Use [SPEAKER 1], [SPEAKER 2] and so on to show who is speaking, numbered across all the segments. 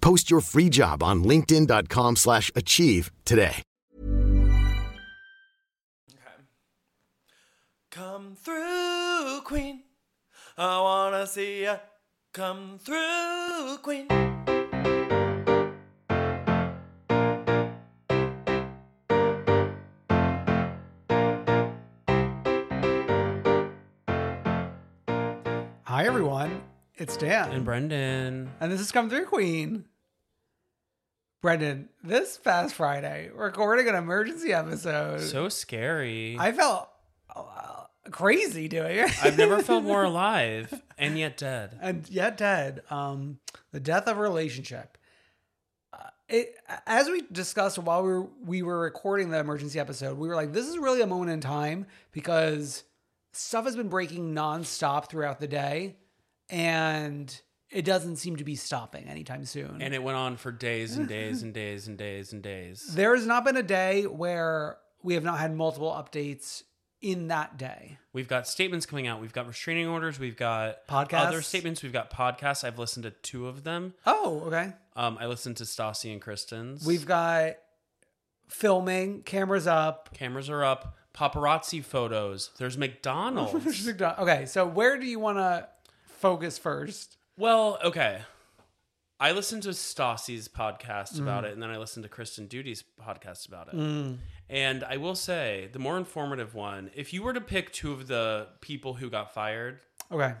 [SPEAKER 1] Post your free job on linkedin.com/achieve slash achieve today.
[SPEAKER 2] Okay. Come through, Queen. I wanna see ya. Come through, Queen.
[SPEAKER 3] Hi, everyone. It's Dan.
[SPEAKER 2] And Brendan.
[SPEAKER 3] And this is Come Through Queen. Brendan, this past Friday, recording an emergency episode,
[SPEAKER 2] So scary.
[SPEAKER 3] I felt uh, crazy doing it.
[SPEAKER 2] I've never felt more alive and yet dead.
[SPEAKER 3] and yet dead. Um, the death of a relationship. Uh, It, as we discussed while we were, we were recording the emergency episode, we were like, this is really a moment in time because stuff has been breaking nonstop throughout the day and it doesn't seem to be stopping anytime soon.
[SPEAKER 2] And it went on for days and days and days and days and days.
[SPEAKER 3] There has not been a day where we have not had multiple updates in that day.
[SPEAKER 2] We've got statements coming out. We've got restraining orders. We've got
[SPEAKER 3] Podcasts.
[SPEAKER 2] Other statements. We've got podcasts. I've listened to two of them.
[SPEAKER 3] Oh, okay.
[SPEAKER 2] Um, I listened to Stassi and Kristen's.
[SPEAKER 3] We've got filming, cameras up.
[SPEAKER 2] cameras are up. Paparazzi photos. There's McDonald's.
[SPEAKER 3] Oh, okay, so where do you want to focus first?
[SPEAKER 2] well, okay. I listened to Stassi's podcast about it, and then I listened to Kristen Duty's podcast about it. And I will say, the more informative one, if you were to pick two of the people who got fired,
[SPEAKER 3] Okay,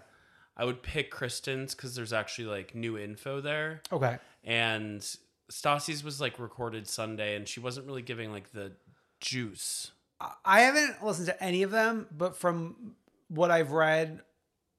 [SPEAKER 2] I would pick Kristen's because there's actually like new info there.
[SPEAKER 3] okay,
[SPEAKER 2] And Stassi's was like recorded Sunday and she wasn't really giving like the juice.
[SPEAKER 3] I- I haven't listened to any of them, but from what I've read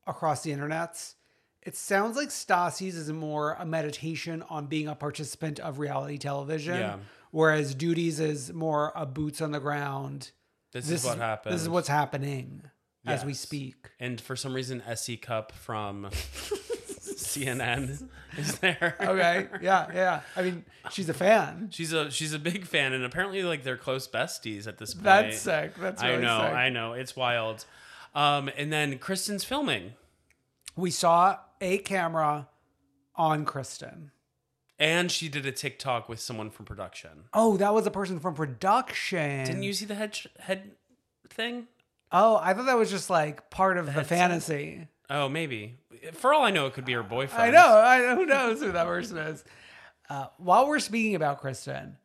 [SPEAKER 3] across the internets, it sounds like Stassi's is more a meditation on being a participant of reality television,
[SPEAKER 2] Yeah.
[SPEAKER 3] whereas Duties is more a boots on the ground.
[SPEAKER 2] This, is what happened.
[SPEAKER 3] This is what's happening as we
[SPEAKER 2] Yes.
[SPEAKER 3] speak.
[SPEAKER 2] And for some reason, SE Cup from CNN is there.
[SPEAKER 3] Okay, yeah, yeah. I mean, she's a fan.
[SPEAKER 2] She's a she's a big fan, and apparently, like they're close besties at this point.
[SPEAKER 3] That's sick. That's
[SPEAKER 2] I
[SPEAKER 3] really
[SPEAKER 2] know,
[SPEAKER 3] sick.
[SPEAKER 2] I know, it's wild. Um, and then Kristen's filming,
[SPEAKER 3] We saw a camera on Kristen.
[SPEAKER 2] and she did a TikTok with someone from production.
[SPEAKER 3] Oh, that was a person from production.
[SPEAKER 2] Didn't you see the head sh- head thing?
[SPEAKER 3] Oh, I thought that was just like part of the
[SPEAKER 2] That's-
[SPEAKER 3] fantasy.
[SPEAKER 2] Oh, maybe. For all I know, it could be her boyfriend.
[SPEAKER 3] I know. I know. Who knows who that person is? Uh, while we're speaking about Kristen,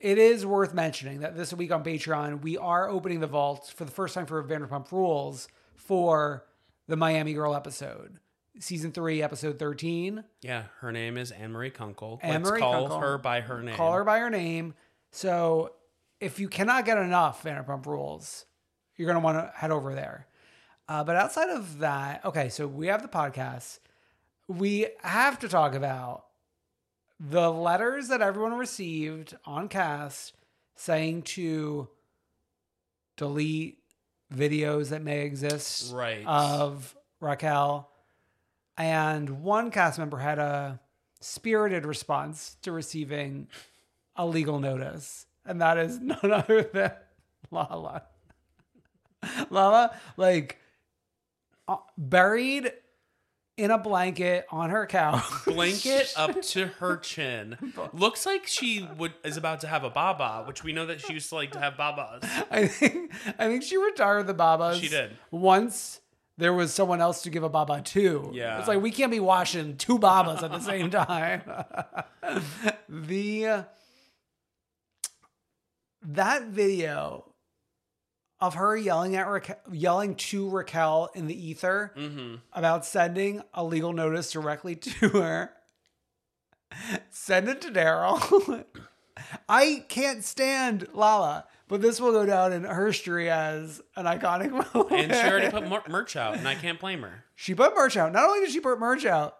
[SPEAKER 3] it is worth mentioning that this week on Patreon we are opening the vault for the first time for Vanderpump Rules for the Miami Girl episode, season three, episode thirteen.
[SPEAKER 2] Yeah, her name is Anne Marie Kunkel.
[SPEAKER 3] Anne-Marie
[SPEAKER 2] Let's call
[SPEAKER 3] Kunkel.
[SPEAKER 2] her by her name.
[SPEAKER 3] Call her by her name. So if you cannot get enough Vanderpump Rules, you're going to want to head over there. Uh, but outside of that, okay, so we have the podcast. We have to talk about the letters that everyone received on cast saying to delete videos that may exist
[SPEAKER 2] Right.
[SPEAKER 3] of Raquel. And one cast member had a spirited response to receiving a legal notice. and that is none other than Lala. Lala, like uh, buried in a blanket on her couch.
[SPEAKER 2] Blanket up to her chin. Looks like she would is about to have a baba, which we know that she used to like to have babas.
[SPEAKER 3] I think I think she retired the babas.
[SPEAKER 2] She did.
[SPEAKER 3] Once there was someone else to give a baba to.
[SPEAKER 2] Yeah.
[SPEAKER 3] It's like we can't be washing two babas at the same time. the that video of her yelling at Raquel, yelling to Raquel in the ether about sending a legal notice directly to her. Send it to Daryl. I can't stand Lala, but this will go down in her history as an iconic moment.
[SPEAKER 2] And she already put mer- merch out, and I can't blame her.
[SPEAKER 3] She put merch out. Not only did she put merch out,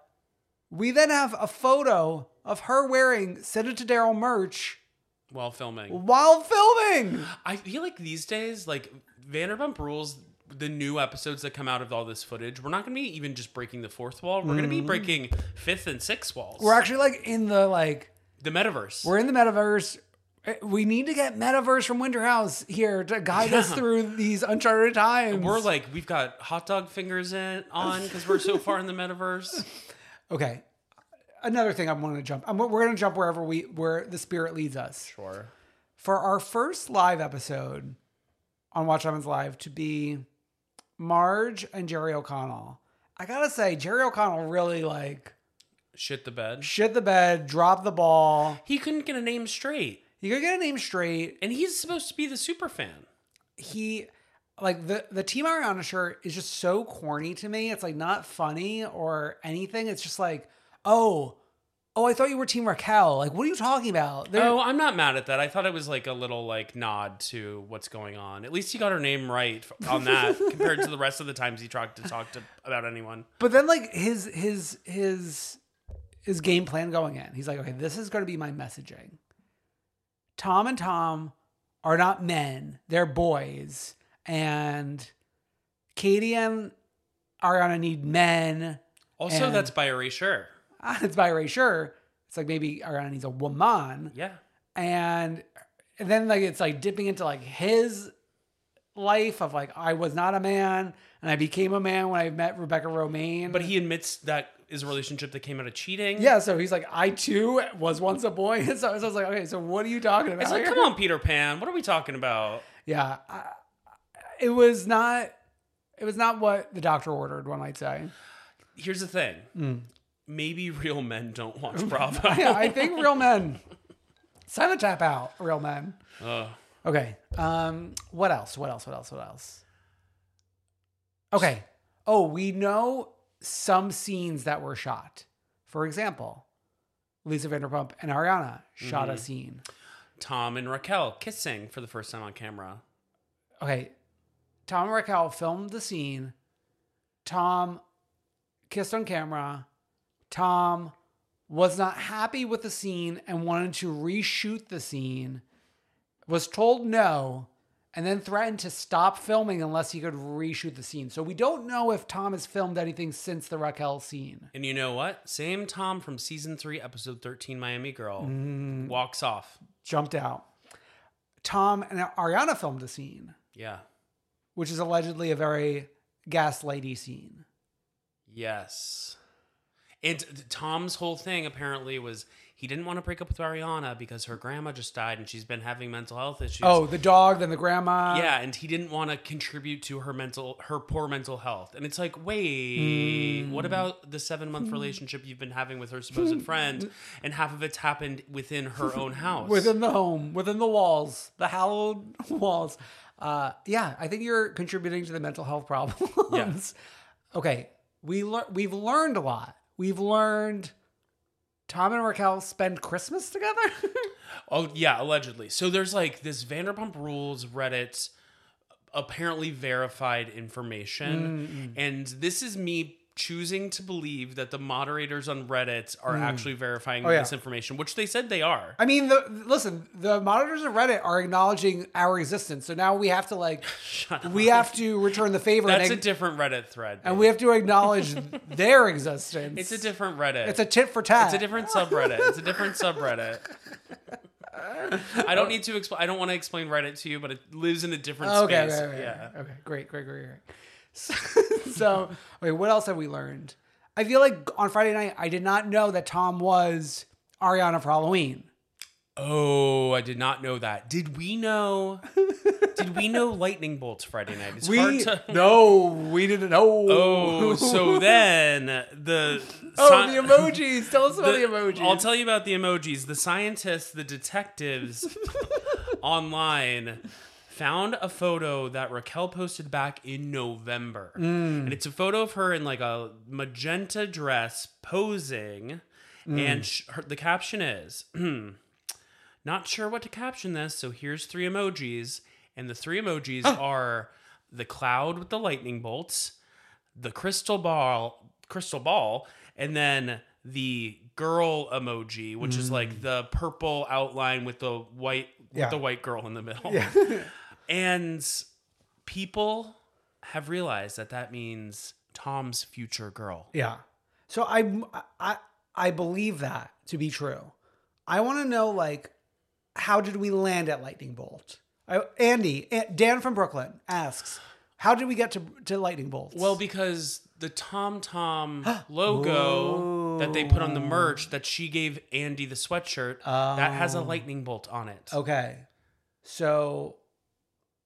[SPEAKER 3] we then have a photo of her wearing Send It to Daryl merch
[SPEAKER 2] While filming,
[SPEAKER 3] while filming.
[SPEAKER 2] I feel like these days, like Vanderpump Rules, the new episodes that come out of all this footage, we're not going to be even just breaking the fourth wall. We're going to be breaking fifth and sixth walls.
[SPEAKER 3] Mm. We're actually like in the like
[SPEAKER 2] the metaverse.
[SPEAKER 3] we're in the metaverse. Eh, We need to get metaverse from Winterhouse here to guide us
[SPEAKER 2] Yeah.
[SPEAKER 3] through these uncharted times.
[SPEAKER 2] We're like we've got hot dog fingers in on because we're so far in the metaverse.
[SPEAKER 3] okay. Another thing I'm going to jump. I'm, we're going to jump wherever we where the spirit leads us.
[SPEAKER 2] Sure.
[SPEAKER 3] for our first live episode on Watch Lemons Live to be Marge and Jerry O'Connell. I gotta say, Jerry O'Connell really like
[SPEAKER 2] Shit the bed.
[SPEAKER 3] shit the bed, dropped the ball.
[SPEAKER 2] He couldn't get a name straight,
[SPEAKER 3] You could get a name straight.
[SPEAKER 2] and he's supposed to be the super fan.
[SPEAKER 3] He like the the Team Ariana shirt is just so corny to me. It's like not funny or anything. It's just like, oh, oh, I thought you were Team Raquel. Like, what are you talking about? They're-
[SPEAKER 2] Oh, I'm not mad at that. I thought it was like a little like nod to what's going on. At least he got her name right f- on that compared to the rest of the times he tried to talk to about anyone.
[SPEAKER 3] But then like his his his his game plan going in. He's like, okay, this is going to be my messaging. Tom and Tom are not men; they're boys, and Katie and Ariana need men.
[SPEAKER 2] Also,
[SPEAKER 3] And-
[SPEAKER 2] that's by Ray Sure.
[SPEAKER 3] Ah, It's by Ray Sure. It's like maybe Ariana needs a woman,
[SPEAKER 2] Yeah.
[SPEAKER 3] and and then like it's like dipping into like his life of like I was not a man and I became a man when I met Rebecca Romaine.
[SPEAKER 2] But he admits that is a relationship that came out of cheating.
[SPEAKER 3] Yeah, so he's like, I too was once a boy. So, so I was like, okay, so what are you talking about?
[SPEAKER 2] It's like,
[SPEAKER 3] here?
[SPEAKER 2] come on, Peter Pan. What are we talking about?
[SPEAKER 3] Yeah, I, it was not. It was not what the doctor ordered. One might say.
[SPEAKER 2] Here's the thing. Maybe real men don't watch Bravo.
[SPEAKER 3] Mm. Yeah, I think real men. Silent tap out, real men. Okay. Um. What else? What else? What else? What else? Okay. Oh, we know some scenes that were shot. For example, Lisa Vanderpump and Ariana shot a scene.
[SPEAKER 2] Tom and Raquel kissing for the first time on camera.
[SPEAKER 3] okay, Tom and Raquel filmed the scene. Tom kissed on camera. Tom was not happy with the scene and wanted to reshoot the scene. Was told no and then threatened to stop filming unless he could reshoot the scene. So we don't know if Tom has filmed anything since the Raquel scene.
[SPEAKER 2] And you know what? Same Tom from season three, episode 13, Miami Girl,
[SPEAKER 3] Mm.
[SPEAKER 2] walks off.
[SPEAKER 3] Jumped out. Tom and Ariana filmed a scene,
[SPEAKER 2] Yeah.
[SPEAKER 3] which is allegedly a very gaslighty scene.
[SPEAKER 2] Yes. And t- Tom's whole thing apparently was he didn't want to break up with Ariana because her grandma just died and she's been having mental health issues.
[SPEAKER 3] Oh, the dog, then the grandma.
[SPEAKER 2] Yeah, and he didn't want to contribute to her mental, her poor mental health. And it's like, wait,
[SPEAKER 3] Hmm.
[SPEAKER 2] what about the seven month relationship you've been having with her supposed friend, and half of it's happened within her own house?
[SPEAKER 3] within the home, within the walls, the hallowed walls. Uh, yeah, I think you're contributing to the mental health problems. Okay, we lear- we've learned a lot. We've learned Tom and Raquel spend Christmas together.
[SPEAKER 2] Oh yeah, allegedly. So there's like this Vanderpump Rules Reddit apparently verified information,
[SPEAKER 3] Mm-hmm.
[SPEAKER 2] and this is me choosing to believe that the moderators on Reddit are actually verifying
[SPEAKER 3] Hmm. Oh, yeah.
[SPEAKER 2] this information, which they said they are.
[SPEAKER 3] I mean, the, listen, the monitors of Reddit are acknowledging our existence, so now we have to like, we have to return the favor,
[SPEAKER 2] That's a
[SPEAKER 3] and,
[SPEAKER 2] different Reddit thread.
[SPEAKER 3] and
[SPEAKER 2] babe.
[SPEAKER 3] we have to acknowledge their existence.
[SPEAKER 2] it's a different Reddit.
[SPEAKER 3] it's a tit for
[SPEAKER 2] It's
[SPEAKER 3] tat.
[SPEAKER 2] a different subreddit. It's a different subreddit. I don't need to explain. I don't want to explain Reddit to you, but it lives in a different
[SPEAKER 3] Oh, Okay,
[SPEAKER 2] space.
[SPEAKER 3] okay, okay,
[SPEAKER 2] yeah.
[SPEAKER 3] okay, okay. Great, great, great, great. So, so, wait, what else have we learned? I feel like on Friday night, I did not know that Tom was Ariana for Halloween.
[SPEAKER 2] Oh, I did not know that. Did we know? did we know lightning bolts Friday night? It's hard
[SPEAKER 3] We
[SPEAKER 2] to.
[SPEAKER 3] no, we didn't know.
[SPEAKER 2] Oh, so then the
[SPEAKER 3] oh,
[SPEAKER 2] sci-
[SPEAKER 3] the emojis. Tell us about the, emojis.
[SPEAKER 2] I'll tell you about the emojis. The scientists, the detectives online found a photo that Raquel posted back in November.
[SPEAKER 3] Mm.
[SPEAKER 2] And it's a photo of her in like a magenta dress posing. And sh- her, the caption is Not sure what to caption this, so here's three emojis. And the three emojis are the cloud with the lightning bolts, the crystal ball crystal ball and then the girl emoji which is like the purple outline with the white with
[SPEAKER 3] Yeah.
[SPEAKER 2] the white girl in the middle and people have realized that that means tom's future girl
[SPEAKER 3] Yeah. So I I I believe that to be true. I want to know like how did we land at Lightning Bolt? I, Andy A- Dan from Brooklyn asks, how did we get to to Lightning Bolt?
[SPEAKER 2] well because the tom tom logo that they put on the merch that she gave andy the sweatshirt that has a
[SPEAKER 3] Oh.
[SPEAKER 2] lightning bolt on it
[SPEAKER 3] okay. So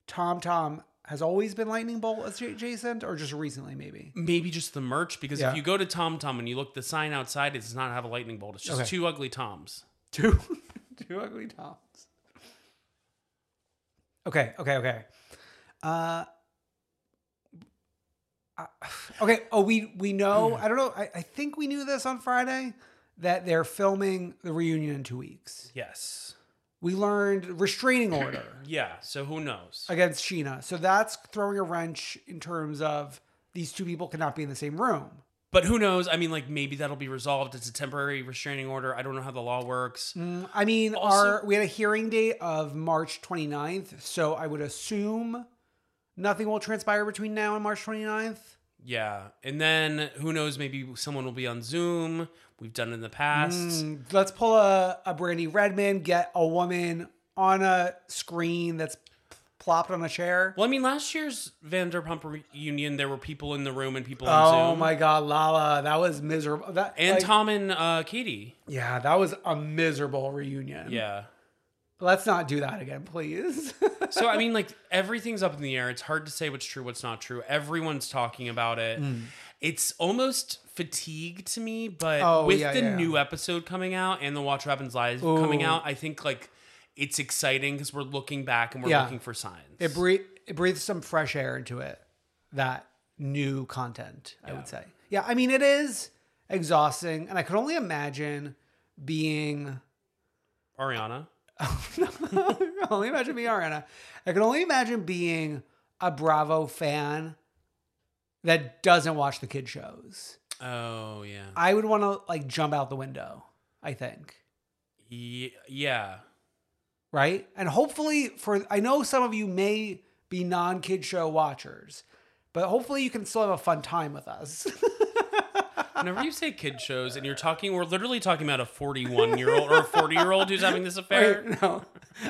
[SPEAKER 3] Tom Tom has always been Lightning Bolt adjacent, or just recently maybe.
[SPEAKER 2] Maybe just the merch because
[SPEAKER 3] Yeah.
[SPEAKER 2] if you go to Tom Tom and you look, the sign outside it does not have a lightning bolt. It's just
[SPEAKER 3] Okay.
[SPEAKER 2] two ugly Toms.
[SPEAKER 3] Two two ugly toms. Okay, okay, okay. Uh, uh, okay. Oh, we we know. I don't know. I, I think we knew this on Friday that they're filming the reunion in two weeks.
[SPEAKER 2] Yes.
[SPEAKER 3] We learned restraining order
[SPEAKER 2] Yeah. So who knows?
[SPEAKER 3] against Sheena, so that's throwing a wrench in terms of these two people cannot be in the same room.
[SPEAKER 2] But who knows? I mean, like maybe that'll be resolved. It's a temporary restraining order. I don't know how the law works.
[SPEAKER 3] Mm, I mean,
[SPEAKER 2] Also-
[SPEAKER 3] our we had a hearing date of March 29th, so I would assume nothing will transpire between now and March 29th.
[SPEAKER 2] Yeah. And then who knows? Maybe someone will be on Zoom. We've done it in the past.
[SPEAKER 3] Mm, let's pull a, a Brandy Redman, get a woman on a screen that's plopped on a chair.
[SPEAKER 2] Well, I mean, last year's Vanderpump reunion, there were people in the room and people on
[SPEAKER 3] Oh
[SPEAKER 2] Zoom.
[SPEAKER 3] my God, Lala, that was miserable. That
[SPEAKER 2] And
[SPEAKER 3] like,
[SPEAKER 2] Tom and uh, Katie.
[SPEAKER 3] yeah, that was a miserable reunion.
[SPEAKER 2] Yeah.
[SPEAKER 3] let's not do that again, please.
[SPEAKER 2] So I mean, like everything's up in the air. It's hard to say what's true, what's not true. Everyone's talking about it.
[SPEAKER 3] Hmm.
[SPEAKER 2] It's almost fatigue to me, but
[SPEAKER 3] Oh,
[SPEAKER 2] with
[SPEAKER 3] yeah,
[SPEAKER 2] the
[SPEAKER 3] yeah.
[SPEAKER 2] new episode coming out and the Watch What Happens Live coming out, I think like it's exciting because we're looking back and we're
[SPEAKER 3] Yeah.
[SPEAKER 2] looking for signs.
[SPEAKER 3] it, breathe, it breathes some fresh air into it that new content i would say yeah i mean it is exhausting and i could only imagine being
[SPEAKER 2] Ariana,
[SPEAKER 3] I can only imagine being ariana i can only imagine being a bravo fan that doesn't watch the kid shows
[SPEAKER 2] oh yeah,
[SPEAKER 3] i would want to like jump out the window i think
[SPEAKER 2] Ye- yeah.
[SPEAKER 3] right? And hopefully, for I know some of you may be non kid show watchers, but hopefully you can still have a fun time with us.
[SPEAKER 2] Whenever you say kid shows and you're talking, we're literally talking about a 41 year old or a 40 year old who's having this affair.
[SPEAKER 3] Wait, no,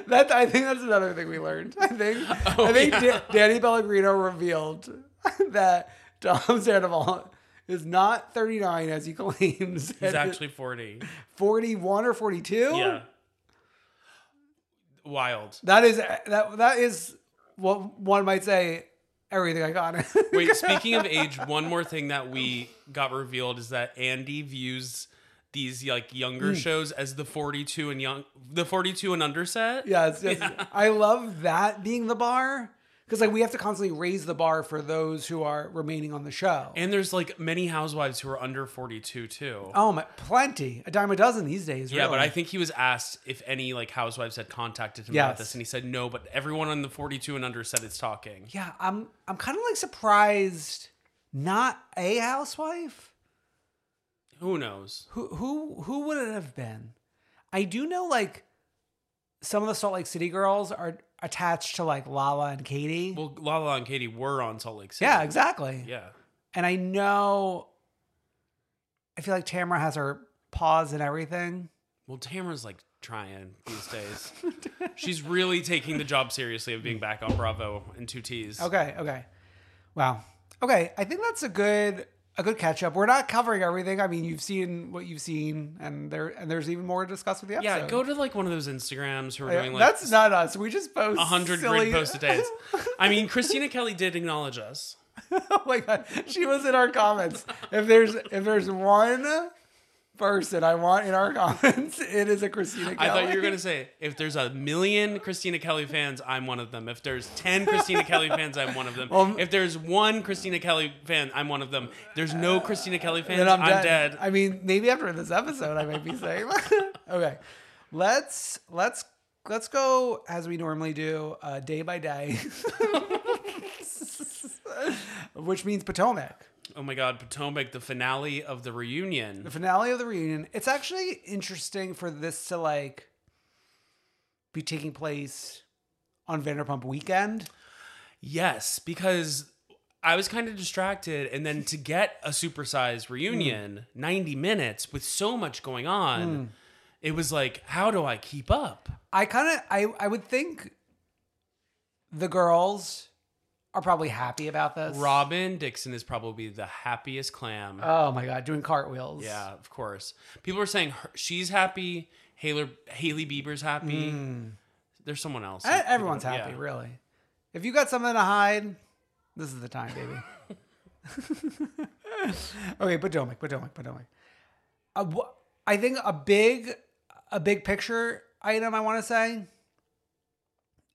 [SPEAKER 3] that I think that's another thing we learned. I think
[SPEAKER 2] Oh,
[SPEAKER 3] I think Da- Danny Pellegrino revealed that Tom Sandoval is not 39 as he claims.
[SPEAKER 2] He's
[SPEAKER 3] and
[SPEAKER 2] actually 40.
[SPEAKER 3] 41 or 42.
[SPEAKER 2] Yeah. Wild.
[SPEAKER 3] that is that that is what one might say. Everything I got.
[SPEAKER 2] Wait, speaking of age, one more thing that we got revealed is that Andy views these like
[SPEAKER 3] Hmm.
[SPEAKER 2] younger shows as the 42 and young the 42 and under set.
[SPEAKER 3] Yeah, it's just, I love that being the bar because like we have to constantly raise the bar for those who are remaining on the show.
[SPEAKER 2] And there's like many housewives who are under 42 too.
[SPEAKER 3] oh my, plenty, a dime a dozen these days.
[SPEAKER 2] yeah, but
[SPEAKER 3] really.
[SPEAKER 2] I think he was asked if any like housewives had contacted him
[SPEAKER 3] Yes.
[SPEAKER 2] about this and he said no, but everyone on the 42 and under set is talking.
[SPEAKER 3] yeah, I'm I'm kind of like surprised. Not a housewife.
[SPEAKER 2] Who knows?
[SPEAKER 3] Who who who would it have been? I do know like some of the Salt Lake City girls are attached to like Lala and Katie.
[SPEAKER 2] Well, Lala and Katie were on Salt Lake City.
[SPEAKER 3] yeah, exactly.
[SPEAKER 2] Yeah.
[SPEAKER 3] And I know. I feel like Tamara has her paws and everything.
[SPEAKER 2] Well, Tamara's like trying these days. She's really taking the job seriously of being back on Bravo and Two T's.
[SPEAKER 3] Okay, okay. Wow. Okay, I think that's a good a good catch up. We're not covering everything. I mean, you've seen what you've seen and there and there's even more to discuss with the episode.
[SPEAKER 2] Yeah, go to like one of those Instagrams who are
[SPEAKER 3] Oh, Yeah,
[SPEAKER 2] doing like
[SPEAKER 3] That's not us. We just post
[SPEAKER 2] a hundred
[SPEAKER 3] silly-
[SPEAKER 2] grid post a days. I mean, Christina Kelly did acknowledge us.
[SPEAKER 3] oh my god. She was in our comments. If there's if there's one person I want in our comments, it is a Christina
[SPEAKER 2] I
[SPEAKER 3] Kelly.
[SPEAKER 2] thought you were gonna say if there's a million Christina Kelly fans, I'm one of them. If there's ten Christina Kelly fans, I'm one of them. if there's one Christina Kelly fan, I'm one of them. There's no Christina Kelly fans,
[SPEAKER 3] then
[SPEAKER 2] I'm,
[SPEAKER 3] I'm, dead.
[SPEAKER 2] dead.
[SPEAKER 3] I mean, maybe after this episode, I might be saying. that. okay, let's let's let's go as we normally do, uh, day by day, which means Potomac,
[SPEAKER 2] Oh my God, Potomac, the finale of the reunion.
[SPEAKER 3] the finale of the reunion. It's actually interesting for this to like be taking place on Vanderpump weekend.
[SPEAKER 2] Yes, because I was kind of distracted, and then to get a supersized reunion, 90 minutes with so much going on,
[SPEAKER 3] Hmm.
[SPEAKER 2] it was like, how do I keep up?
[SPEAKER 3] I kind of I I would think the girls are probably happy about this.
[SPEAKER 2] Robin Dixon is probably the happiest clam.
[SPEAKER 3] Oh my god, doing cartwheels.
[SPEAKER 2] yeah, of course. People are saying her, she's happy. Haley, Haley Bieber's happy. There's someone else.
[SPEAKER 3] Hmm. E- Everyone's
[SPEAKER 2] Yeah.
[SPEAKER 3] happy, really. If you got something to hide, this is the time, baby. okay, Potomac, Potomac, Potomac. Uh, wh- I think a big, a big picture item I want to say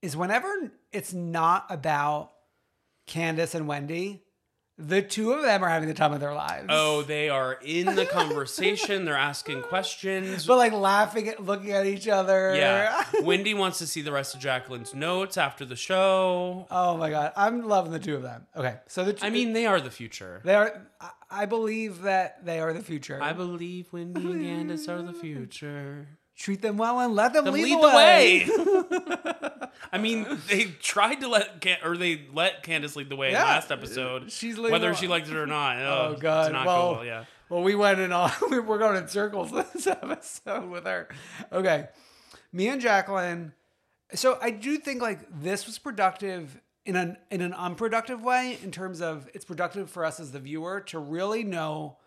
[SPEAKER 3] is whenever it's not about Candace and Wendy, the two of them are having the time of their lives.
[SPEAKER 2] Oh, they are in the conversation. They're asking questions.
[SPEAKER 3] but like laughing at, looking at each other.
[SPEAKER 2] Yeah. Wendy wants to see the rest of Jacqueline's notes after the show.
[SPEAKER 3] oh my god, I'm loving the two of them. Okay, so the two,
[SPEAKER 2] I mean, they are the future.
[SPEAKER 3] They are. I- I believe that they are the future.
[SPEAKER 2] I believe Wendy and Candace are the future.
[SPEAKER 3] Treat them well and let them,
[SPEAKER 2] Then
[SPEAKER 3] lead,
[SPEAKER 2] lead
[SPEAKER 3] the way.
[SPEAKER 2] the way. I mean, they tried to let Can- or they let Candace lead the way
[SPEAKER 3] Yeah.
[SPEAKER 2] last episode.
[SPEAKER 3] She's leading
[SPEAKER 2] whether
[SPEAKER 3] the-
[SPEAKER 2] she liked it or not.
[SPEAKER 3] Oh
[SPEAKER 2] Oh,
[SPEAKER 3] God!
[SPEAKER 2] it's not
[SPEAKER 3] well,
[SPEAKER 2] go well. Yeah.
[SPEAKER 3] Well, we went in all. we We're going in circles this episode with her. Okay, me and Jacqueline. So I do think like this was productive in an in an unproductive way in terms of it's productive for us as the viewer to really know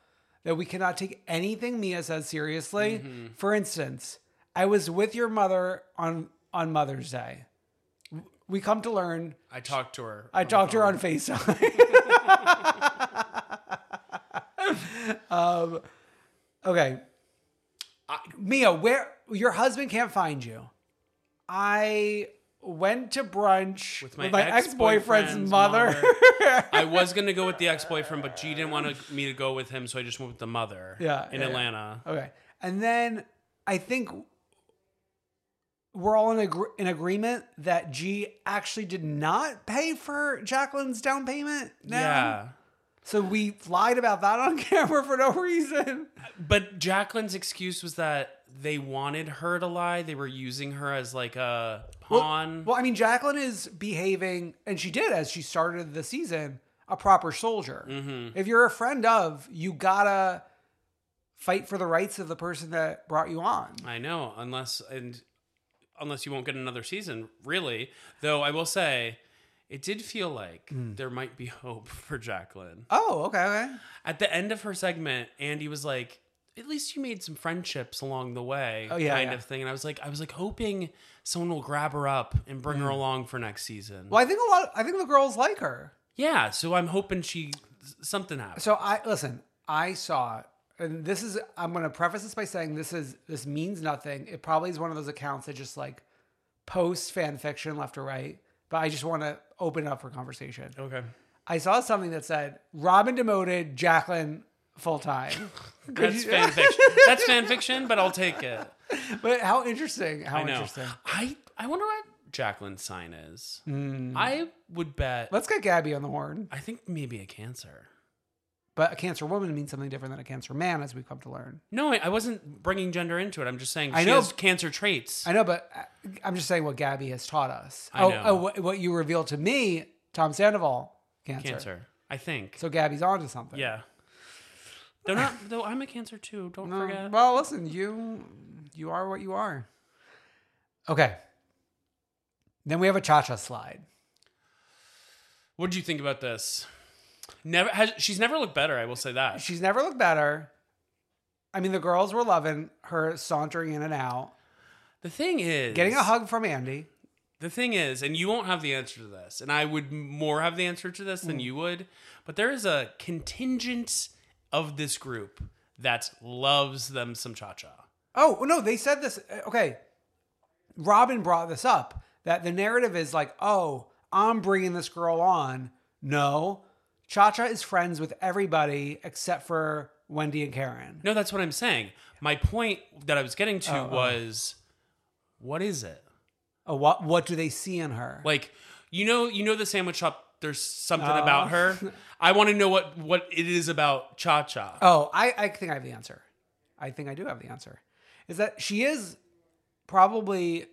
[SPEAKER 3] that we cannot take anything Mia says seriously.
[SPEAKER 2] Mm-hmm.
[SPEAKER 3] For instance, I was with your mother on on Mother's Day. We come to learn
[SPEAKER 2] I talked to her.
[SPEAKER 3] I
[SPEAKER 2] the
[SPEAKER 3] talked to her
[SPEAKER 2] phone.
[SPEAKER 3] on FaceTime. um, okay. Mia, where your husband can't find you. I went to brunch with my, ex-boyfriend's,
[SPEAKER 2] ex-boyfriend's
[SPEAKER 3] mother.
[SPEAKER 2] I was gonna go with the ex-boyfriend, but G didn't want to- me to go with him, so I just went with the mother.
[SPEAKER 3] Yeah,
[SPEAKER 2] In
[SPEAKER 3] yeah, yeah.
[SPEAKER 2] Atlanta.
[SPEAKER 3] okay. And then I think we're all in agr in agreement that G actually did not pay for Jacqueline's down payment. Now.
[SPEAKER 2] yeah.
[SPEAKER 3] So we lied about that on camera for no reason.
[SPEAKER 2] But Jacqueline's excuse was that they wanted her to lie. They were using her as like a pawn.
[SPEAKER 3] Well, I mean, Jacqueline is behaving, and she did as she started the season, a proper soldier. If you're a friend of, you gotta fight for the rights of the person that brought you on.
[SPEAKER 2] I know, unless and unless you won't get another season, really. Though I will say, it did feel like
[SPEAKER 3] Hmm.
[SPEAKER 2] there might be hope for Jacqueline.
[SPEAKER 3] Oh, okay, okay.
[SPEAKER 2] At the end of her segment, Andy was like, "At least you made some friendships along the way,"
[SPEAKER 3] Oh, yeah,
[SPEAKER 2] kind
[SPEAKER 3] yeah.
[SPEAKER 2] of thing. And I was like, I was like hoping someone will grab her up and bring her
[SPEAKER 3] Hmm.
[SPEAKER 2] along for next season.
[SPEAKER 3] Well, I think a lot. I think the girls like her.
[SPEAKER 2] Yeah, so I'm hoping she something happens.
[SPEAKER 3] So I listen. I saw, and this is. I'm gonna preface this by saying this is this means nothing. It probably is one of those accounts that just like posts fan fiction left or right. But I just want to open it up for conversation.
[SPEAKER 2] okay,
[SPEAKER 3] I saw something that said Robin demoted Jacqueline full time.
[SPEAKER 2] that's fan fiction. That's fan fiction, but I'll take it.
[SPEAKER 3] but how interesting! How
[SPEAKER 2] I know.
[SPEAKER 3] interesting.
[SPEAKER 2] I I wonder what Jacqueline's sign is. I would bet.
[SPEAKER 3] Hmm. Let's get Gabby on the horn.
[SPEAKER 2] I think maybe a cancer.
[SPEAKER 3] But a cancer woman means something different than a cancer man, as we come to learn.
[SPEAKER 2] No, I, I wasn't bringing gender into it. I'm just saying she
[SPEAKER 3] I know.
[SPEAKER 2] has cancer traits.
[SPEAKER 3] I know, but I- I'm just saying what Gabby has taught us.
[SPEAKER 2] I
[SPEAKER 3] oh,
[SPEAKER 2] know.
[SPEAKER 3] oh, what, what you revealed to me, Tom Sandoval, cancer.
[SPEAKER 2] cancer. I think.
[SPEAKER 3] So Gabby's onto something.
[SPEAKER 2] yeah. Though not. Though I'm a cancer too. Don't
[SPEAKER 3] No,
[SPEAKER 2] forget.
[SPEAKER 3] well, listen, you you are what you are. Okay. Then we have a cha cha slide.
[SPEAKER 2] What did you think about this? Never has she's never looked better. I will say that.
[SPEAKER 3] She's never looked better. I mean, the girls were loving her sauntering in and out,
[SPEAKER 2] The thing is,
[SPEAKER 3] getting a hug from Andy.
[SPEAKER 2] The thing is, and you won't have the answer to this, and I would more have the answer to this than
[SPEAKER 3] Mm.
[SPEAKER 2] you would, but there is a contingent of this group that loves them some cha cha.
[SPEAKER 3] Oh no, they said this. uh, Okay, Robin brought this up that the narrative is like, oh, I'm bringing this girl on. No, Cha Cha is friends with everybody except for Wendy and Karen.
[SPEAKER 2] No, that's what I'm saying. My point that I was getting to
[SPEAKER 3] Oh, oh.
[SPEAKER 2] was what is it?
[SPEAKER 3] Oh, what what do they see in her?
[SPEAKER 2] Like, you know, you know the sandwich shop, there's something
[SPEAKER 3] Oh.
[SPEAKER 2] about her. I want to know what what it is about cha cha.
[SPEAKER 3] Oh, I, I think I have the answer. I think I do have the answer. Is that she is probably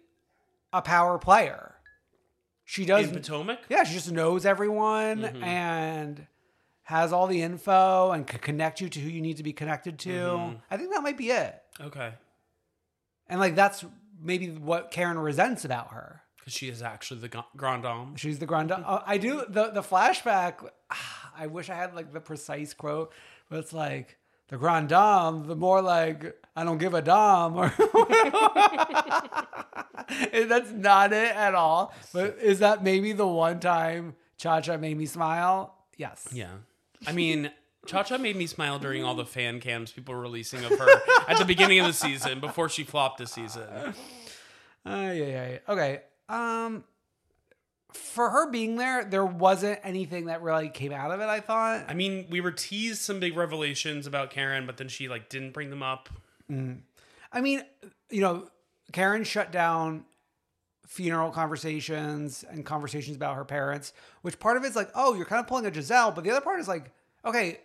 [SPEAKER 3] a power player. She does
[SPEAKER 2] In Potomac?
[SPEAKER 3] Yeah, she just knows everyone and has all the info and can connect you to who you need to be connected to. I think that might be it.
[SPEAKER 2] Okay.
[SPEAKER 3] And like that's maybe what Karen resents about her.
[SPEAKER 2] Cuz she is actually the gra- grand dame.
[SPEAKER 3] She's the grand. Uh, I do the the flashback. ah, I wish I had like the precise quote, but it's like the grand dame. The more like I don't give a dom, or And that's not it at all. But is that maybe the one time Cha Cha made me smile? Yes.
[SPEAKER 2] Yeah. I mean, Cha Cha made me smile during all the fan cams people were releasing of her at the beginning of the season before she flopped this season.
[SPEAKER 3] Uh, yeah, yeah, yeah. Okay. Um, for her being there, there wasn't anything that really came out of it. I thought.
[SPEAKER 2] I mean, we were teased some big revelations about Karen, but then she like didn't bring them up.
[SPEAKER 3] I mean, you know, Karen shut down funeral conversations and conversations about her parents, which part of it's like, oh, you're kind of pulling a Giselle, but the other part is like, okay,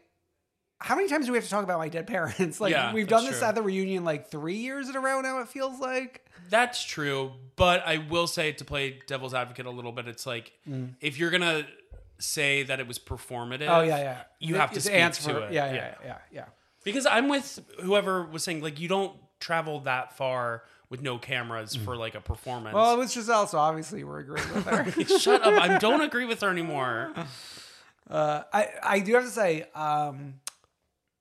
[SPEAKER 3] how many times do we have to talk about my dead parents? Like,
[SPEAKER 2] Yeah,
[SPEAKER 3] we've done
[SPEAKER 2] that's
[SPEAKER 3] this
[SPEAKER 2] true.
[SPEAKER 3] at the reunion like three years in a row now, it feels like.
[SPEAKER 2] That's true, but I will say to play devil's advocate a little bit, it's like if you're gonna say that it was performative.
[SPEAKER 3] Mm. Oh, yeah, yeah.
[SPEAKER 2] You have to
[SPEAKER 3] It's
[SPEAKER 2] speak to it.
[SPEAKER 3] Yeah, yeah, yeah, yeah, yeah.
[SPEAKER 2] Because I'm with whoever was saying like you don't travel that far with no cameras for like a performance.
[SPEAKER 3] Mm. Well, it was Giselle, so obviously we're agreeing with her.
[SPEAKER 2] Shut up! I don't agree with her anymore.
[SPEAKER 3] Uh, I, I do have to say, um,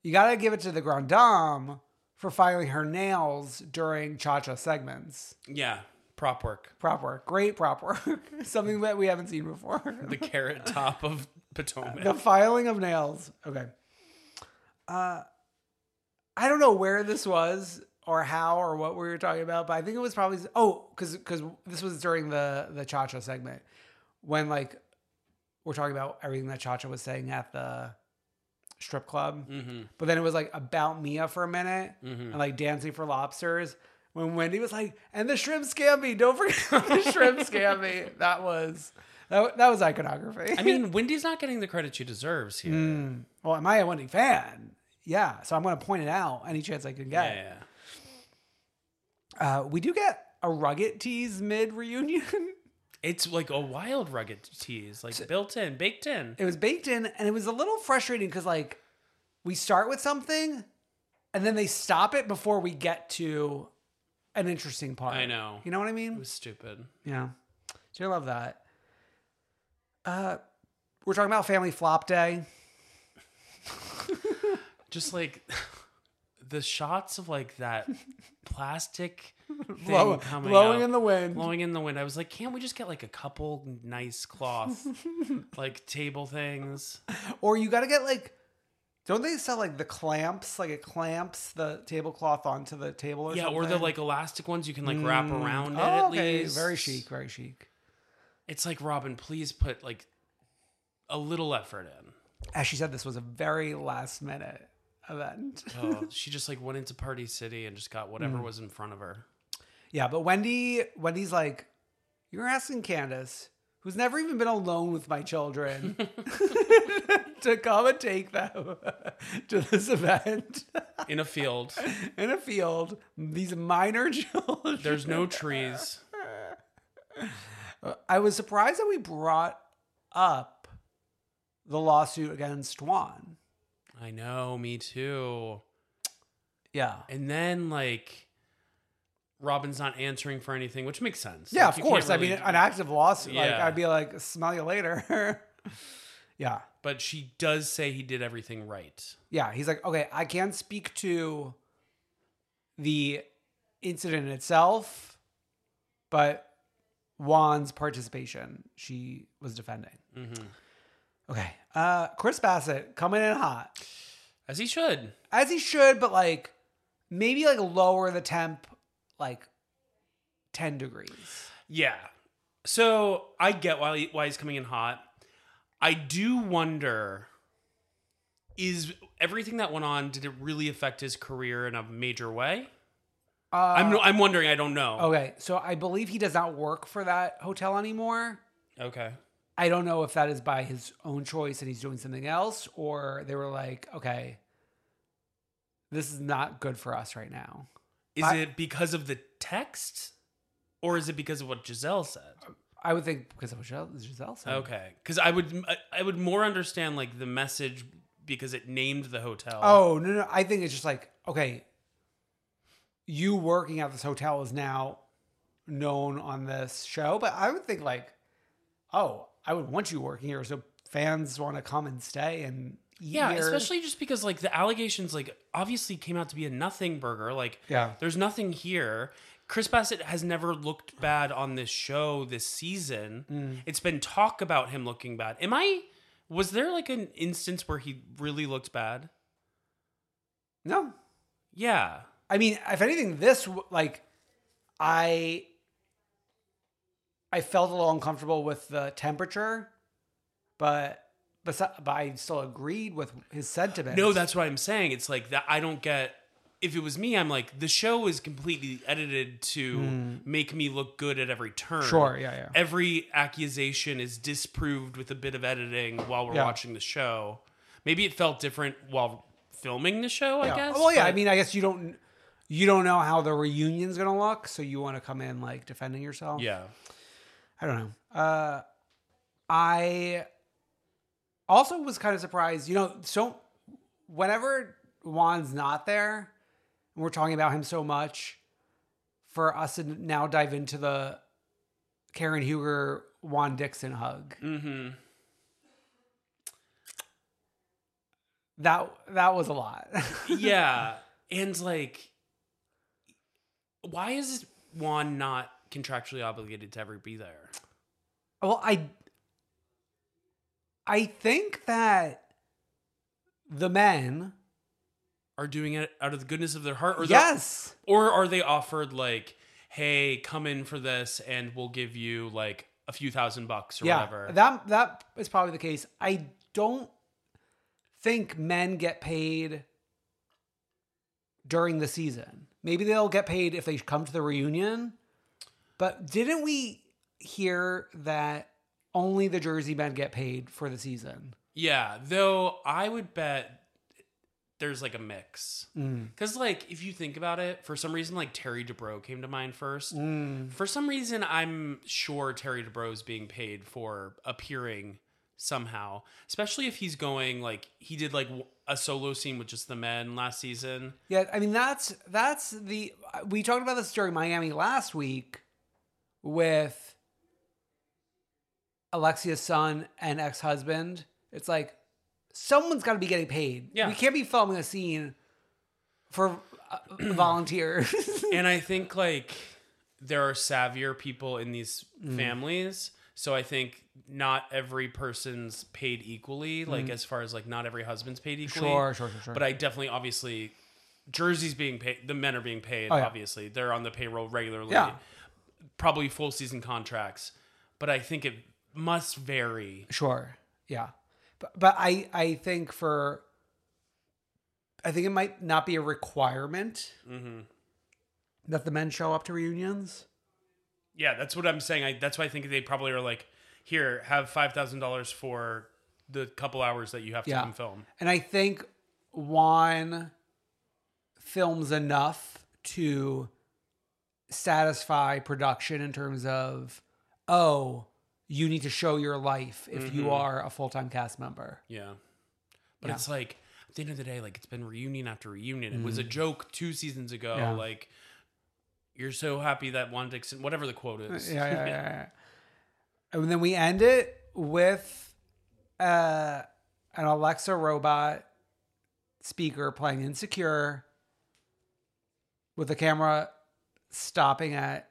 [SPEAKER 3] you got to give it to the Grand Dame for filing her nails during Cha Cha segments.
[SPEAKER 2] Yeah, prop work.
[SPEAKER 3] Prop work. Great prop work. Something that we haven't seen before.
[SPEAKER 2] The carrot top of Potomac.
[SPEAKER 3] the filing of nails. Okay. Uh, I don't know where this was or how or what we were talking about, but I think it was probably oh, because because this was during the the Cha Cha segment when like we're talking about everything that Cha Cha was saying at the strip club,
[SPEAKER 2] Mm-hmm.
[SPEAKER 3] but then it was like about Mia for a minute and like dancing for lobsters. When Wendy was like, "And the shrimp scampi, don't forget the shrimp scampi." That was that, that was iconography.
[SPEAKER 2] I mean, Wendy's not getting the credit she deserves here.
[SPEAKER 3] Mm. Well, am I a Wendy fan? Yeah. So I'm going to point it out any chance I can
[SPEAKER 2] Yeah,
[SPEAKER 3] get.
[SPEAKER 2] yeah.
[SPEAKER 3] Uh, we do get a rugged tease mid reunion.
[SPEAKER 2] It's like a wild rugged tease, like built in, baked in.
[SPEAKER 3] it was baked in and it was a little frustrating because, like, we start with something and then they stop it before we get to an interesting part.
[SPEAKER 2] I know.
[SPEAKER 3] You know what I
[SPEAKER 2] It
[SPEAKER 3] mean?
[SPEAKER 2] was stupid.
[SPEAKER 3] yeah. Do you love that? Uh, we're talking about Family Flop Day.
[SPEAKER 2] Just like the shots of like that plastic thing
[SPEAKER 3] Blow-
[SPEAKER 2] coming
[SPEAKER 3] blowing
[SPEAKER 2] out,
[SPEAKER 3] in the wind.
[SPEAKER 2] blowing in the wind. I was like, can't we just get like a couple nice cloth, like table things?
[SPEAKER 3] Or you got to get like, don't they sell like the clamps? Like it clamps the tablecloth onto the table or
[SPEAKER 2] yeah,
[SPEAKER 3] something?
[SPEAKER 2] or the like elastic ones you can like wrap around it
[SPEAKER 3] Oh,
[SPEAKER 2] at
[SPEAKER 3] okay.
[SPEAKER 2] least.
[SPEAKER 3] Very chic, very chic.
[SPEAKER 2] It's like Robin, please put like a little effort in.
[SPEAKER 3] As she said, this was a very last minute event.
[SPEAKER 2] Oh, she just like went into Party City and just got whatever
[SPEAKER 3] Mm.
[SPEAKER 2] was in front of her.
[SPEAKER 3] yeah, but Wendy, Wendy's like, you're asking Candace, who's never even been alone with my children, to come and take them to this event
[SPEAKER 2] in a field.
[SPEAKER 3] in a field. These minor children.
[SPEAKER 2] There's no trees.
[SPEAKER 3] I was surprised that we brought up the lawsuit against Juan.
[SPEAKER 2] I know, me too.
[SPEAKER 3] Yeah.
[SPEAKER 2] And then like Robin's not answering for anything, which makes sense.
[SPEAKER 3] Yeah,
[SPEAKER 2] Like,
[SPEAKER 3] of
[SPEAKER 2] you can't
[SPEAKER 3] course.
[SPEAKER 2] really-
[SPEAKER 3] I mean, an active lawsuit. Like,
[SPEAKER 2] Yeah.
[SPEAKER 3] I'd be like, smell you later. yeah.
[SPEAKER 2] but she does say he did everything right.
[SPEAKER 3] Yeah. He's like, okay, I can speak to the incident itself, but Juan's participation, she was defending. Okay. Uh, Chris Bassett coming in hot,
[SPEAKER 2] As he should.
[SPEAKER 3] as he should, but like maybe like lower the temp like 10 degrees.
[SPEAKER 2] Yeah. So I get why he- why he's coming in hot. I do wonder is everything that went on did it really affect his career in a major way?
[SPEAKER 3] Uh,
[SPEAKER 2] I'm I'm wondering, I don't know.
[SPEAKER 3] Okay, so I believe he does not work for that hotel anymore.
[SPEAKER 2] Okay.
[SPEAKER 3] I don't know if that is by his own choice and he's doing something else, or they were like, okay, this is not good for us right now.
[SPEAKER 2] Is
[SPEAKER 3] I-
[SPEAKER 2] it because of the text or is it because of what Giselle said?
[SPEAKER 3] I would think because of what Giselle Giselle said.
[SPEAKER 2] Okay, because I would I- I would more understand like the message because it named the hotel.
[SPEAKER 3] Oh, no, no. I think it's just like, okay, you working at this hotel is now known on this show, but I would think, like, oh, I would want you working here. So fans want to come and stay and eat
[SPEAKER 2] yeah,
[SPEAKER 3] here.
[SPEAKER 2] especially just because like the allegations like obviously came out to be a nothing burger. Like
[SPEAKER 3] Yeah.
[SPEAKER 2] there's nothing here. Chris Bassett has never looked bad on this show this season.
[SPEAKER 3] Mm.
[SPEAKER 2] It's been talk about him looking bad. Am I? Was there like an instance where he really looked bad?
[SPEAKER 3] No,
[SPEAKER 2] Yeah.
[SPEAKER 3] I mean, if anything, this w- like I I felt a little uncomfortable with the temperature, but but, but I still agreed with his sentiment.
[SPEAKER 2] No, that's what I'm saying. It's like that I don't get if it was me, I'm like, the show is completely edited to make me look good at every turn.
[SPEAKER 3] Mm. Sure, yeah, yeah.
[SPEAKER 2] Every accusation is disproved with a bit of editing while we're
[SPEAKER 3] Yeah.
[SPEAKER 2] watching the show. Maybe it felt different while filming the show,
[SPEAKER 3] yeah.
[SPEAKER 2] I guess.
[SPEAKER 3] Well, yeah. I
[SPEAKER 2] but-
[SPEAKER 3] mean, I guess you don't you don't know how the reunion's gonna look, so you want to come in like defending yourself.
[SPEAKER 2] Yeah.
[SPEAKER 3] I don't know. Uh, I also was kind of surprised. You know, so whenever Juan's not there, and we're talking about him so much, for us to now dive into the Karen Huger Juan Dixon hug.
[SPEAKER 2] Mm-hmm.
[SPEAKER 3] That that was a lot.
[SPEAKER 2] yeah. And like why is Juan not contractually obligated to ever be there?
[SPEAKER 3] well, I I think that the men,
[SPEAKER 2] Are doing it out of the goodness of their heart or they're-
[SPEAKER 3] yes,
[SPEAKER 2] Or are they offered like, hey, come in for this and we'll give you like a few thousand bucks or whatever?
[SPEAKER 3] That that is probably the case. I don't think men get paid during the season. Maybe they'll get paid if they come to the reunion. But didn't we hear that only the Jersey men get paid for the season?
[SPEAKER 2] yeah. Though I would bet there's like a mix. Because like if you think about it, for some reason like Terry Dubrow came to mind first. For some reason I'm sure Terry Dubrow is being paid for appearing somehow, especially if he's going like he did like w- a solo scene with just the men last season.
[SPEAKER 3] Yeah, I mean that's that's the we talked about this during Miami last week with Alexia's son and ex-husband. It's like someone's got to be getting paid.
[SPEAKER 2] Yeah.
[SPEAKER 3] we can't be filming a scene for uh, volunteers.
[SPEAKER 2] and I think like there are savvier people in these
[SPEAKER 3] Mm.
[SPEAKER 2] families. So I think not every person's paid equally, like as far as like not every husband's paid equally.
[SPEAKER 3] Mm. Sure, sure, sure, sure.
[SPEAKER 2] But I definitely obviously Jersey's being paid the men are being paid,
[SPEAKER 3] Oh, yeah.
[SPEAKER 2] obviously. They're on the payroll regularly.
[SPEAKER 3] Yeah.
[SPEAKER 2] Probably full season contracts. But I think it must vary.
[SPEAKER 3] sure, yeah, but but I I think for I think it might not be a requirement that the men show up to reunions.
[SPEAKER 2] Yeah, that's what I'm saying. I, that's why I think they probably are like, here, have five thousand dollars for the couple hours that you have to
[SPEAKER 3] Yeah.
[SPEAKER 2] come film.
[SPEAKER 3] And I think Juan films enough to satisfy production in terms of, oh, you need to show your life if
[SPEAKER 2] Mm-hmm.
[SPEAKER 3] you are a full time cast member.
[SPEAKER 2] Yeah. But
[SPEAKER 3] Yeah.
[SPEAKER 2] it's like at
[SPEAKER 3] Mm-hmm.
[SPEAKER 2] the end of the day, like it's been reunion after reunion. It was a joke two seasons ago.
[SPEAKER 3] Yeah.
[SPEAKER 2] Like you're so happy that Juan Dixon, whatever the quote is.
[SPEAKER 3] yeah, yeah, yeah, yeah. And then we end it with uh, an Alexa robot speaker playing Insecure with the camera stopping at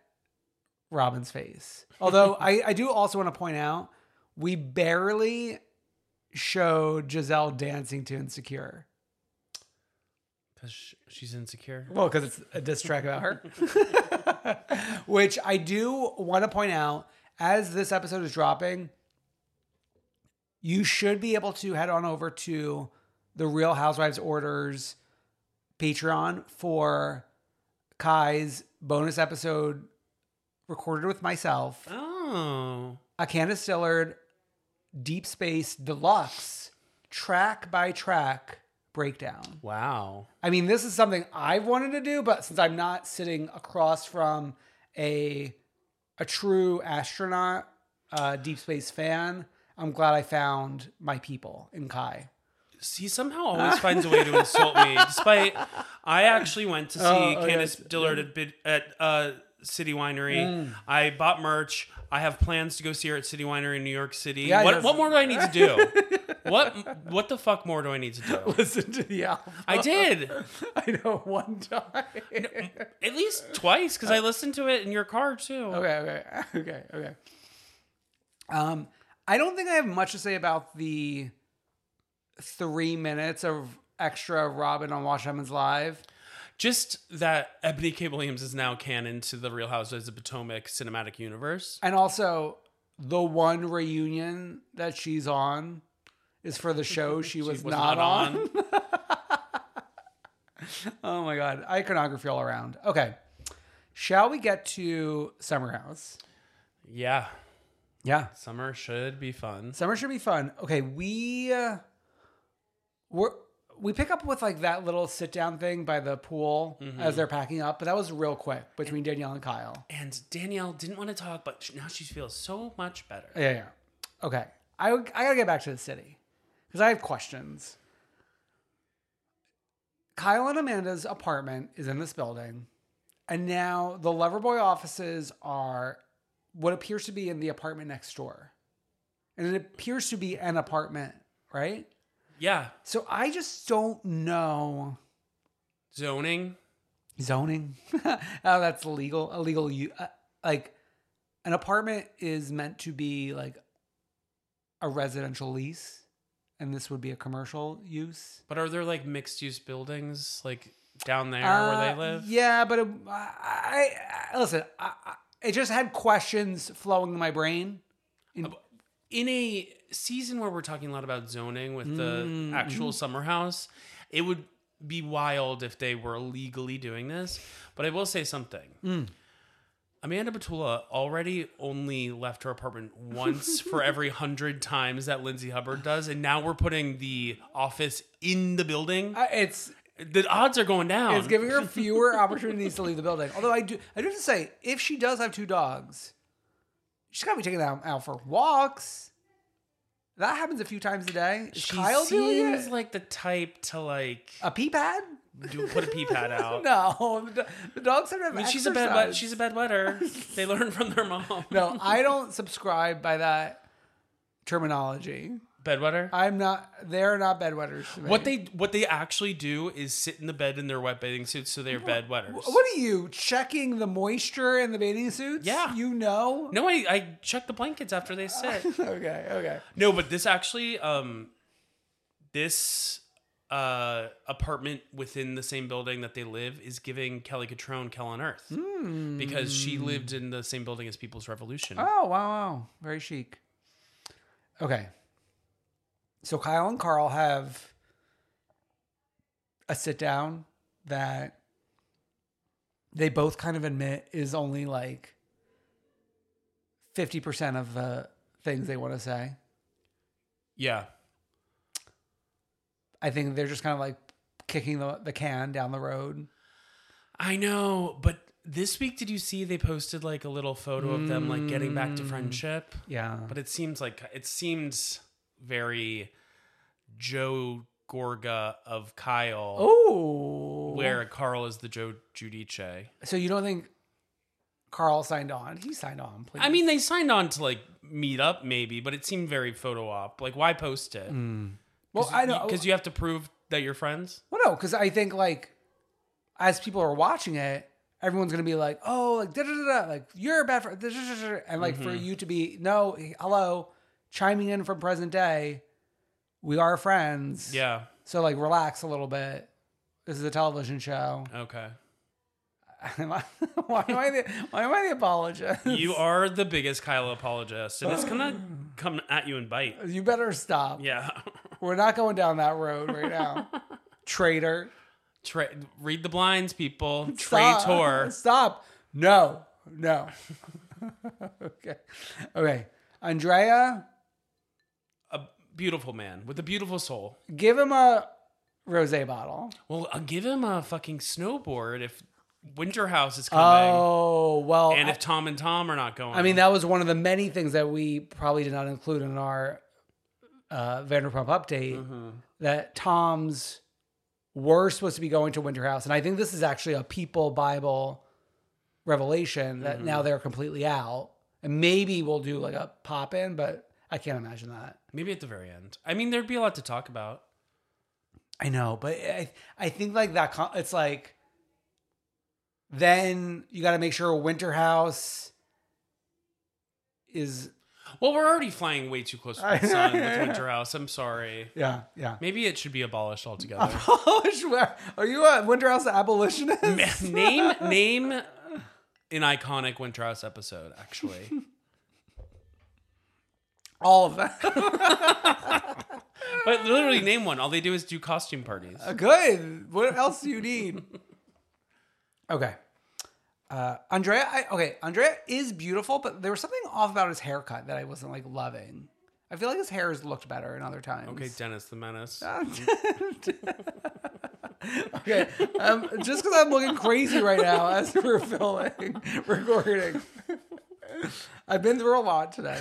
[SPEAKER 3] Robin's face. Although I, I do also want to point out we barely showed Giselle dancing to Insecure.
[SPEAKER 2] Because she's insecure.
[SPEAKER 3] Well, because it's a diss track about her. Which I do want to point out as this episode is dropping, you should be able to head on over to the Real Housewives Orders Patreon for Kai's bonus episode recorded with myself,
[SPEAKER 2] Oh.
[SPEAKER 3] a Candace Dillard Deep Space Deluxe track by track breakdown.
[SPEAKER 2] Wow.
[SPEAKER 3] I mean, this is something I've wanted to do, but since I'm not sitting across from a a true astronaut, uh, deep space fan, I'm glad I found my people in Kai.
[SPEAKER 2] He somehow always finds a way to insult me, despite I actually went to see
[SPEAKER 3] Oh, oh,
[SPEAKER 2] Candace
[SPEAKER 3] yes.
[SPEAKER 2] Dillard at, Bid- at uh, City Winery.
[SPEAKER 3] Mm.
[SPEAKER 2] I bought merch. I have plans to go see her at City Winery in New York City.
[SPEAKER 3] Yeah,
[SPEAKER 2] what,
[SPEAKER 3] yes.
[SPEAKER 2] what more do I need to do? what what the fuck more do I need to do?
[SPEAKER 3] Listen to the album.
[SPEAKER 2] I did
[SPEAKER 3] I know one time. okay,
[SPEAKER 2] at least twice because I listened to it in your car too.
[SPEAKER 3] okay, okay, okay. Um, I don't think I have much to say about the three minutes of extra Robin on Watch Emmons Live.
[SPEAKER 2] Just that Ebony K. Williams is now canon to the Real Housewives of Potomac cinematic universe.
[SPEAKER 3] And also, the one reunion that she's on is for the show she, was,
[SPEAKER 2] was not
[SPEAKER 3] not, on. oh my God. Iconography all around. Okay. Shall we get to Summer House?
[SPEAKER 2] Yeah,
[SPEAKER 3] Yeah.
[SPEAKER 2] summer should be fun.
[SPEAKER 3] Summer should be fun. Okay. We, uh, we're, we pick up with like that little sit down thing by the pool as they're packing up, but that was real quick between Danielle and Kyle.
[SPEAKER 2] And Danielle didn't want to talk, but sh- now she feels so much better.
[SPEAKER 3] Yeah, yeah. Okay. I, I gotta get back to the city because I have questions. Kyle and Amanda's apartment is in this building, and now the Loverboy offices are what appears to be in the apartment next door. And it appears to be an apartment, right?
[SPEAKER 2] Yeah,
[SPEAKER 3] So I just don't know
[SPEAKER 2] zoning.
[SPEAKER 3] zoning. oh, that's legal. Illegal. You uh, like an apartment is meant to be like a residential lease, and this would be a commercial use.
[SPEAKER 2] But are there like mixed use buildings like down there where
[SPEAKER 3] Uh,
[SPEAKER 2] they live?
[SPEAKER 3] Yeah, but it, I, I listen. I, I, it just had questions flowing in my brain.
[SPEAKER 2] In a season where we're talking a lot about zoning with
[SPEAKER 3] Mm, mm-hmm.
[SPEAKER 2] the actual summer house, it would be wild if they were legally doing this. But I will say something.
[SPEAKER 3] Mm.
[SPEAKER 2] Amanda Batula already only left her apartment once for every hundred times that Lindsay Hubbard does, and now we're putting the office in the building.
[SPEAKER 3] Uh, it's
[SPEAKER 2] the odds are going down.
[SPEAKER 3] it's giving her fewer opportunities to leave the building. Although I do, I do have to say, if she does have two dogs, she's got to be taking them out for walks. That happens a few times a day. Is
[SPEAKER 2] she
[SPEAKER 3] Kyle doing
[SPEAKER 2] seems
[SPEAKER 3] it? Uh,
[SPEAKER 2] like the type to like
[SPEAKER 3] a pee pad?
[SPEAKER 2] do, put a pee pad out.
[SPEAKER 3] No, the do- the dogs have to have
[SPEAKER 2] I mean, she's a bad wet,
[SPEAKER 3] exercise.
[SPEAKER 2] she's a bad wetter. they learn from their mom.
[SPEAKER 3] no, I don't subscribe by that terminology.
[SPEAKER 2] Bed wetter.
[SPEAKER 3] I'm not. They're not bedwetters. To me.
[SPEAKER 2] what they what they actually do is sit in the bed in their wet bathing suits, so they're bed wetters.
[SPEAKER 3] What are you checking the moisture in the bathing suits?
[SPEAKER 2] Yeah.
[SPEAKER 3] you know.
[SPEAKER 2] No, I, I check the blankets after they sit.
[SPEAKER 3] Okay, okay.
[SPEAKER 2] no, but this actually, um, this uh apartment within the same building that they live is giving Kelly Catrone Kel on Earth
[SPEAKER 3] Hmm.
[SPEAKER 2] because she lived in the same building as People's Revolution.
[SPEAKER 3] Oh, wow, wow. Very chic. Okay. So Kyle and Carl have a sit down that they both kind of admit is only like 50% of the things they want to say.
[SPEAKER 2] Yeah,
[SPEAKER 3] I think they're just kind of like kicking the, the can down the road.
[SPEAKER 2] I know. But this week, did you see they posted like a little photo of them like getting back to friendship?
[SPEAKER 3] Yeah.
[SPEAKER 2] But it seems like it seems very Joe Gorga of Kyle,
[SPEAKER 3] Oh.
[SPEAKER 2] where Carl is the Joe Judice.
[SPEAKER 3] So you don't think Carl signed on. He signed on, please.
[SPEAKER 2] I mean, they signed on to like meet up maybe, but it seemed very photo op. Like, why post it?
[SPEAKER 3] well, I know
[SPEAKER 2] because you have to prove that you're friends.
[SPEAKER 3] Well, no, because I think like as people are watching it, everyone's gonna be like, oh, like da da da, da like you're a bad friend, da, da, da, da, da. and like
[SPEAKER 2] Mm-hmm.
[SPEAKER 3] for you to be no, hello, chiming in from present day, we are friends.
[SPEAKER 2] Yeah.
[SPEAKER 3] So like relax a little bit. This is a television show.
[SPEAKER 2] Okay.
[SPEAKER 3] Am I- why am I the why am I the apologist?
[SPEAKER 2] You are the biggest Kylo apologist, and it's gonna come at you and bite.
[SPEAKER 3] You better stop.
[SPEAKER 2] Yeah.
[SPEAKER 3] We're not going down that road right now. Traitor.
[SPEAKER 2] Tra- read the blinds, people.
[SPEAKER 3] Stop.
[SPEAKER 2] Traitor.
[SPEAKER 3] Stop. No. No. okay. Okay. Andrea,
[SPEAKER 2] A beautiful man with a beautiful soul.
[SPEAKER 3] give him a rose bottle.
[SPEAKER 2] Well, I'll give him a fucking snowboard if Winter House is coming.
[SPEAKER 3] Oh, well.
[SPEAKER 2] and
[SPEAKER 3] I-
[SPEAKER 2] if Tom and Tom are not going.
[SPEAKER 3] I mean, that was one of the many things that we probably did not include in our uh, Vanderpump update that Tom's were supposed to be going to Winterhouse. And I think this is actually a people Bible revelation that now they're completely out. And maybe we'll do like a pop in, but I can't imagine that.
[SPEAKER 2] maybe at the very end. I mean, there'd be a lot to talk about.
[SPEAKER 3] I know, but I, I think like that, con- it's like, then you got to make sure Winterhouse is,
[SPEAKER 2] Well, we're already flying way too close to
[SPEAKER 3] I
[SPEAKER 2] the
[SPEAKER 3] know,
[SPEAKER 2] sun with
[SPEAKER 3] yeah, yeah.
[SPEAKER 2] Winter House. I'm sorry.
[SPEAKER 3] yeah, yeah.
[SPEAKER 2] Maybe it should be abolished altogether.
[SPEAKER 3] Abolish where? Are you a Winterhouse abolitionist?
[SPEAKER 2] name name an iconic Winter House episode. Actually,
[SPEAKER 3] All of them.
[SPEAKER 2] but literally name one. All they do is do costume parties.
[SPEAKER 3] Good. What else do you need? Okay. Uh, Andrea, I, okay, Andrea is beautiful, but there was something off about his haircut that I wasn't like loving. I feel like his hair has looked better in other times.
[SPEAKER 2] Okay, Dennis the
[SPEAKER 3] Ah.
[SPEAKER 2] Menace.
[SPEAKER 3] okay. Um, just because I'm looking crazy right now as we're filming, recording. I've been through a lot today.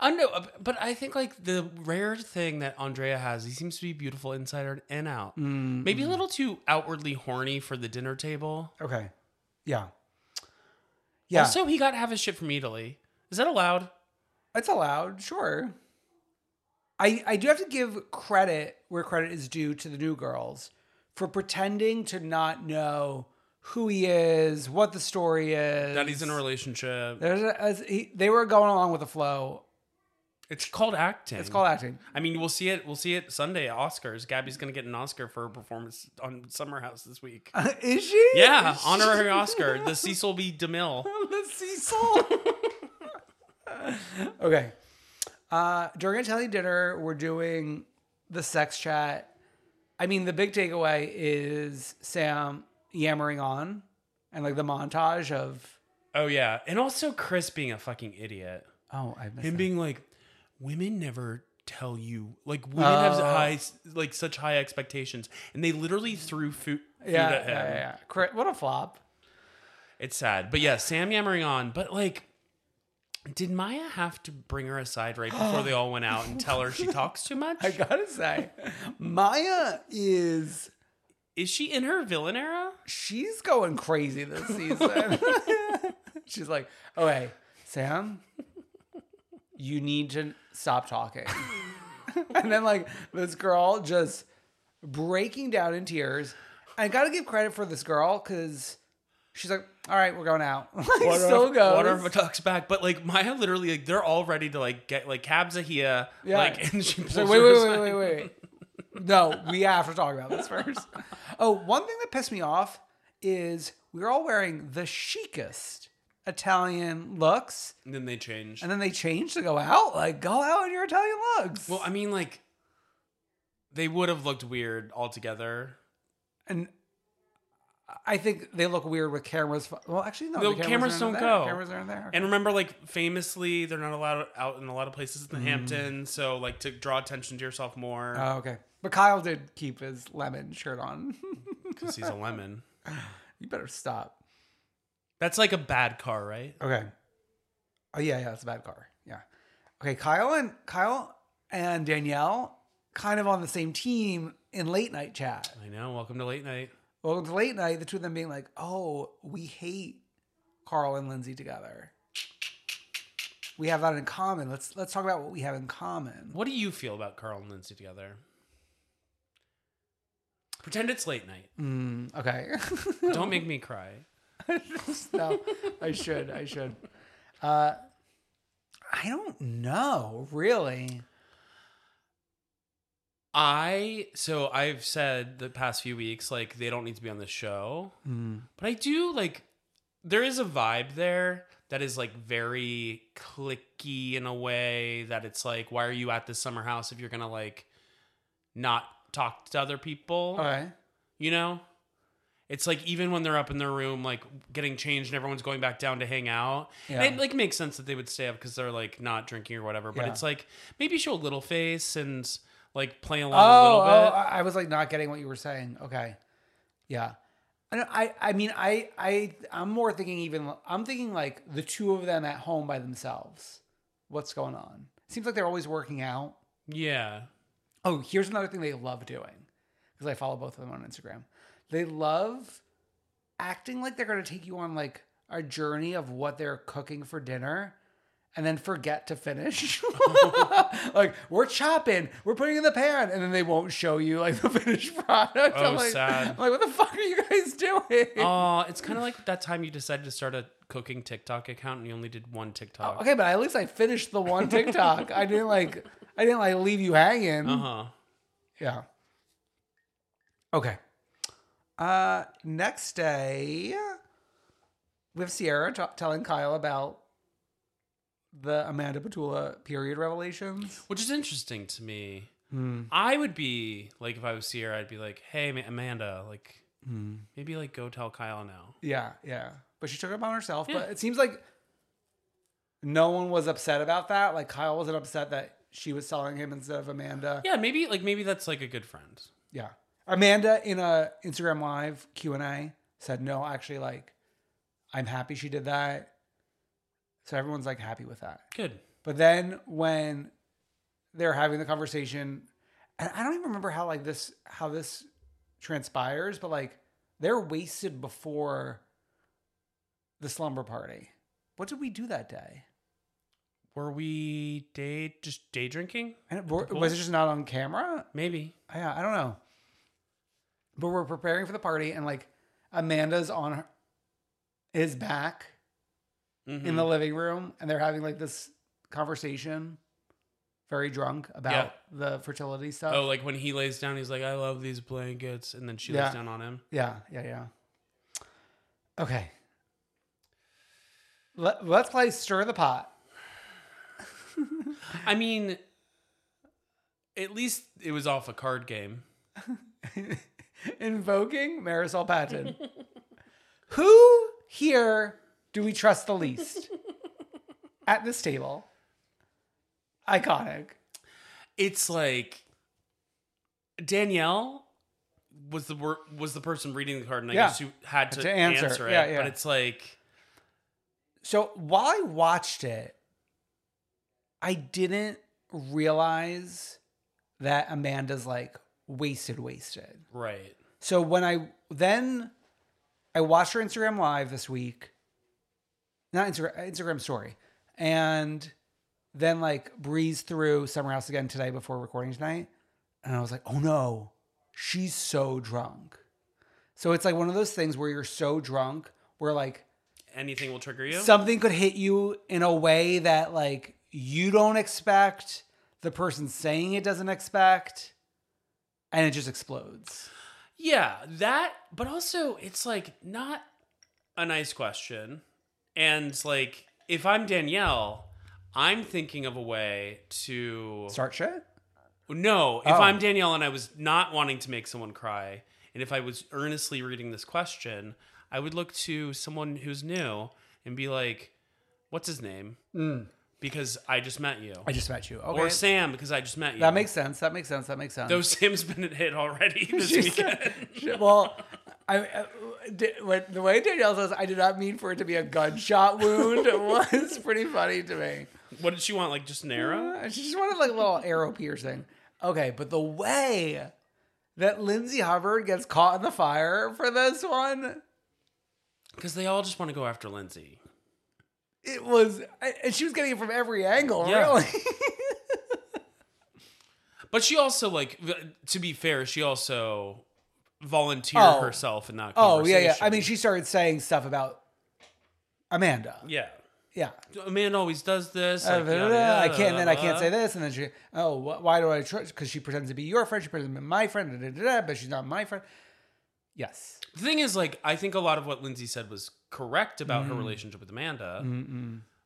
[SPEAKER 2] I know, uh, but I think like the rare thing that Andrea has, he seems to be beautiful inside and out.
[SPEAKER 3] Mm-hmm.
[SPEAKER 2] Maybe a little too outwardly horny for the dinner table.
[SPEAKER 3] Okay. Yeah. Yeah.
[SPEAKER 2] Also, he got half his shit from Italy. Is that allowed?
[SPEAKER 3] It's allowed, sure. I I do have to give credit where credit is due to the new girls for pretending to not know who he is, what the story is.
[SPEAKER 2] That he's in a relationship.
[SPEAKER 3] There's a, as he, they were going along with the flow.
[SPEAKER 2] It's called acting.
[SPEAKER 3] It's called acting.
[SPEAKER 2] I mean, we'll see it. We'll see it Sunday at Oscars. Gabby's gonna get an Oscar for her performance on Summer House this week.
[SPEAKER 3] is she?
[SPEAKER 2] Yeah, honorary Oscar, the Cecil B. DeMille.
[SPEAKER 3] the Cecil. okay. Uh, during Italian dinner, we're doing the sex chat. I mean, the big takeaway is Sam yammering on and like the montage of,
[SPEAKER 2] Oh yeah, and also Chris being a fucking idiot.
[SPEAKER 3] oh, I missed
[SPEAKER 2] Him
[SPEAKER 3] that.
[SPEAKER 2] being like, women never tell you like women have
[SPEAKER 3] Oh.
[SPEAKER 2] high like such high expectations, and they literally threw food, food
[SPEAKER 3] yeah,
[SPEAKER 2] at him.
[SPEAKER 3] yeah, yeah, yeah. Cri- What a flop.
[SPEAKER 2] It's sad. But yeah, Sam yammering on. But like, did Maya have to bring her aside right before they all went out and tell her she talks too much?
[SPEAKER 3] I gotta say, Maya is,
[SPEAKER 2] Is she in her villain era?
[SPEAKER 3] she's going crazy this season. she's like, okay, Sam, you need to stop talking. and then like this girl just breaking down in tears. I gotta give credit for this girl because she's like, all right, we're going out. Like, still goes.
[SPEAKER 2] Water of a talks back. But like Maya literally, like they're all ready to like get like cabs a here.
[SPEAKER 3] Yeah.
[SPEAKER 2] Like and she pulls
[SPEAKER 3] So wait,
[SPEAKER 2] her
[SPEAKER 3] wait,
[SPEAKER 2] aside.
[SPEAKER 3] wait, wait, wait, wait. No, we have to talk about this first. Oh, one thing that pissed me off is we were all wearing the chicest Italian looks,
[SPEAKER 2] And then they change.
[SPEAKER 3] and then they changed to go out. Like, go out in your Italian looks.
[SPEAKER 2] well, I mean, like they would have looked weird altogether.
[SPEAKER 3] and I think they look weird with cameras. fu- Well, actually, no,
[SPEAKER 2] No,
[SPEAKER 3] the cameras,
[SPEAKER 2] cameras
[SPEAKER 3] aren't in
[SPEAKER 2] don't
[SPEAKER 3] there.
[SPEAKER 2] go.
[SPEAKER 3] Cameras aren't there.
[SPEAKER 2] And remember, like famously, they're not allowed out in a lot of places in the Hamptons. So like to draw attention to yourself more
[SPEAKER 3] oh, okay. But Kyle did keep his lemon shirt on.
[SPEAKER 2] because he's a lemon.
[SPEAKER 3] you better stop.
[SPEAKER 2] That's like a bad car, right?
[SPEAKER 3] Okay. Oh yeah, yeah, that's a bad car. Yeah. Okay, Kyle and Kyle and Danielle kind of on the same team in late night chat.
[SPEAKER 2] I know. Welcome to late night.
[SPEAKER 3] Well, it's late night, the two of them being like, "Oh, we hate Carl and Lindsay together. We have that in common. Let's let's talk about what we have in common.
[SPEAKER 2] What do you feel about Carl and Lindsay together? Pretend it's late night.
[SPEAKER 3] Mm, okay.
[SPEAKER 2] Don't make me cry.
[SPEAKER 3] no, I should. I should. Uh, I don't know, really.
[SPEAKER 2] I so I've said the past few weeks like they don't need to be on the show, but I do like there is a vibe there that is like very clicky in a way that it's like why are you at this summer house if you're gonna like not talk to other people?
[SPEAKER 3] Okay.
[SPEAKER 2] You know? It's like even when they're up in their room, like getting changed and everyone's going back down to hang out.
[SPEAKER 3] Yeah.
[SPEAKER 2] And it like makes sense that they would stay up because they're like not drinking or whatever. But
[SPEAKER 3] Yeah.
[SPEAKER 2] it's like maybe show a little face and like play along
[SPEAKER 3] Oh, oh,
[SPEAKER 2] a little bit.
[SPEAKER 3] I I was like not getting what you were saying. Okay. Yeah. I don't- I I mean I I I'm more thinking even I'm thinking like the two of them at home by themselves. What's going on? Seems like they're always working out.
[SPEAKER 2] yeah.
[SPEAKER 3] Oh, here's another thing they love doing because I follow both of them on Instagram. They love acting like they're going to take you on like a journey of what they're cooking for dinner and then forget to finish. like, we're chopping, we're putting in the pan, and then they won't show you like the finished product.
[SPEAKER 2] Oh,
[SPEAKER 3] I'm like,
[SPEAKER 2] sad.
[SPEAKER 3] I'm like, what the fuck are you guys doing?
[SPEAKER 2] Oh, it's kind of like that time you decided to start a cooking TikTok account and you only did one TikTok.
[SPEAKER 3] Oh, okay, but at least I finished the one TikTok. I didn't like, I didn't like leave you hanging.
[SPEAKER 2] Uh huh.
[SPEAKER 3] Yeah. Okay. Uh, next day, we have Sierra t- telling Kyle about the Amanda Petula period revelations.
[SPEAKER 2] Which is interesting to me.
[SPEAKER 3] Hmm.
[SPEAKER 2] I would be like, if I was Sierra, I'd be like, hey, Ma- Amanda, like,
[SPEAKER 3] Hmm.
[SPEAKER 2] maybe like go tell Kyle now.
[SPEAKER 3] Yeah, yeah. But she took it upon herself.
[SPEAKER 2] Yeah.
[SPEAKER 3] But it seems like no one was upset about that. Like Kyle wasn't upset that she was selling him instead of Amanda.
[SPEAKER 2] Yeah, maybe like maybe that's like a good friend.
[SPEAKER 3] Yeah. Amanda in a Instagram live Q&A said no, actually like I'm happy she did that. So everyone's like happy with that.
[SPEAKER 2] Good.
[SPEAKER 3] But then when they're having the conversation, and I don't even remember how like this how this transpires, but like they're wasted before the slumber party. What did we do that day?
[SPEAKER 2] Were we day just day drinking?
[SPEAKER 3] And it- was it just not on camera?
[SPEAKER 2] Maybe.
[SPEAKER 3] Yeah, I don't know. But we're preparing for the party, and like Amanda's on her, his back
[SPEAKER 2] Mm-hmm.
[SPEAKER 3] in the living room, and they're having like this conversation, very drunk about the fertility stuff.
[SPEAKER 2] Oh, like when he lays down, he's like, "I love these blankets," and then she
[SPEAKER 3] Yeah.
[SPEAKER 2] lays down on him.
[SPEAKER 3] yeah, yeah, yeah. Okay. Let, let's play stir the pot.
[SPEAKER 2] I mean, at least it was off a card game.
[SPEAKER 3] Invoking Marisol Patton. Who here do we trust the least at this table? Iconic.
[SPEAKER 2] It's like Danielle was the wor- was the person reading the card, and I
[SPEAKER 3] Yeah.
[SPEAKER 2] guess you had to,
[SPEAKER 3] To answer.
[SPEAKER 2] answer. it.
[SPEAKER 3] Yeah, yeah.
[SPEAKER 2] But it's like,
[SPEAKER 3] So while I watched it, I didn't realize that Amanda's like wasted, wasted.
[SPEAKER 2] right?
[SPEAKER 3] So when I then I watched her Instagram live this week, not Instagram Instagram story, and then like breezed through Summer House again today before recording tonight, and I was like, oh no, she's so drunk. So it's like one of those things where you're so drunk where like
[SPEAKER 2] Anything will trigger you.
[SPEAKER 3] something could hit you in a way that like you don't expect, the person saying it doesn't expect, and it just explodes.
[SPEAKER 2] Yeah, that, but also it's like not a nice question. And like, if I'm Danielle, I'm thinking of a way to.
[SPEAKER 3] Start shit.
[SPEAKER 2] No, if
[SPEAKER 3] Oh.
[SPEAKER 2] I'm Danielle and I was not wanting to make someone cry, and if I was earnestly reading this question, I would look to someone who's new and be like, what's his name? Because I just met you.
[SPEAKER 3] I just met Mm. you. Okay.
[SPEAKER 2] Or Sam, because I just met you.
[SPEAKER 3] that makes sense. That makes sense. That makes sense.
[SPEAKER 2] Though Sam's been a hit already this
[SPEAKER 3] She
[SPEAKER 2] weekend.
[SPEAKER 3] said- she- well, I, I di- when, the way Danielle says, I did not mean for it to be a gunshot wound was pretty funny to me.
[SPEAKER 2] What did she want? Like just an arrow?
[SPEAKER 3] Uh, She just wanted like a little arrow piercing. Okay, but the way that Lindsay Hubbard gets caught in the fire for this one,
[SPEAKER 2] Because they all just want to go after Lindsay.
[SPEAKER 3] It was, and she was getting it from every angle,
[SPEAKER 2] Yeah.
[SPEAKER 3] really.
[SPEAKER 2] But she also like v- to be fair, she also volunteered
[SPEAKER 3] Oh.
[SPEAKER 2] herself in that
[SPEAKER 3] oh,
[SPEAKER 2] conversation.
[SPEAKER 3] yeah, yeah. I mean, she started saying stuff about Amanda.
[SPEAKER 2] Yeah.
[SPEAKER 3] Yeah.
[SPEAKER 2] Amanda always does this. like,
[SPEAKER 3] Uh,
[SPEAKER 2] uh-huh.
[SPEAKER 3] blah,
[SPEAKER 2] yada,
[SPEAKER 3] blah, blah, I
[SPEAKER 2] yada,
[SPEAKER 3] can't. Then I can't
[SPEAKER 2] blah.
[SPEAKER 3] say this. And then she, oh, wh- why do I trust? Because she pretends to be your friend. She pretends to be my friend. Da, da, da, da, but she's not my friend. Yes.
[SPEAKER 2] The thing is, like, I think a lot of what Lindsay said was correct about
[SPEAKER 3] Mm-hmm.
[SPEAKER 2] her relationship with Amanda.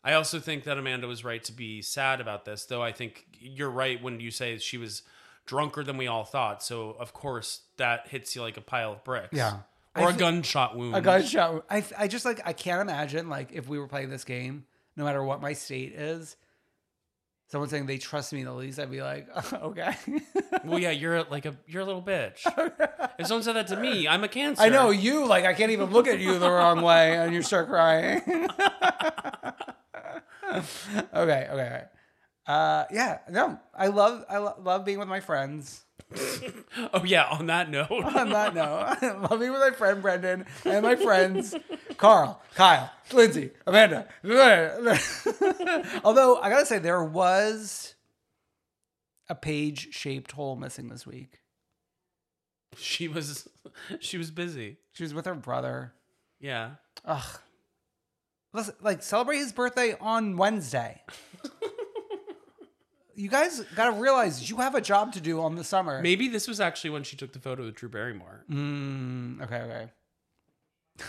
[SPEAKER 2] I also think that Amanda was right to be sad about this, though I think you're right when you say she was drunker than we all thought. So, of course, that hits you like a pile of bricks.
[SPEAKER 3] Yeah.
[SPEAKER 2] Or
[SPEAKER 3] I
[SPEAKER 2] a
[SPEAKER 3] thi-
[SPEAKER 2] gunshot wound.
[SPEAKER 3] A gunshot. I, I just like I can't imagine like if we were playing this game, no matter what my state is, someone saying they trust me the least, I'd be like, okay.
[SPEAKER 2] Well, yeah, you're a- like a you're a little bitch. if someone said that to me, I'm a cancer.
[SPEAKER 3] I know you like I can't even look at you the wrong way and you start crying. okay, okay, all right. Uh, yeah, no, I love I lo- love being with my friends.
[SPEAKER 2] Oh yeah. On that note,
[SPEAKER 3] On that note, I love being with my friend Brendan and my friends Carl, Kyle, Lindsay, Amanda. Although I gotta say there was a page shaped hole missing this week.
[SPEAKER 2] she was she was busy.
[SPEAKER 3] She was with her brother.
[SPEAKER 2] Yeah.
[SPEAKER 3] Ugh. Listen, like celebrate his birthday on Wednesday. you guys gotta realize you have a job to do on the summer.
[SPEAKER 2] Maybe this was actually when she took the photo with Drew Barrymore.
[SPEAKER 3] Mm, okay, okay.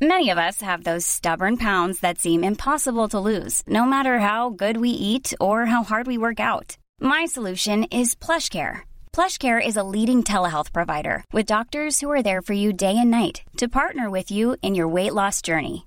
[SPEAKER 4] Many of us have those stubborn pounds that seem impossible to lose, no matter how good we eat or how hard we work out. My solution is PlushCare. PlushCare is a leading telehealth provider with doctors who are there for you day and night to partner with you in your weight loss journey.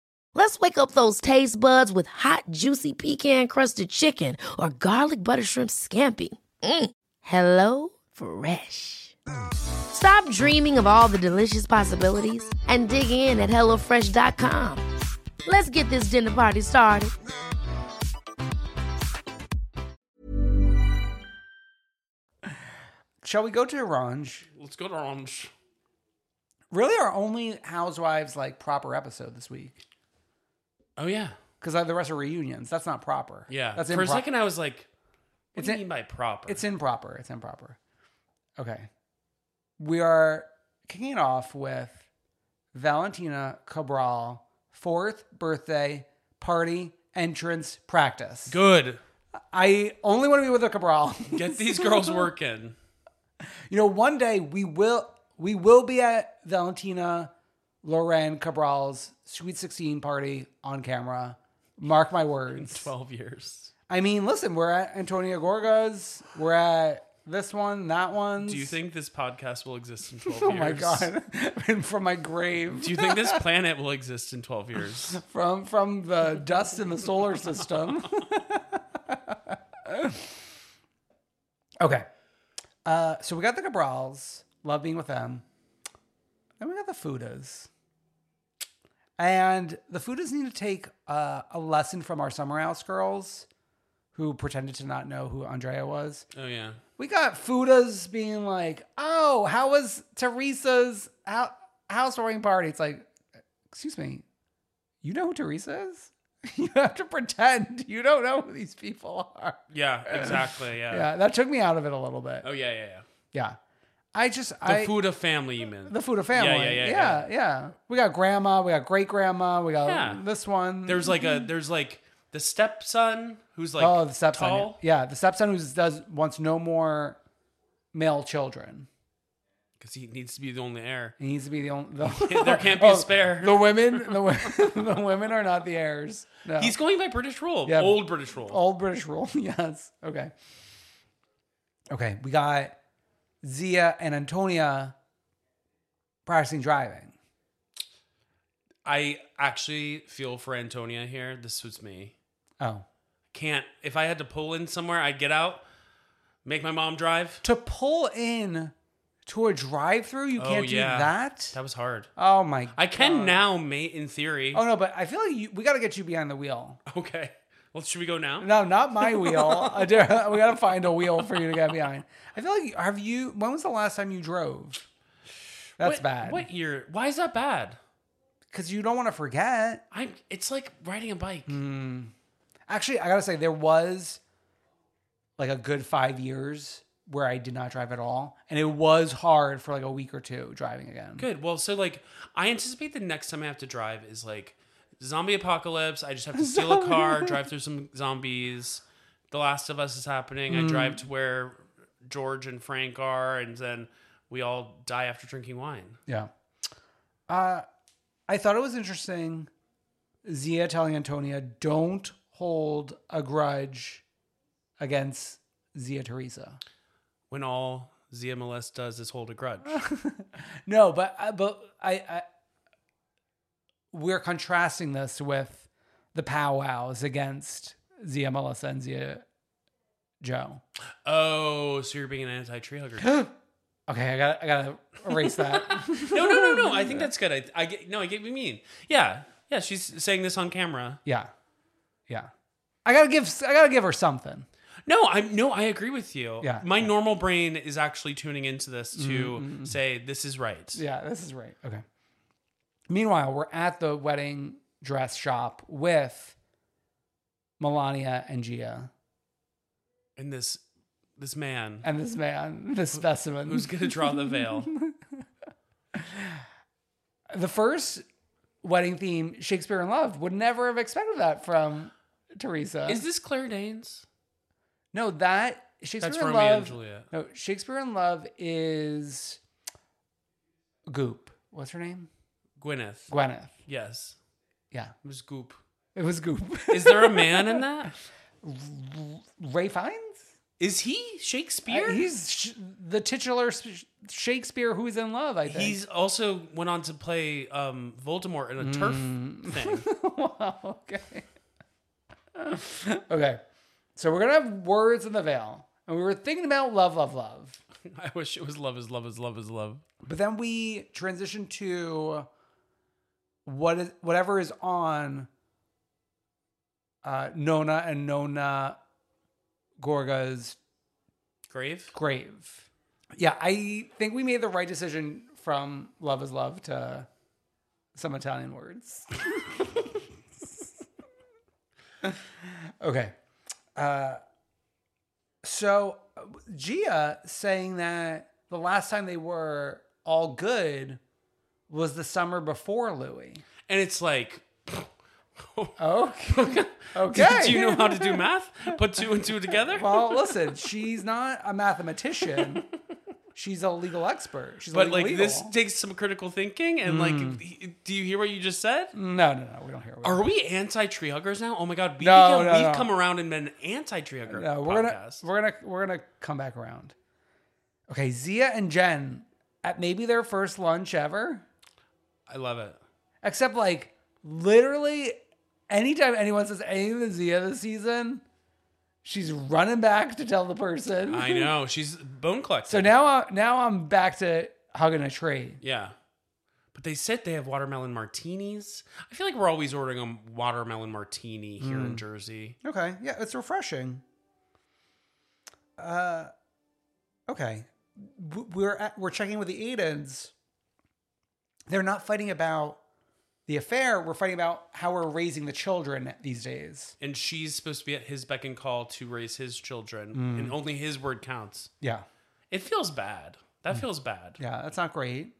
[SPEAKER 5] Let's wake up those taste buds with hot, juicy pecan crusted chicken or garlic butter shrimp scampi. Mm. Hello Fresh. Stop dreaming of all the delicious possibilities and dig in at HelloFresh.com. Let's get this dinner party started.
[SPEAKER 3] Shall we go to Orange?
[SPEAKER 2] Let's go to Orange.
[SPEAKER 3] Really, our only Housewives like proper episode this week
[SPEAKER 2] Oh yeah,
[SPEAKER 3] because the rest are reunions. That's not proper.
[SPEAKER 2] yeah.
[SPEAKER 3] that's
[SPEAKER 2] For a
[SPEAKER 3] impro-
[SPEAKER 2] second, I was like, "What
[SPEAKER 3] It's
[SPEAKER 2] do you
[SPEAKER 3] in-
[SPEAKER 2] mean by proper?"
[SPEAKER 3] It's improper. It's improper. Okay, we are kicking it off with Valentina Cabral fourth birthday party entrance practice.
[SPEAKER 2] good.
[SPEAKER 3] I only want to be with a Cabral.
[SPEAKER 2] Get these girls working.
[SPEAKER 3] You know, one day we will we will be at Valentina Loren Cabral's Sweet 16 party on camera. Mark my words.
[SPEAKER 2] Twelve years.
[SPEAKER 3] I mean, listen, we're at Antonio Gorga's, we're at this one, that one.
[SPEAKER 2] Do you think this podcast will exist in twelve
[SPEAKER 3] Oh
[SPEAKER 2] years?
[SPEAKER 3] my god. from my grave.
[SPEAKER 2] Do you think this planet will exist in twelve years?
[SPEAKER 3] From from the dust in the solar system. okay. Uh, so we got the Cabrals. Love being with them. Then we got the Fudas. And the Fudas need to take uh, a lesson from our Summer House girls who pretended to not know who Andrea was.
[SPEAKER 2] Oh yeah.
[SPEAKER 3] We got Fudas being like, oh, how was Teresa's hou- housewarming party? It's like, excuse me, you know who Teresa is? You have to pretend you don't know who these people are.
[SPEAKER 2] Yeah. Exactly. Yeah.
[SPEAKER 3] Yeah, that took me out of it a little bit.
[SPEAKER 2] Oh yeah. Yeah. Yeah.
[SPEAKER 3] Yeah. I just,
[SPEAKER 2] The
[SPEAKER 3] I,
[SPEAKER 2] Fuda family, you mean?
[SPEAKER 3] the Fuda family.
[SPEAKER 2] Yeah, yeah, yeah,
[SPEAKER 3] yeah, We got grandma, we got great grandma, we got
[SPEAKER 2] Yeah.
[SPEAKER 3] this one.
[SPEAKER 2] There's like a there's like the stepson who's like
[SPEAKER 3] oh, the stepson.
[SPEAKER 2] tall.
[SPEAKER 3] Yeah, the stepson who does wants no more male children.
[SPEAKER 2] because he needs to be the only heir.
[SPEAKER 3] He needs to be the only. The, Oh,
[SPEAKER 2] There can't be a spare.
[SPEAKER 3] The women, the, wo- the women are not the heirs. No.
[SPEAKER 2] He's going by British rule,
[SPEAKER 3] Yeah.
[SPEAKER 2] old British rule.
[SPEAKER 3] old British rule. yes. Okay. Okay. We got Zia and Antonia practicing driving.
[SPEAKER 2] I actually feel for Antonia here. This was me.
[SPEAKER 3] Oh.
[SPEAKER 2] Can't. If I had to pull in somewhere, I'd get out, make my mom drive.
[SPEAKER 3] To pull in to a drive through, you
[SPEAKER 2] Oh,
[SPEAKER 3] can't
[SPEAKER 2] yeah.
[SPEAKER 3] do that?
[SPEAKER 2] That was hard.
[SPEAKER 3] oh my
[SPEAKER 2] I can
[SPEAKER 3] God.
[SPEAKER 2] now, mate. In theory.
[SPEAKER 3] Oh no, but I feel like you, we got to get you behind the wheel.
[SPEAKER 2] Okay. Well, should we go now?
[SPEAKER 3] No, not my wheel. I do- we got to find a wheel for you to get behind. I feel like have you? When was the last time you drove? That's
[SPEAKER 2] What-
[SPEAKER 3] bad.
[SPEAKER 2] What year? Why is that bad?
[SPEAKER 3] Because you don't want to forget.
[SPEAKER 2] I'm. It's like riding a bike.
[SPEAKER 3] Actually, I gotta say there was like a good five years where I did not drive at all, and it was hard for like a week or two driving again.
[SPEAKER 2] Good. Well, so like, I anticipate the next time I have to drive is like zombie apocalypse. I just have to steal a car, drive through some zombies. The Last of Us is happening. I drive to where George and Frank are, and then we all die after drinking wine.
[SPEAKER 3] Yeah. Uh, I thought it was interesting. Zia telling Antonia, "Don't hold a grudge against Zia Teresa."
[SPEAKER 2] When all ZMLS does is hold a grudge.
[SPEAKER 3] No, but I- but I, I we're contrasting this with the powwows against Zia Melissa and Zia Joe.
[SPEAKER 2] oh, so you're being an anti-tree hugger?
[SPEAKER 3] Okay, I got I gotta erase that.
[SPEAKER 2] no, no, no, no. I think that's good. I, I get. No, I get what you mean. Yeah, yeah. She's saying this on camera.
[SPEAKER 3] yeah, yeah. I gotta give I gotta give her something.
[SPEAKER 2] No, I'm no, I agree with you.
[SPEAKER 3] Yeah,
[SPEAKER 2] My
[SPEAKER 3] yeah. Mm,
[SPEAKER 2] normal brain is actually tuning into this to say this is right.
[SPEAKER 3] Yeah, this is right. Okay. Meanwhile, we're at the wedding dress shop with Melania and Gia
[SPEAKER 2] And this this man
[SPEAKER 3] and this man, this specimen
[SPEAKER 2] who's gonna draw the veil.
[SPEAKER 3] the first wedding theme shakespeare in love would never have expected that from teresa
[SPEAKER 2] Is this Claire Danes?
[SPEAKER 3] no that shakespeare
[SPEAKER 2] That's
[SPEAKER 3] in
[SPEAKER 2] Romeo
[SPEAKER 3] love
[SPEAKER 2] and Juliet.
[SPEAKER 3] no shakespeare in love is goop what's her name
[SPEAKER 2] Gwyneth.
[SPEAKER 3] gwyneth
[SPEAKER 2] Yes.
[SPEAKER 3] yeah
[SPEAKER 2] It was Goop.
[SPEAKER 3] it was goop
[SPEAKER 2] Is there a man in that?
[SPEAKER 3] ray fiennes
[SPEAKER 2] Is he Shakespeare?
[SPEAKER 3] Uh,
[SPEAKER 2] he's
[SPEAKER 3] he's sh- the titular sh- shakespeare who's in love i think
[SPEAKER 2] also went on to play um, Voldemort in a turf
[SPEAKER 3] Mm.
[SPEAKER 2] thing.
[SPEAKER 3] wow, okay. okay. So we're gonna have words in the veil. And we were thinking about love, love, love.
[SPEAKER 2] I wish it was love is love is love is love.
[SPEAKER 3] But then we transition to what is whatever is on uh Nona and Nona Gorga's
[SPEAKER 2] Grave?
[SPEAKER 3] grave. Yeah, I think we made the right decision from love is love to some Italian words. okay. Uh, so uh, Gia saying that the last time they were all good was the summer before Louis.
[SPEAKER 2] And it's like
[SPEAKER 3] Okay.
[SPEAKER 2] Did
[SPEAKER 3] okay.
[SPEAKER 2] you know how to do math? Put two and two together?
[SPEAKER 3] Well, listen, she's not a mathematician. She's a legal expert. She's
[SPEAKER 2] but
[SPEAKER 3] legal Hmm.
[SPEAKER 2] like this
[SPEAKER 3] eagle.
[SPEAKER 2] takes some critical thinking and like he- do you hear what you just said?
[SPEAKER 3] No, no, no. We don't hear. We
[SPEAKER 2] Are we anti tree huggers now? Oh my god, we
[SPEAKER 3] No,
[SPEAKER 2] become-
[SPEAKER 3] no,
[SPEAKER 2] we've
[SPEAKER 3] no.
[SPEAKER 2] come around and been anti tree hugger
[SPEAKER 3] No, we're gonna
[SPEAKER 2] podcast.
[SPEAKER 3] we're gonna we're gonna come back around. Okay, Zia and Jen at maybe their first lunch ever.
[SPEAKER 2] I love it.
[SPEAKER 3] Except like literally anytime anyone says anything to Zia this season, she's running back to tell the person.
[SPEAKER 2] I know. She's bone collecting.
[SPEAKER 3] so now I now I'm back to hugging a tree.
[SPEAKER 2] Yeah. But they said they have watermelon martinis. I feel like we're always ordering a watermelon martini here
[SPEAKER 3] Hmm.
[SPEAKER 2] in Jersey.
[SPEAKER 3] Okay, yeah, it's refreshing. Uh, okay, W- we're at, we're checking with the Aidens. They're not fighting about the affair. We're fighting about how we're raising the children these days.
[SPEAKER 2] And she's supposed to be at his beck and call to raise his children,
[SPEAKER 3] Hmm.
[SPEAKER 2] and only his word counts.
[SPEAKER 3] Yeah,
[SPEAKER 2] It feels bad. That feels bad.
[SPEAKER 3] Hmm. yeah, that's not great.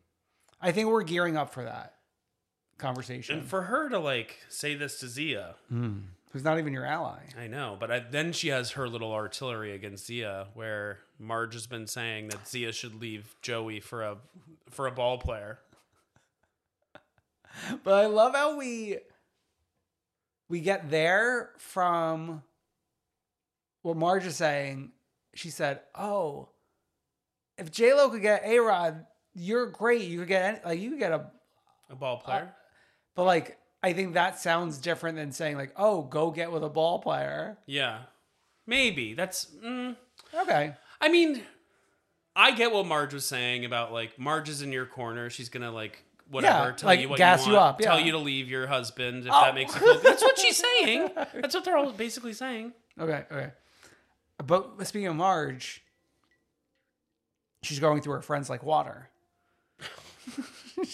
[SPEAKER 3] I think we're gearing up for that conversation.
[SPEAKER 2] And for her to like say this to Zia,
[SPEAKER 3] Who's not even your ally?
[SPEAKER 2] I know, but I, then she has her little artillery against Zia, where Marge has been saying that Zia should leave Joey for a for a ball player.
[SPEAKER 3] But I love how we we get there from what Marge is saying. She said, "Oh, if J Lo could get A Rod, you're great. You could get any, like you could get a
[SPEAKER 2] A ball player.
[SPEAKER 3] but like I think that sounds different than saying like, "Oh, go get with a ball player."
[SPEAKER 2] Yeah, maybe that's. Mm,
[SPEAKER 3] Okay.
[SPEAKER 2] I mean, I get what Marge was saying about like Marge is in your corner. She's gonna like whatever
[SPEAKER 3] Yeah,
[SPEAKER 2] tell
[SPEAKER 3] like,
[SPEAKER 2] you what
[SPEAKER 3] gas
[SPEAKER 2] you
[SPEAKER 3] you
[SPEAKER 2] want,
[SPEAKER 3] up,
[SPEAKER 2] tell
[SPEAKER 3] yeah. Oh.
[SPEAKER 2] you to leave your husband if that makes you feel. That's what she's saying. That's what they're all basically saying.
[SPEAKER 3] Okay, okay. But speaking of Marge, she's going through her friends like water.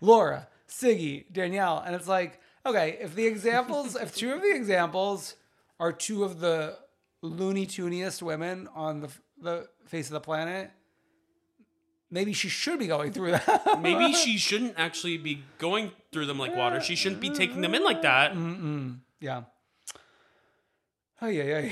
[SPEAKER 3] Laura, Siggy, Danielle, and it's like, okay, if the examples, if two of the examples are two of the loony tooniest women on the the face of the planet, maybe she should be going through that.
[SPEAKER 2] Maybe she shouldn't actually be going through them like water. She shouldn't be taking them in like that.
[SPEAKER 3] yeah. Oh yeah, yeah.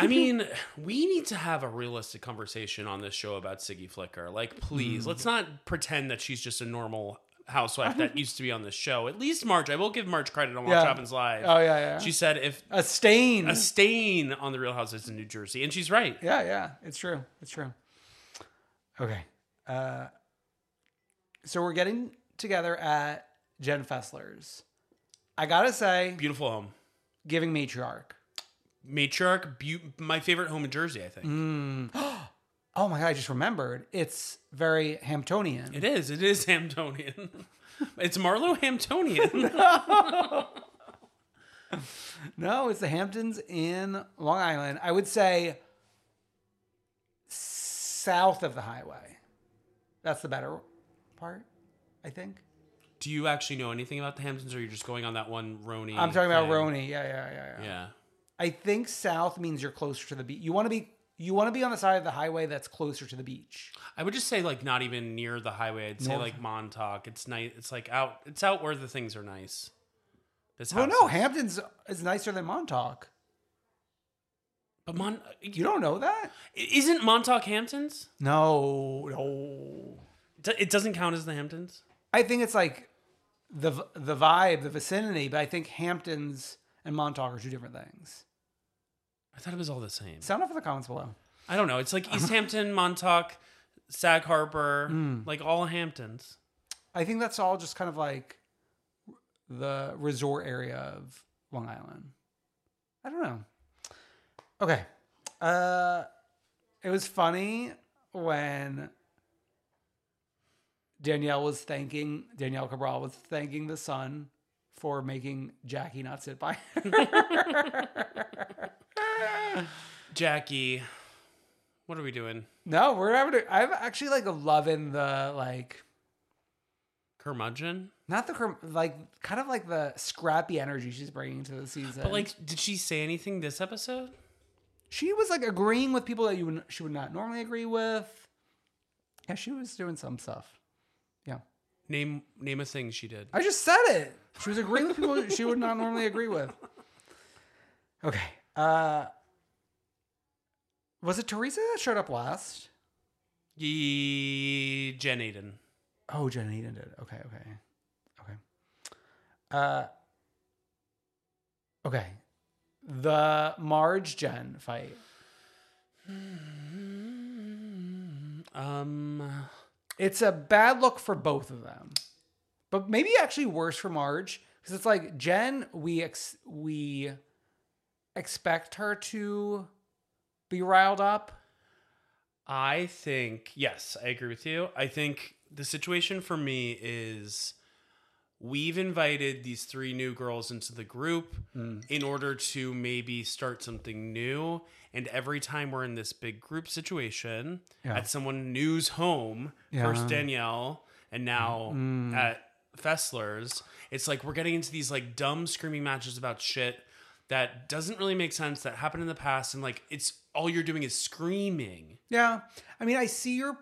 [SPEAKER 2] I mean, we need to have a realistic conversation on this show about Siggy Flicker. Like, please, let's not pretend that she's just a normal housewife that used to be on this show. At least Marge, I will give Marge credit on Watch
[SPEAKER 3] Yeah.
[SPEAKER 2] Happens Live.
[SPEAKER 3] Oh yeah, yeah.
[SPEAKER 2] She said if
[SPEAKER 3] a stain.
[SPEAKER 2] a stain on the Real Houses in New Jersey, and she's right.
[SPEAKER 3] Yeah, yeah, it's true. It's true. Okay. Uh, so we're getting together at Jen Fessler's. I gotta say,
[SPEAKER 2] Beautiful home,
[SPEAKER 3] giving matriarch.
[SPEAKER 2] matriarch, beau- my favorite home in Jersey. I think
[SPEAKER 3] Mm. Oh my god, I just remembered. It's very Hamptonian.
[SPEAKER 2] it is. It is Hamptonian. it's Marlo Hamptonian.
[SPEAKER 3] No, it's the Hamptons in Long Island. I would say south of the highway. That's the better part, I think.
[SPEAKER 2] Do you actually know anything about the Hamptons, or you're just going on that one Roni?
[SPEAKER 3] I'm talking about
[SPEAKER 2] thing?
[SPEAKER 3] Roni. Yeah, yeah, yeah, yeah.
[SPEAKER 2] Yeah.
[SPEAKER 3] I think south means you're closer to the beach. You want to be you want to be on the side of the highway that's closer to the beach.
[SPEAKER 2] I would just say like not even near the highway. I'd say like Montauk. It's nice. It's like out. It's out where the things are nice. This
[SPEAKER 3] Oh
[SPEAKER 2] house.
[SPEAKER 3] no,
[SPEAKER 2] is-
[SPEAKER 3] Hamptons is nicer than Montauk.
[SPEAKER 2] But Mon uh,
[SPEAKER 3] You don't know that?
[SPEAKER 2] isn't Montauk Hamptons?
[SPEAKER 3] No, no.
[SPEAKER 2] Do- It doesn't count as the Hamptons.
[SPEAKER 3] I think it's like the v- the vibe, the vicinity, but I think Hamptons and Montauk are two different things.
[SPEAKER 2] I thought it was all the same.
[SPEAKER 3] Sound off in the comments below.
[SPEAKER 2] I don't know. It's like East Hampton, Montauk, Sag Harbor,
[SPEAKER 3] Hmm.
[SPEAKER 2] like all Hamptons.
[SPEAKER 3] I think that's all just kind of like the resort area of Long Island. I don't know. Okay. Uh it was funny when Danielle was thanking Danielle Cabral was thanking the son for making Jackie not sit by her.
[SPEAKER 2] Jackie, what are we doing?
[SPEAKER 3] no, we're having i I'm actually like loving the like
[SPEAKER 2] Curmudgeon?
[SPEAKER 3] not the cur- like kind of like the scrappy energy she's bringing to the season.
[SPEAKER 2] But like, did she say anything this episode?
[SPEAKER 3] she was like agreeing with people that you would, she would not normally agree with. Yeah, she was doing some stuff. Yeah,
[SPEAKER 2] Name name a thing she did.
[SPEAKER 3] I just said it. She was agreeing with people she would not normally agree with. Okay. Uh Was it Teresa that showed up last?
[SPEAKER 2] Ye Jen Aiden.
[SPEAKER 3] Oh, Jen Eden did. Okay, okay, okay. Uh, okay. The Marge Jen fight.
[SPEAKER 2] Um,
[SPEAKER 3] It's a bad look for both of them, but maybe actually worse for Marge because it's like Jen. We ex- we expect her to be riled up.
[SPEAKER 2] I think yes, I agree with you. I think the situation for me is we've invited these three new girls into the group
[SPEAKER 3] Mm.
[SPEAKER 2] in order to maybe start something new and every time we're in this big group situation
[SPEAKER 3] Yeah.
[SPEAKER 2] at someone new's home
[SPEAKER 3] Yeah. Mm.
[SPEAKER 2] first Danielle and now at Fessler's it's like we're getting into these like dumb screaming matches about shit that doesn't really make sense that happened in the past and like it's all you're doing is screaming
[SPEAKER 3] Yeah, I mean, I see your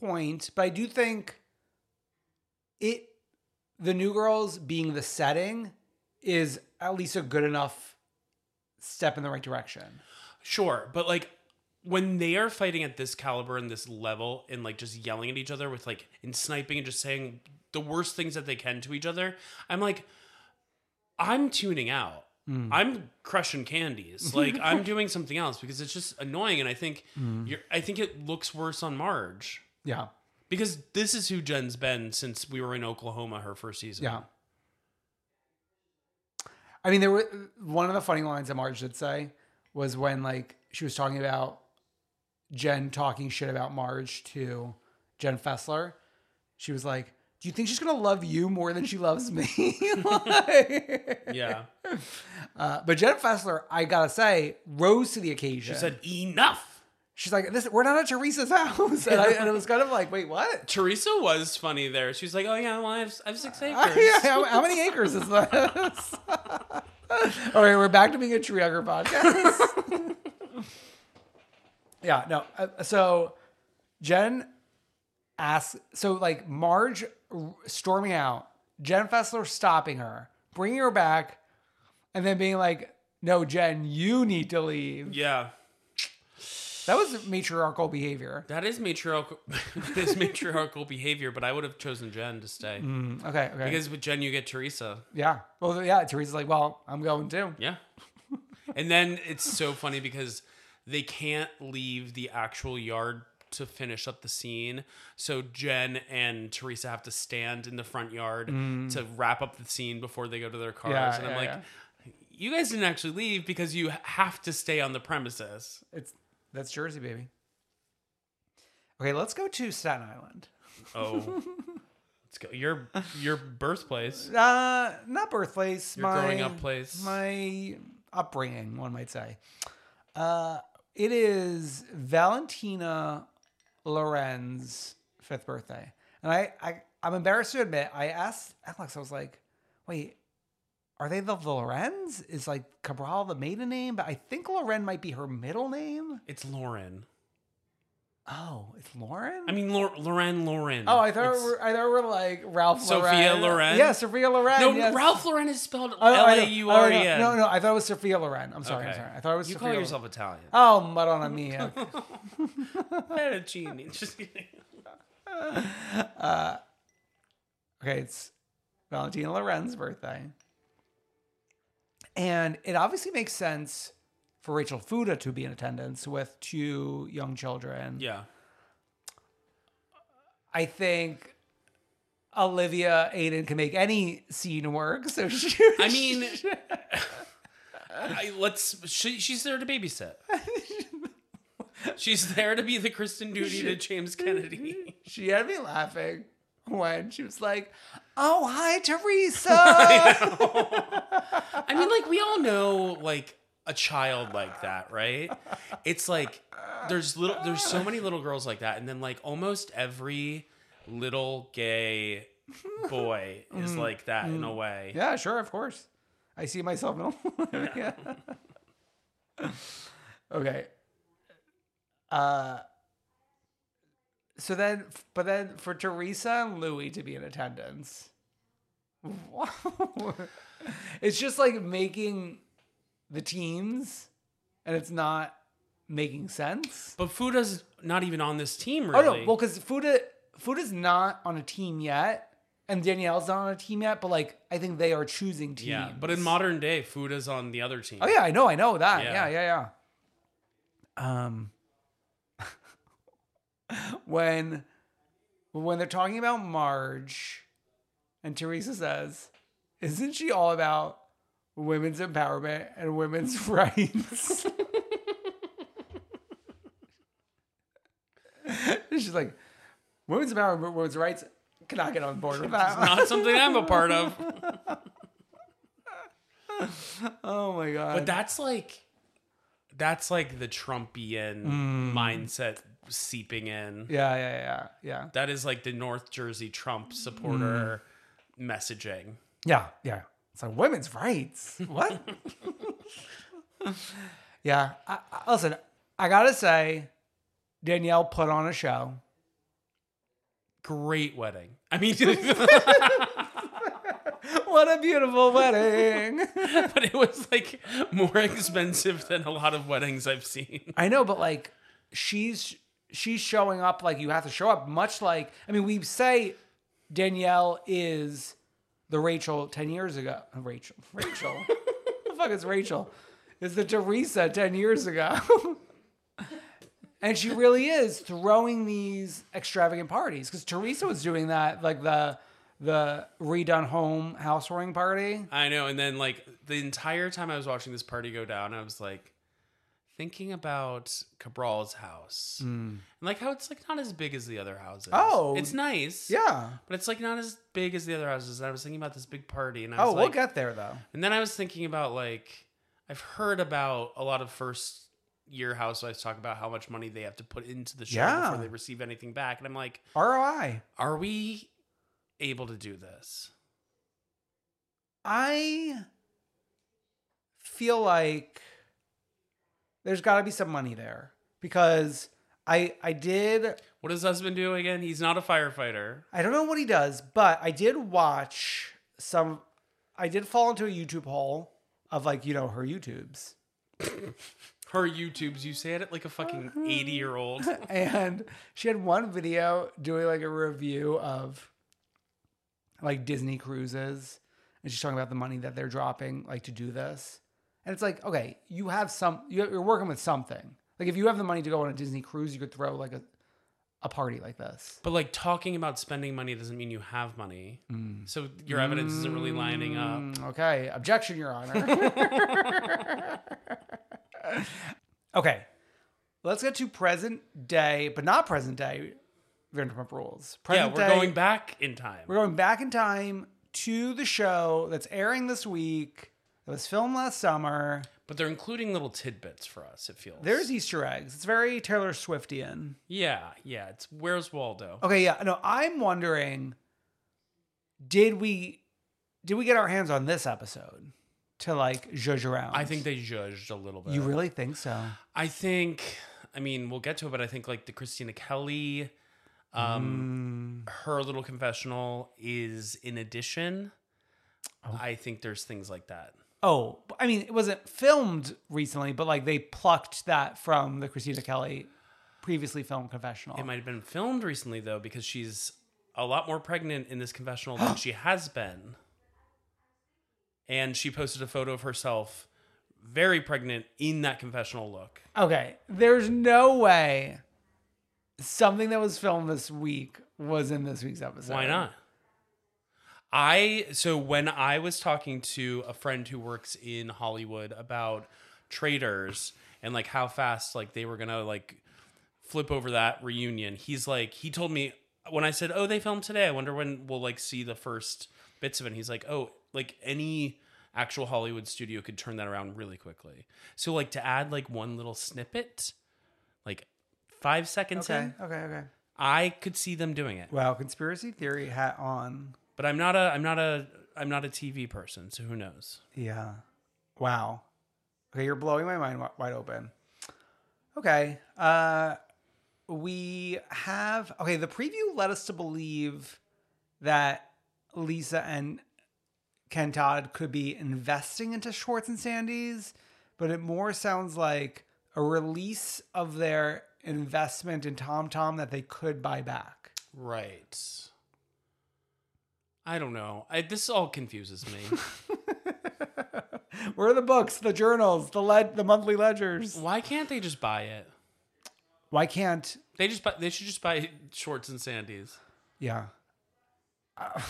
[SPEAKER 3] point, but I do think it the new girls being the setting is at least a good enough step in the right direction.
[SPEAKER 2] Sure, but like when they are fighting at this caliber and this level and like just yelling at each other with like and sniping and just saying the worst things that they can to each other, I'm like I'm tuning out. I'm crushing candies. Like I'm doing something else because it's just annoying and I think you're I think it looks worse on Marge
[SPEAKER 3] Yeah,
[SPEAKER 2] because this is who Jen's been since we were in Oklahoma her first season.
[SPEAKER 3] yeah, I mean, there were one of the funny lines that Marge did say was when like she was talking about Jen talking shit about Marge to Jen Fessler. She was like, "Do you think she's gonna love you more than she loves me?" Like-
[SPEAKER 2] Yeah.
[SPEAKER 3] Uh, but Jen Fessler, I gotta say, rose to the occasion.
[SPEAKER 2] She said, enough.
[SPEAKER 3] "She's like, this, we're not at Teresa's house," and, I, and it was kind of like, "Wait, what?"
[SPEAKER 2] Teresa was funny there. She was like, oh, yeah, well, I have, I have six acres.
[SPEAKER 3] yeah, how, how many acres is this? All right, we're back to being a tree hugger podcast. yeah, no. uh, so Jen asks, so like Marge r- storming out, Jen Fessler stopping her, bringing her back, and then being like, no, Jen, you need to leave.
[SPEAKER 2] Yeah.
[SPEAKER 3] That was matriarchal behavior.
[SPEAKER 2] That is matriarchal, that is matriarchal behavior, but I would have chosen Jen to stay.
[SPEAKER 3] Okay, okay.
[SPEAKER 2] Because with Jen, you get Teresa.
[SPEAKER 3] yeah. Well, yeah, Teresa's like, well, I'm going too.
[SPEAKER 2] Yeah. and then it's so funny because they can't leave the actual yard to finish up the scene. So Jen and Teresa have to stand in the front yard to wrap up the scene before they go to their cars.
[SPEAKER 3] Mm. Yeah,
[SPEAKER 2] and
[SPEAKER 3] yeah,
[SPEAKER 2] I'm like,
[SPEAKER 3] yeah.
[SPEAKER 2] you guys didn't actually leave because you have to stay on the premises.
[SPEAKER 3] It's that's Jersey, baby. Okay, let's go to Staten Island.
[SPEAKER 2] Oh. Let's go. Your your birthplace.
[SPEAKER 3] Uh, not birthplace.
[SPEAKER 2] Your
[SPEAKER 3] my
[SPEAKER 2] growing up place.
[SPEAKER 3] My upbringing, one might say. Uh, it is Valentina Lorenz's fifth birthday, and I, I, I'm embarrassed to admit, I asked Alex. I was like, "Wait, are they the Lorenz? Is like Cabral the maiden name? But I think Loren might be her middle name.
[SPEAKER 2] It's Lauren.
[SPEAKER 3] Oh, it's Lauren.
[SPEAKER 2] I mean, Lor- Lauren Lauren.
[SPEAKER 3] Oh, I thought
[SPEAKER 2] It's-
[SPEAKER 3] we were, I thought we were like Ralph
[SPEAKER 2] Sophia
[SPEAKER 3] Lauren.
[SPEAKER 2] Loren?
[SPEAKER 3] Yeah, Sophia Loren.
[SPEAKER 2] No,
[SPEAKER 3] yes.
[SPEAKER 2] Ralph Lauren is spelled
[SPEAKER 3] Oh,
[SPEAKER 2] L
[SPEAKER 3] I know.
[SPEAKER 2] A U R E
[SPEAKER 3] Oh,
[SPEAKER 2] N.
[SPEAKER 3] No, no, no, I thought it was Sophia Loren. I'm sorry, I'm
[SPEAKER 2] Okay.
[SPEAKER 3] sorry. I thought it was
[SPEAKER 2] You
[SPEAKER 3] Sophia
[SPEAKER 2] call
[SPEAKER 3] Loren.
[SPEAKER 2] yourself Italian.
[SPEAKER 3] Oh, Madonna mia.
[SPEAKER 2] Fettuccine. Just kidding.
[SPEAKER 3] Okay, it's Valentina Loren's birthday. And it obviously makes sense for Rachel Fuda to be in attendance with two young children.
[SPEAKER 2] Yeah.
[SPEAKER 3] I think Olivia Aiden can make any scene work. So she,
[SPEAKER 2] I mean, I, let's. She, she's there to babysit. she's there to be the Kristen Duty to James Kennedy.
[SPEAKER 3] she had me laughing when she was like, "Oh, hi, Teresa."
[SPEAKER 2] I
[SPEAKER 3] Uh,
[SPEAKER 2] mean, like we all know, like a child like that, right? It's like there's little, there's so many little girls like that, and then like almost every little gay boy is like that in a way.
[SPEAKER 3] Mm-hmm. yeah, sure, of course. I see myself. No. yeah. okay. Uh. So then, but then for Teresa and Louie to be in attendance, Wow. it's just like making the teams, and it's not making sense.
[SPEAKER 2] But Fuda's not even on this team, really.
[SPEAKER 3] Oh no, well, because Fuda Fuda's not on a team yet, and Danielle's not on a team yet. But like, I think they are choosing teams.
[SPEAKER 2] yeah. But in modern day, Fuda's on the other team.
[SPEAKER 3] oh yeah, I know, I know that. Yeah,
[SPEAKER 2] Yeah.
[SPEAKER 3] yeah, yeah. Um, when when they're talking about Marge, and Teresa says, "Isn't she all about women's empowerment and women's rights?" She's like, "Women's empowerment, women's rights." Cannot get on board with that.
[SPEAKER 2] Not something I'm a part of.
[SPEAKER 3] oh my god!
[SPEAKER 2] But that's like that's like the Trumpian
[SPEAKER 3] Mm.
[SPEAKER 2] mindset seeping in.
[SPEAKER 3] yeah, yeah, yeah, yeah.
[SPEAKER 2] That is like the North Jersey Trump supporter messaging.
[SPEAKER 3] Yeah, yeah. It's like women's rights. What? yeah. I, I, listen, I gotta say, Danielle put on a show.
[SPEAKER 2] Great wedding. I mean,
[SPEAKER 3] What a beautiful wedding!
[SPEAKER 2] but it was like more expensive than a lot of weddings I've seen.
[SPEAKER 3] I know, but like, she's she's showing up like you have to show up. Much like, I mean, we say Danielle is the Rachel ten years ago. uh, Rachel, Rachel, the fuck is Rachel? Is the Teresa ten years ago? And she really is throwing these extravagant parties because Teresa was doing that, like the the redone home house warming party.
[SPEAKER 2] I know. And then like the entire time I was watching this party go down, I was like thinking about Cabral's house and like how it's like not as big as the other houses.
[SPEAKER 3] Mm. Oh.
[SPEAKER 2] it's nice.
[SPEAKER 3] Yeah.
[SPEAKER 2] But it's like not as big as the other houses. And I was thinking about this big party, and I
[SPEAKER 3] Oh,
[SPEAKER 2] was
[SPEAKER 3] we'll
[SPEAKER 2] like,
[SPEAKER 3] get there though.
[SPEAKER 2] and then I was thinking about like I've heard about a lot of first year housewives talk about how much money they have to put into the show
[SPEAKER 3] Yeah.
[SPEAKER 2] before they receive anything back, and I'm like,
[SPEAKER 3] ROI.
[SPEAKER 2] are we able to do this?
[SPEAKER 3] I feel like there's got to be some money there because I I did
[SPEAKER 2] What does husband do again? He's not a firefighter.
[SPEAKER 3] I don't know what he does, but I did watch some. I did fall into a YouTube hole of like you know her YouTubes,
[SPEAKER 2] Her YouTubes, you say it like a fucking
[SPEAKER 3] Mm-hmm.
[SPEAKER 2] 80 year old.
[SPEAKER 3] and she had one video doing like a review of like Disney cruises, and she's talking about the money that they're dropping like to do this, and it's like okay, you have some, you- you're working with something. Like if you have the money to go on a Disney cruise, you could throw like a a party like this.
[SPEAKER 2] But like talking about spending money doesn't mean you have money. So your evidence isn't really lining up.
[SPEAKER 3] Mm, Okay. Objection, Your Honor. okay. Let's get to present day, but not present day Vanderpump Rules.
[SPEAKER 2] Yeah,
[SPEAKER 3] Present
[SPEAKER 2] we're
[SPEAKER 3] day-
[SPEAKER 2] going back in time.
[SPEAKER 3] We're going back in time to the show that's airing this week. That was filmed last summer.
[SPEAKER 2] But they're including little tidbits for us, it feels.
[SPEAKER 3] There's e Easter eggs. It's very Taylor Swiftian.
[SPEAKER 2] Yeah, yeah. It's Where's Waldo?
[SPEAKER 3] Okay, yeah. No, I'm wondering did we did we get our hands on this episode to like judge around?
[SPEAKER 2] I think they judged a little bit.
[SPEAKER 3] You really think so?
[SPEAKER 2] I think, I mean, we'll get to it, but I think like the Christina Kelly,
[SPEAKER 3] Mm.
[SPEAKER 2] um, her little confessional is in addition. I think there's things like that.
[SPEAKER 3] Oh, I mean, it wasn't filmed recently, but like they plucked that from the Christina Kelly previously filmed confessional.
[SPEAKER 2] It might have been filmed recently though, because she's a lot more pregnant in this confessional than she has been. And she posted a photo of herself very pregnant in that confessional look.
[SPEAKER 3] okay, there's no way something that was filmed this week was in this week's episode.
[SPEAKER 2] Why not? I so when I was talking to a friend who works in Hollywood about traders and like how fast like they were gonna like flip over that reunion, he's like he told me when I said, "Oh, they filmed today. I wonder when we'll like see the first bits of it." And he's like, "Oh, like any." actual hollywood studio could turn that around really quickly so like to add like one little snippet like five seconds
[SPEAKER 3] Okay,
[SPEAKER 2] in
[SPEAKER 3] okay, okay.
[SPEAKER 2] i could see them doing it
[SPEAKER 3] Wow, conspiracy theory hat on.
[SPEAKER 2] but I'm not a I'm not a I'm not a TV person, so who knows?
[SPEAKER 3] Yeah. Wow. Okay, you're blowing my mind wi- wide open. Okay. Uh we have okay, the preview led us to believe that Lisa and Ken Todd could be investing into Schwartz and Sandy's, but it more sounds like a release of their investment in TomTom that they could buy back.
[SPEAKER 2] Right. I don't know. I, this all confuses me.
[SPEAKER 3] Where are the books, the journals, the led the monthly ledgers?
[SPEAKER 2] Why can't they just buy it?
[SPEAKER 3] Why can't
[SPEAKER 2] They just buy, they should just buy Schwartz and Sandy's.
[SPEAKER 3] Yeah. Uh,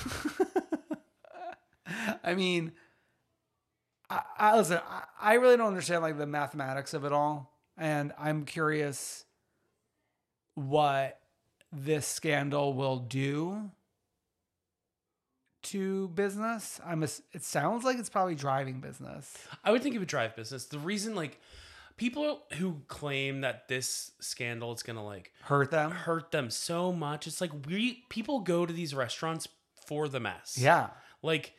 [SPEAKER 3] I mean, I, I listen. I, I really don't understand like the mathematics of it all, and I'm curious what this scandal will do to business. I'm. ass- it sounds like it's probably driving business.
[SPEAKER 2] I would think it would drive business. The reason like people who claim that this scandal is going to like
[SPEAKER 3] Hurt them.
[SPEAKER 2] hurt them so much. It's like we people go to these restaurants for the mess.
[SPEAKER 3] Yeah.
[SPEAKER 2] like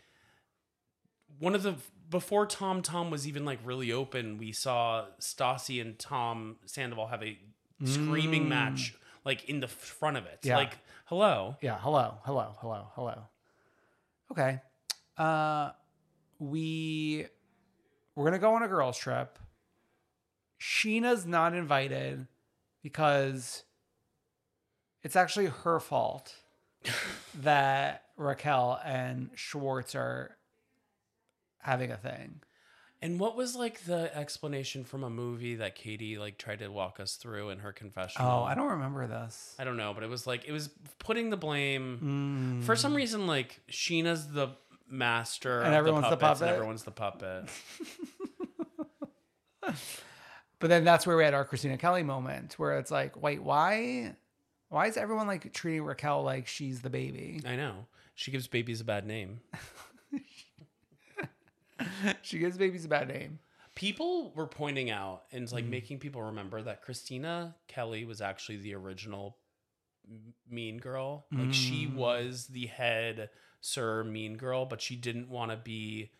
[SPEAKER 2] one of the before Tom Tom was even like really open, we saw Stassi and Tom Sandoval have a screaming match like in the front of it.
[SPEAKER 3] Mm. Yeah.
[SPEAKER 2] Like, hello.
[SPEAKER 3] Yeah. Hello. Hello. Hello. Hello. Okay. Uh, we we're gonna go on a girls' trip. Sheena's not invited because it's actually her fault that Raquel and Schwartz are having a thing.
[SPEAKER 2] And what was like the explanation from a movie that Katie like tried to walk us through in her confessional?
[SPEAKER 3] Oh, I don't remember this.
[SPEAKER 2] I don't know, but it was like it was putting the
[SPEAKER 3] Mm.
[SPEAKER 2] blame for some reason. Like Sheena's the master, of
[SPEAKER 3] And everyone's the
[SPEAKER 2] the puppets,
[SPEAKER 3] puppet.
[SPEAKER 2] And everyone's the puppet.
[SPEAKER 3] But then that's where we had our Christina Kelly moment, where it's like, wait, why? Why is everyone like treating Raquel like she's the baby?
[SPEAKER 2] I know she gives babies a bad name.
[SPEAKER 3] she gives babies a bad name.
[SPEAKER 2] People were pointing out and
[SPEAKER 3] Mm.
[SPEAKER 2] like making people remember that Christina Kelly was actually the original m- Mean Girl. Like she
[SPEAKER 3] Mm.
[SPEAKER 2] was the head Sir Mean Girl, but she didn't want to be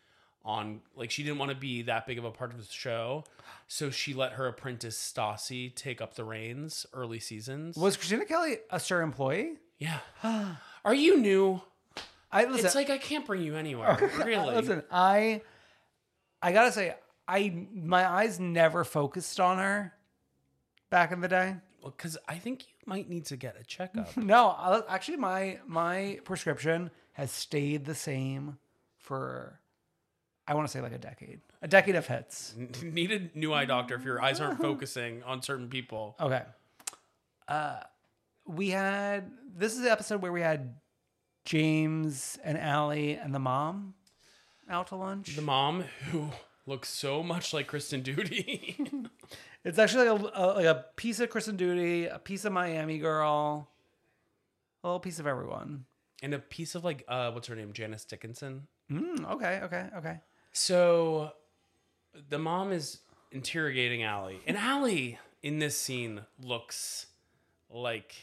[SPEAKER 2] on like she didn't want to be that big of a part of the show so she let her apprentice stassi take up the reins early seasons
[SPEAKER 3] Was Christina Kelly a star employee?
[SPEAKER 2] Yeah. Are you new?
[SPEAKER 3] I listen.
[SPEAKER 2] it's like I can't bring you anywhere. Really?
[SPEAKER 3] Listen, I I gotta say, I my eyes never focused on her back in the day.
[SPEAKER 2] Because I think you might need to get a checkup.
[SPEAKER 3] No, I, actually, my my prescription has stayed the same for I want to say like a decade, a decade of hits.
[SPEAKER 2] N- need a new eye doctor if your eyes aren't focusing on certain people.
[SPEAKER 3] Okay. Uh, we had this is the episode where we had James and Allie and the mom out to lunch.
[SPEAKER 2] The mom who looks so much like Kristen Duty.
[SPEAKER 3] It's actually like a, a, like a piece of Kristen Duty, a piece of Miami Girl, a little piece of everyone.
[SPEAKER 2] and a piece of like uh what's her name? Janice Dickinson.
[SPEAKER 3] Mm, okay, okay, okay.
[SPEAKER 2] So the mom is interrogating Allie. And Allie in this scene looks like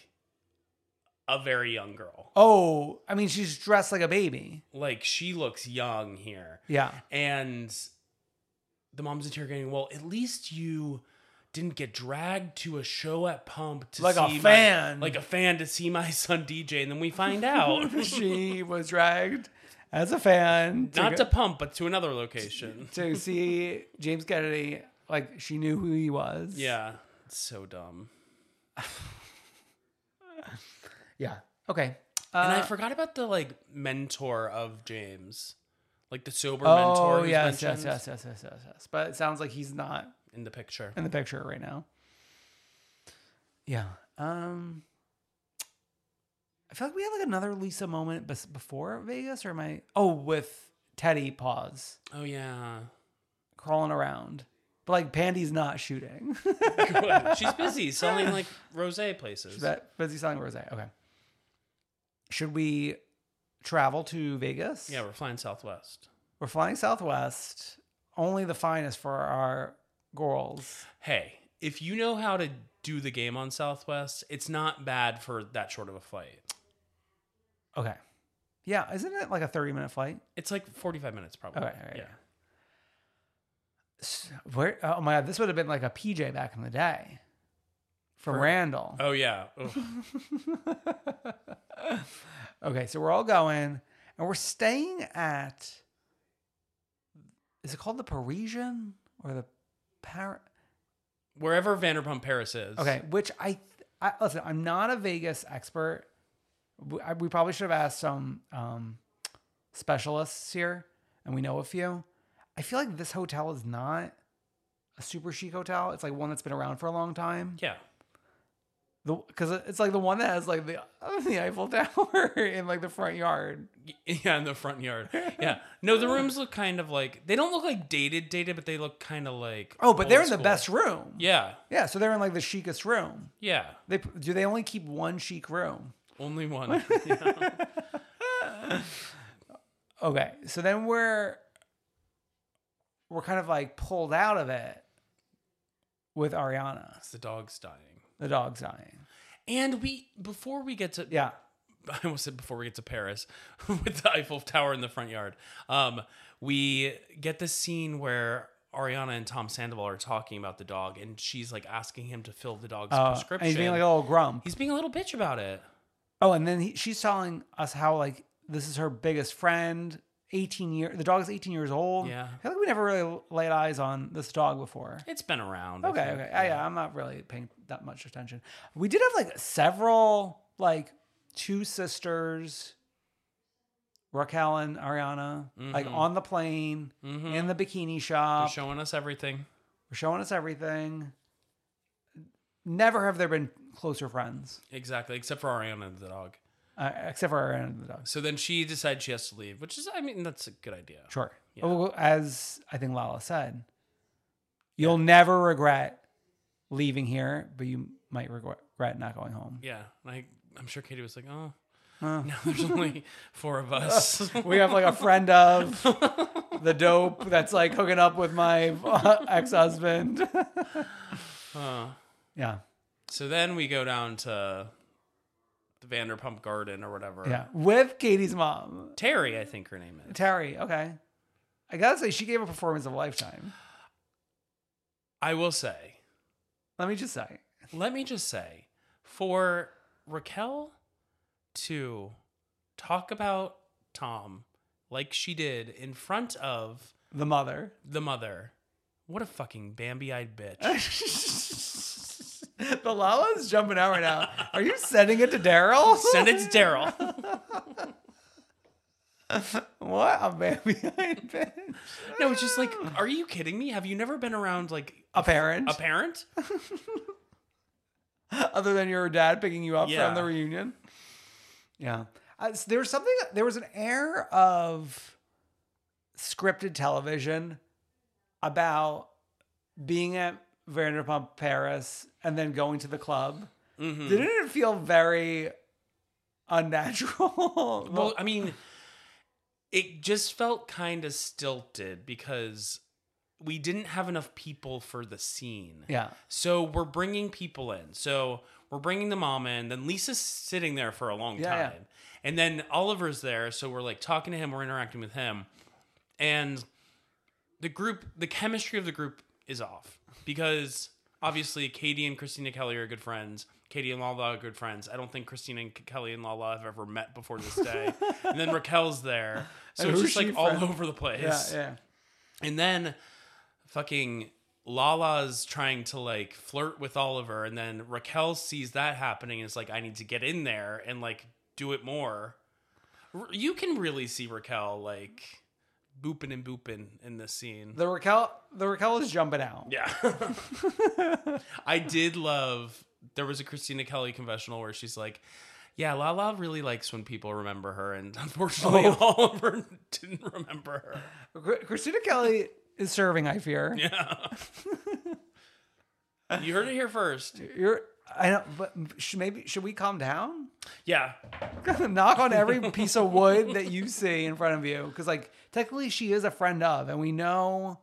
[SPEAKER 2] a very young girl.
[SPEAKER 3] Oh, I mean, she's dressed like a baby.
[SPEAKER 2] Like she looks young here.
[SPEAKER 3] Yeah.
[SPEAKER 2] and the mom's interrogating. Well, at least you didn't get dragged to a show at Pump to
[SPEAKER 3] Like a
[SPEAKER 2] see my-
[SPEAKER 3] fan.
[SPEAKER 2] like a fan to see my son DJ, and then we find out
[SPEAKER 3] she was dragged as a fan to,
[SPEAKER 2] not
[SPEAKER 3] go-
[SPEAKER 2] to Pump, but to another location.
[SPEAKER 3] to see James Kennedy. Like, she knew who he was.
[SPEAKER 2] Yeah, it's so dumb.
[SPEAKER 3] Yeah. Okay. Uh,
[SPEAKER 2] and I forgot about the like mentor of James, like the sober mentor.
[SPEAKER 3] Oh,
[SPEAKER 2] who's
[SPEAKER 3] yes, yes,
[SPEAKER 2] mentioned
[SPEAKER 3] yes, yes, yes, yes, yes. But it sounds like he's not
[SPEAKER 2] in the picture.
[SPEAKER 3] in the picture right now. Yeah. Um I feel like we had like another Lisa moment bes- before Vegas or am I Oh, with Teddy paws
[SPEAKER 2] Oh yeah,
[SPEAKER 3] crawling around. But like Pandy's not shooting.
[SPEAKER 2] Good. she's busy selling like rose places.
[SPEAKER 3] that busy selling rose. Okay. Should we travel to Vegas?
[SPEAKER 2] yeah, we're flying Southwest.
[SPEAKER 3] We're flying southwest. Only the finest for our girls.
[SPEAKER 2] hey, if you know how to do the game on Southwest, it's not bad for that short of a flight.
[SPEAKER 3] Okay. Yeah, isn't it like a 30 minute flight?
[SPEAKER 2] It's like 45 minutes probably.
[SPEAKER 3] Okay, okay, okay. S- Where? Oh my god, this would have been like a PJ back in the day from Randall.
[SPEAKER 2] Oh yeah. Ugh.
[SPEAKER 3] okay, so we're all going, and we're staying at. Is it called the Parisian or the Par?
[SPEAKER 2] Wherever Vanderpump Paris is.
[SPEAKER 3] Okay, which I, th- I listen. I'm not a Vegas expert. We, I, we probably should have asked some um, specialists here, and we know a few. I feel like this hotel is not a super chic hotel. It's like one that's been around for a long time.
[SPEAKER 2] Yeah.
[SPEAKER 3] The because it's like the one that has like the the Eiffel Tower in like the front yard.
[SPEAKER 2] Yeah, in the front yard. Yeah. No, the rooms look kind of like they don't look like dated dated, but they look kind of like
[SPEAKER 3] Oh, but they're
[SPEAKER 2] old
[SPEAKER 3] in the
[SPEAKER 2] school.
[SPEAKER 3] best room.
[SPEAKER 2] Yeah.
[SPEAKER 3] yeah. So they're in like the chicest room.
[SPEAKER 2] Yeah.
[SPEAKER 3] They p- do they only keep one chic room?
[SPEAKER 2] Only one. Yeah.
[SPEAKER 3] Okay, so then we're we're kind of like pulled out of it with Ariana.
[SPEAKER 2] It's the dog's dying.
[SPEAKER 3] The dog's dying.
[SPEAKER 2] And we before we get to
[SPEAKER 3] Yeah.
[SPEAKER 2] I almost said before we get to Paris with the Eiffel Tower in the front yard. Um, we get this scene where Ariana and Tom Sandoval are talking about the dog, and she's like asking him to fill the dog's
[SPEAKER 3] Uh, and
[SPEAKER 2] prescription.
[SPEAKER 3] he's being like a little grump.
[SPEAKER 2] He's being a little bitch about it.
[SPEAKER 3] Oh, and then he, she's telling us how like this is her biggest friend. 18 year the dog is 18 years old.
[SPEAKER 2] Yeah.
[SPEAKER 3] I feel like we never really laid eyes on this dog before.
[SPEAKER 2] It's been around. I
[SPEAKER 3] Okay,
[SPEAKER 2] think.
[SPEAKER 3] okay. Yeah. yeah, I'm not really paying that much attention. We did have like several like two sisters Raquel and Ariana, like on the plane, in the bikini shop.
[SPEAKER 2] You're Mm-hmm. showing us everything.
[SPEAKER 3] We're showing us everything. Never have there been closer friends,
[SPEAKER 2] Exactly, except for Ariana and the dog.
[SPEAKER 3] uh, except for Ariana and the dogs.
[SPEAKER 2] So then she decides she has to leave, which is, I mean, that's a good idea.
[SPEAKER 3] Sure.
[SPEAKER 2] Yeah.
[SPEAKER 3] Well, as I think Lala said, you'll never regret leaving here, but you might regret regret not going home.
[SPEAKER 2] Yeah, and I, I'm sure Katie was like, oh,
[SPEAKER 3] Huh.
[SPEAKER 2] now there's only four of us.
[SPEAKER 3] We have like a friend of the dope that's like hooking up with my uh, ex husband.
[SPEAKER 2] Huh.
[SPEAKER 3] yeah.
[SPEAKER 2] So then we go down to the Vanderpump Garden or whatever.
[SPEAKER 3] Yeah. With Katie's mom,
[SPEAKER 2] Terry, I think her name is.
[SPEAKER 3] Terry. Okay. I gotta say, she gave a performance of a lifetime.
[SPEAKER 2] I will say,
[SPEAKER 3] Let me just say.
[SPEAKER 2] let me just say, for Raquel to talk about Tom like she did in front of
[SPEAKER 3] The mother.
[SPEAKER 2] the mother, what a fucking Bambi eyed bitch.
[SPEAKER 3] the Lala's jumping out right now. Are you sending it to Daryl?
[SPEAKER 2] Send it to Daryl.
[SPEAKER 3] What a man behind bench.
[SPEAKER 2] No, it's just like, are you kidding me? Have you never been around like
[SPEAKER 3] A parent,
[SPEAKER 2] a parent?
[SPEAKER 3] other than your dad picking you up
[SPEAKER 2] Yeah.
[SPEAKER 3] from the reunion. Yeah, uh, s- there was something. There was an air of scripted television about being at Vanderpump Paris and then going to the club. Didn't it feel very unnatural?
[SPEAKER 2] Well, I mean, it just felt kind of stilted because we didn't have enough people for the scene.
[SPEAKER 3] yeah,
[SPEAKER 2] So we're bringing people in. So we're bringing the mom in. Then Lisa's sitting there for a long
[SPEAKER 3] Yeah, yeah.
[SPEAKER 2] time. And then Oliver's there. So we're like talking to him, we're interacting with him. And the group, the chemistry of the group is off because obviously Katie and Christina Kelly are good friends. Katie and Lala are good friends. I don't think Christina and Kelly and Lala have ever met before this day. and then Raquel's there. So
[SPEAKER 3] And
[SPEAKER 2] it's
[SPEAKER 3] who's
[SPEAKER 2] just
[SPEAKER 3] she
[SPEAKER 2] like all
[SPEAKER 3] friend-
[SPEAKER 2] over the place.
[SPEAKER 3] yeah, yeah.
[SPEAKER 2] And then fucking Lala's trying to like flirt with Oliver and then Raquel sees that happening and is like I need to get in there and like do it more. R- You can really see Raquel like booping and booping in this scene.
[SPEAKER 3] The Raquel, the Raquel is jumping out.
[SPEAKER 2] yeah. I did love there was a Christina Kelly confessional where she's like yeah, Lala really likes when people remember her, and unfortunately, Oliver didn't remember
[SPEAKER 3] Cr- Christina Kelly is serving. I fear.
[SPEAKER 2] her. You heard it here first.
[SPEAKER 3] You're. I don't. But sh- maybe should we calm down?
[SPEAKER 2] Yeah,
[SPEAKER 3] Knock on every piece of wood that you see in front of you, because like technically she is a friend of, and we know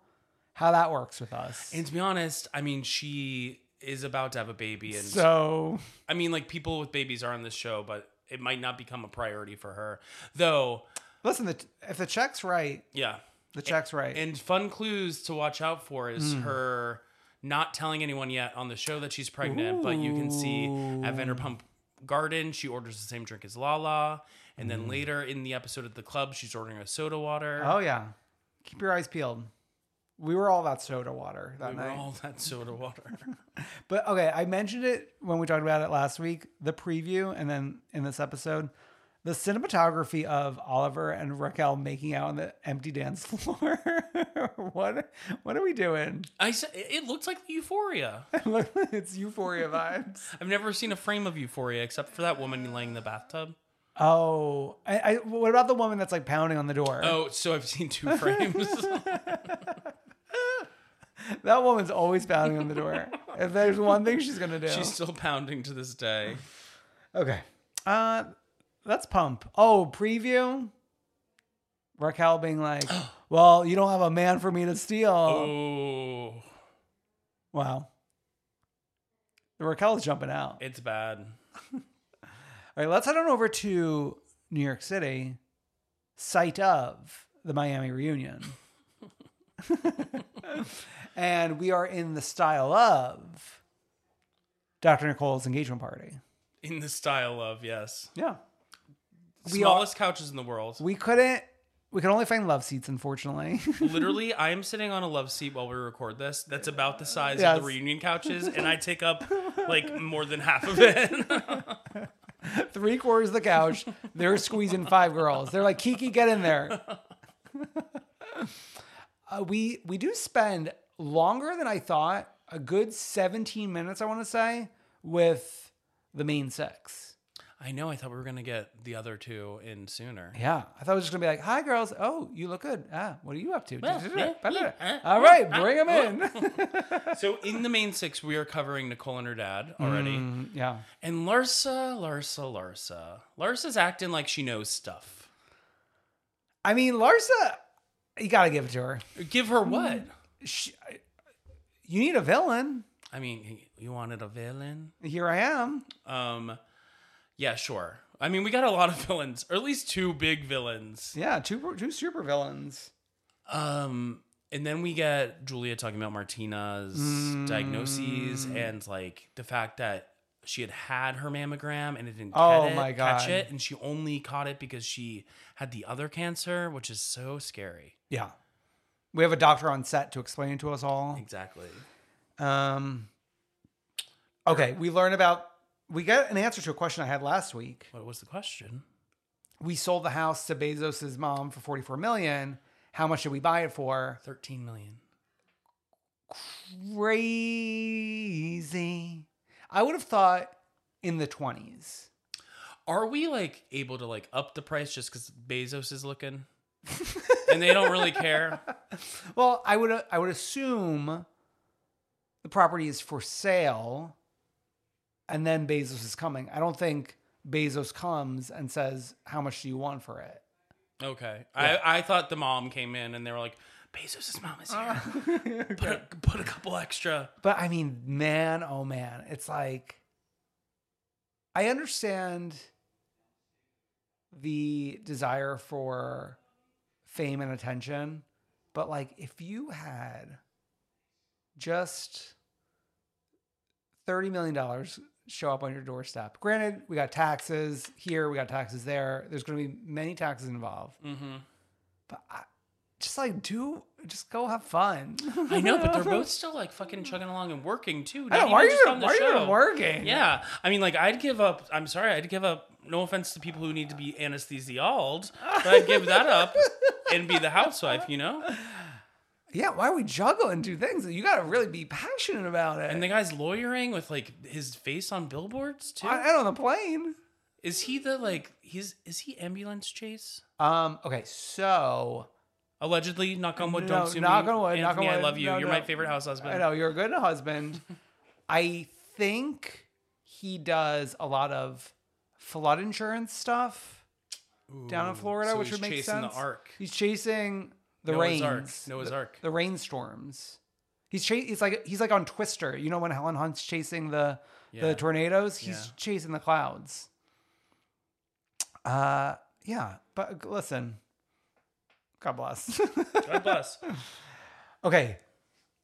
[SPEAKER 3] how that works with us.
[SPEAKER 2] And to be honest, I mean, she is about to have a baby, and
[SPEAKER 3] so
[SPEAKER 2] I mean, like people with babies are on this show, but it might not become a priority for her. Though,
[SPEAKER 3] listen, the, if the check's right,
[SPEAKER 2] yeah.
[SPEAKER 3] the check's right.
[SPEAKER 2] And fun clues to watch out for is
[SPEAKER 3] Hmm.
[SPEAKER 2] her not telling anyone yet on the show that she's pregnant, but you can see at Vanderpump Garden she orders the same drink as Lala, and then later in the episode at the club she's ordering a soda water.
[SPEAKER 3] Hmm. oh yeah, keep your eyes peeled. We were all about soda water that
[SPEAKER 2] We were
[SPEAKER 3] night.
[SPEAKER 2] all that soda water.
[SPEAKER 3] But okay, I mentioned it when we talked about it last week, the preview, and then in this episode, the cinematography of Oliver and Raquel making out on the empty dance floor. what what are we doing?
[SPEAKER 2] I said it looks like Euphoria.
[SPEAKER 3] it's euphoria vibes.
[SPEAKER 2] I've never seen a frame of Euphoria except for that woman laying in the bathtub.
[SPEAKER 3] Oh, I, I what about the woman that's like pounding on the door?
[SPEAKER 2] Oh, so I've seen two frames.
[SPEAKER 3] That woman's always pounding on the door. if there's one thing she's gonna do,
[SPEAKER 2] She's still pounding to this day.
[SPEAKER 3] okay. Uh, let's pump. Oh, preview. Raquel being like, "Well, you don't have a man for me to steal."
[SPEAKER 2] Oh,
[SPEAKER 3] Wow. Raquel's jumping out.
[SPEAKER 2] it's bad.
[SPEAKER 3] All right, let's head on over to New York City, site of the Miami reunion. and we are in the style of Dr. Nicole's engagement party.
[SPEAKER 2] In the style of, yes.
[SPEAKER 3] Yeah. We all
[SPEAKER 2] Smallest couches in the world.
[SPEAKER 3] we couldn't we could only find love seats, unfortunately.
[SPEAKER 2] Literally, I am sitting on a love seat while we record this. That's about the size of
[SPEAKER 3] Yes.
[SPEAKER 2] the reunion couches, and I take up like more than half of it.
[SPEAKER 3] three quarters of the couch. They're squeezing five girls. They're like, Kiki, get in there. uh, we we do spend longer than I thought, a good 17 minutes, I want to say, with the main sex.
[SPEAKER 2] I know. I thought we were gonna get the other two in sooner.
[SPEAKER 3] Yeah. I thought I was just going to be like, hi, girls. Oh, you look good. Ah, what are you up to?
[SPEAKER 2] yeah, uh, yeah,
[SPEAKER 3] All right, bring them
[SPEAKER 2] uh.
[SPEAKER 3] in.
[SPEAKER 2] So in the main six, we are covering Nicole and her dad
[SPEAKER 3] Mm.
[SPEAKER 2] already,
[SPEAKER 3] Mm-hmm, yeah.
[SPEAKER 2] and Larsa, Larsa, Larsa. Larsa's acting like she knows stuff.
[SPEAKER 3] I mean, Larsa, you got to give it to her.
[SPEAKER 2] Give her
[SPEAKER 3] Mm.
[SPEAKER 2] what?
[SPEAKER 3] She, you need a villain.
[SPEAKER 2] I mean, you wanted a villain.
[SPEAKER 3] Here I am.
[SPEAKER 2] Um, yeah, sure. I mean, we got a lot of villains, or at least two big villains.
[SPEAKER 3] Yeah, two two super villains.
[SPEAKER 2] Um, and then we get Julia talking about Martina's diagnoses
[SPEAKER 3] Mm.
[SPEAKER 2] and like the fact that she had had her mammogram and it didn't
[SPEAKER 3] Oh
[SPEAKER 2] get it,
[SPEAKER 3] my
[SPEAKER 2] catch
[SPEAKER 3] God.
[SPEAKER 2] it, and she only caught it because she had the other cancer, which is so scary.
[SPEAKER 3] Yeah, we have a doctor on set to explain it to us all.
[SPEAKER 2] Exactly.
[SPEAKER 3] Um, okay, we learn about we got an answer to a question I had last week.
[SPEAKER 2] What was the question?
[SPEAKER 3] We sold the house to Bezos's mom for forty four million. How much did we buy it for?
[SPEAKER 2] Thirteen million.
[SPEAKER 3] Crazy. I would have thought in the twenties.
[SPEAKER 2] Are we like able to like up the price just because Bezos is looking, and they don't really care?
[SPEAKER 3] Well, I would uh, I would assume the property is for sale, and then Bezos is coming. I don't think Bezos comes and says, "How much do you want for it?"
[SPEAKER 2] Okay. I, I thought the mom came in and they were like, Bezos' mom is
[SPEAKER 3] Ah,
[SPEAKER 2] here. put, a, put a couple extra.
[SPEAKER 3] But I mean, man, oh man, it's like I understand the desire for fame and attention, but like if you had just $30 million show up on your doorstep, granted, we got taxes here, we got taxes there, there's going to be many taxes involved,
[SPEAKER 2] Mm-hmm.
[SPEAKER 3] but I, just like do, just go have fun.
[SPEAKER 2] I know, but they're both still like fucking chugging along and working too.
[SPEAKER 3] I
[SPEAKER 2] not
[SPEAKER 3] don't, why are
[SPEAKER 2] even
[SPEAKER 3] you,
[SPEAKER 2] just
[SPEAKER 3] even-
[SPEAKER 2] on the
[SPEAKER 3] why are you even
[SPEAKER 2] show.
[SPEAKER 3] working?
[SPEAKER 2] Yeah. I mean, like, I'd give up. I'm sorry, I'd give up. No offense to people who need to be anesthesioled, but I'd give that up and be the housewife, you know?
[SPEAKER 3] Yeah, why we juggle and do things? You got to really be passionate about it.
[SPEAKER 2] And the guy's lawyering with like his face on billboards too.
[SPEAKER 3] I, and on the plane.
[SPEAKER 2] Is he the like, he's, is he ambulance chase?
[SPEAKER 3] Um. Okay. So
[SPEAKER 2] Allegedly, knock on wood,
[SPEAKER 3] no,
[SPEAKER 2] don't sue
[SPEAKER 3] knock
[SPEAKER 2] me.
[SPEAKER 3] on wood. knock on
[SPEAKER 2] Anthony,
[SPEAKER 3] wood.
[SPEAKER 2] I love you.
[SPEAKER 3] No,
[SPEAKER 2] You're
[SPEAKER 3] no.
[SPEAKER 2] my favorite house husband.
[SPEAKER 3] I know you're a good husband. I think he does a lot of flood insurance stuff down in Florida,
[SPEAKER 2] so
[SPEAKER 3] which
[SPEAKER 2] he's
[SPEAKER 3] would make
[SPEAKER 2] chasing the
[SPEAKER 3] sense.
[SPEAKER 2] arc.
[SPEAKER 3] He's chasing the
[SPEAKER 2] Noah's
[SPEAKER 3] rains.
[SPEAKER 2] Ark. Noah's
[SPEAKER 3] the,
[SPEAKER 2] Ark.
[SPEAKER 3] The rainstorms. He's chasing. He's like he's like on Twister. You know when Helen Hunt's chasing the
[SPEAKER 2] Yeah.
[SPEAKER 3] the tornadoes. He's
[SPEAKER 2] Yeah.
[SPEAKER 3] chasing the clouds. Uh, yeah. But listen, God bless.
[SPEAKER 2] God bless.
[SPEAKER 3] okay,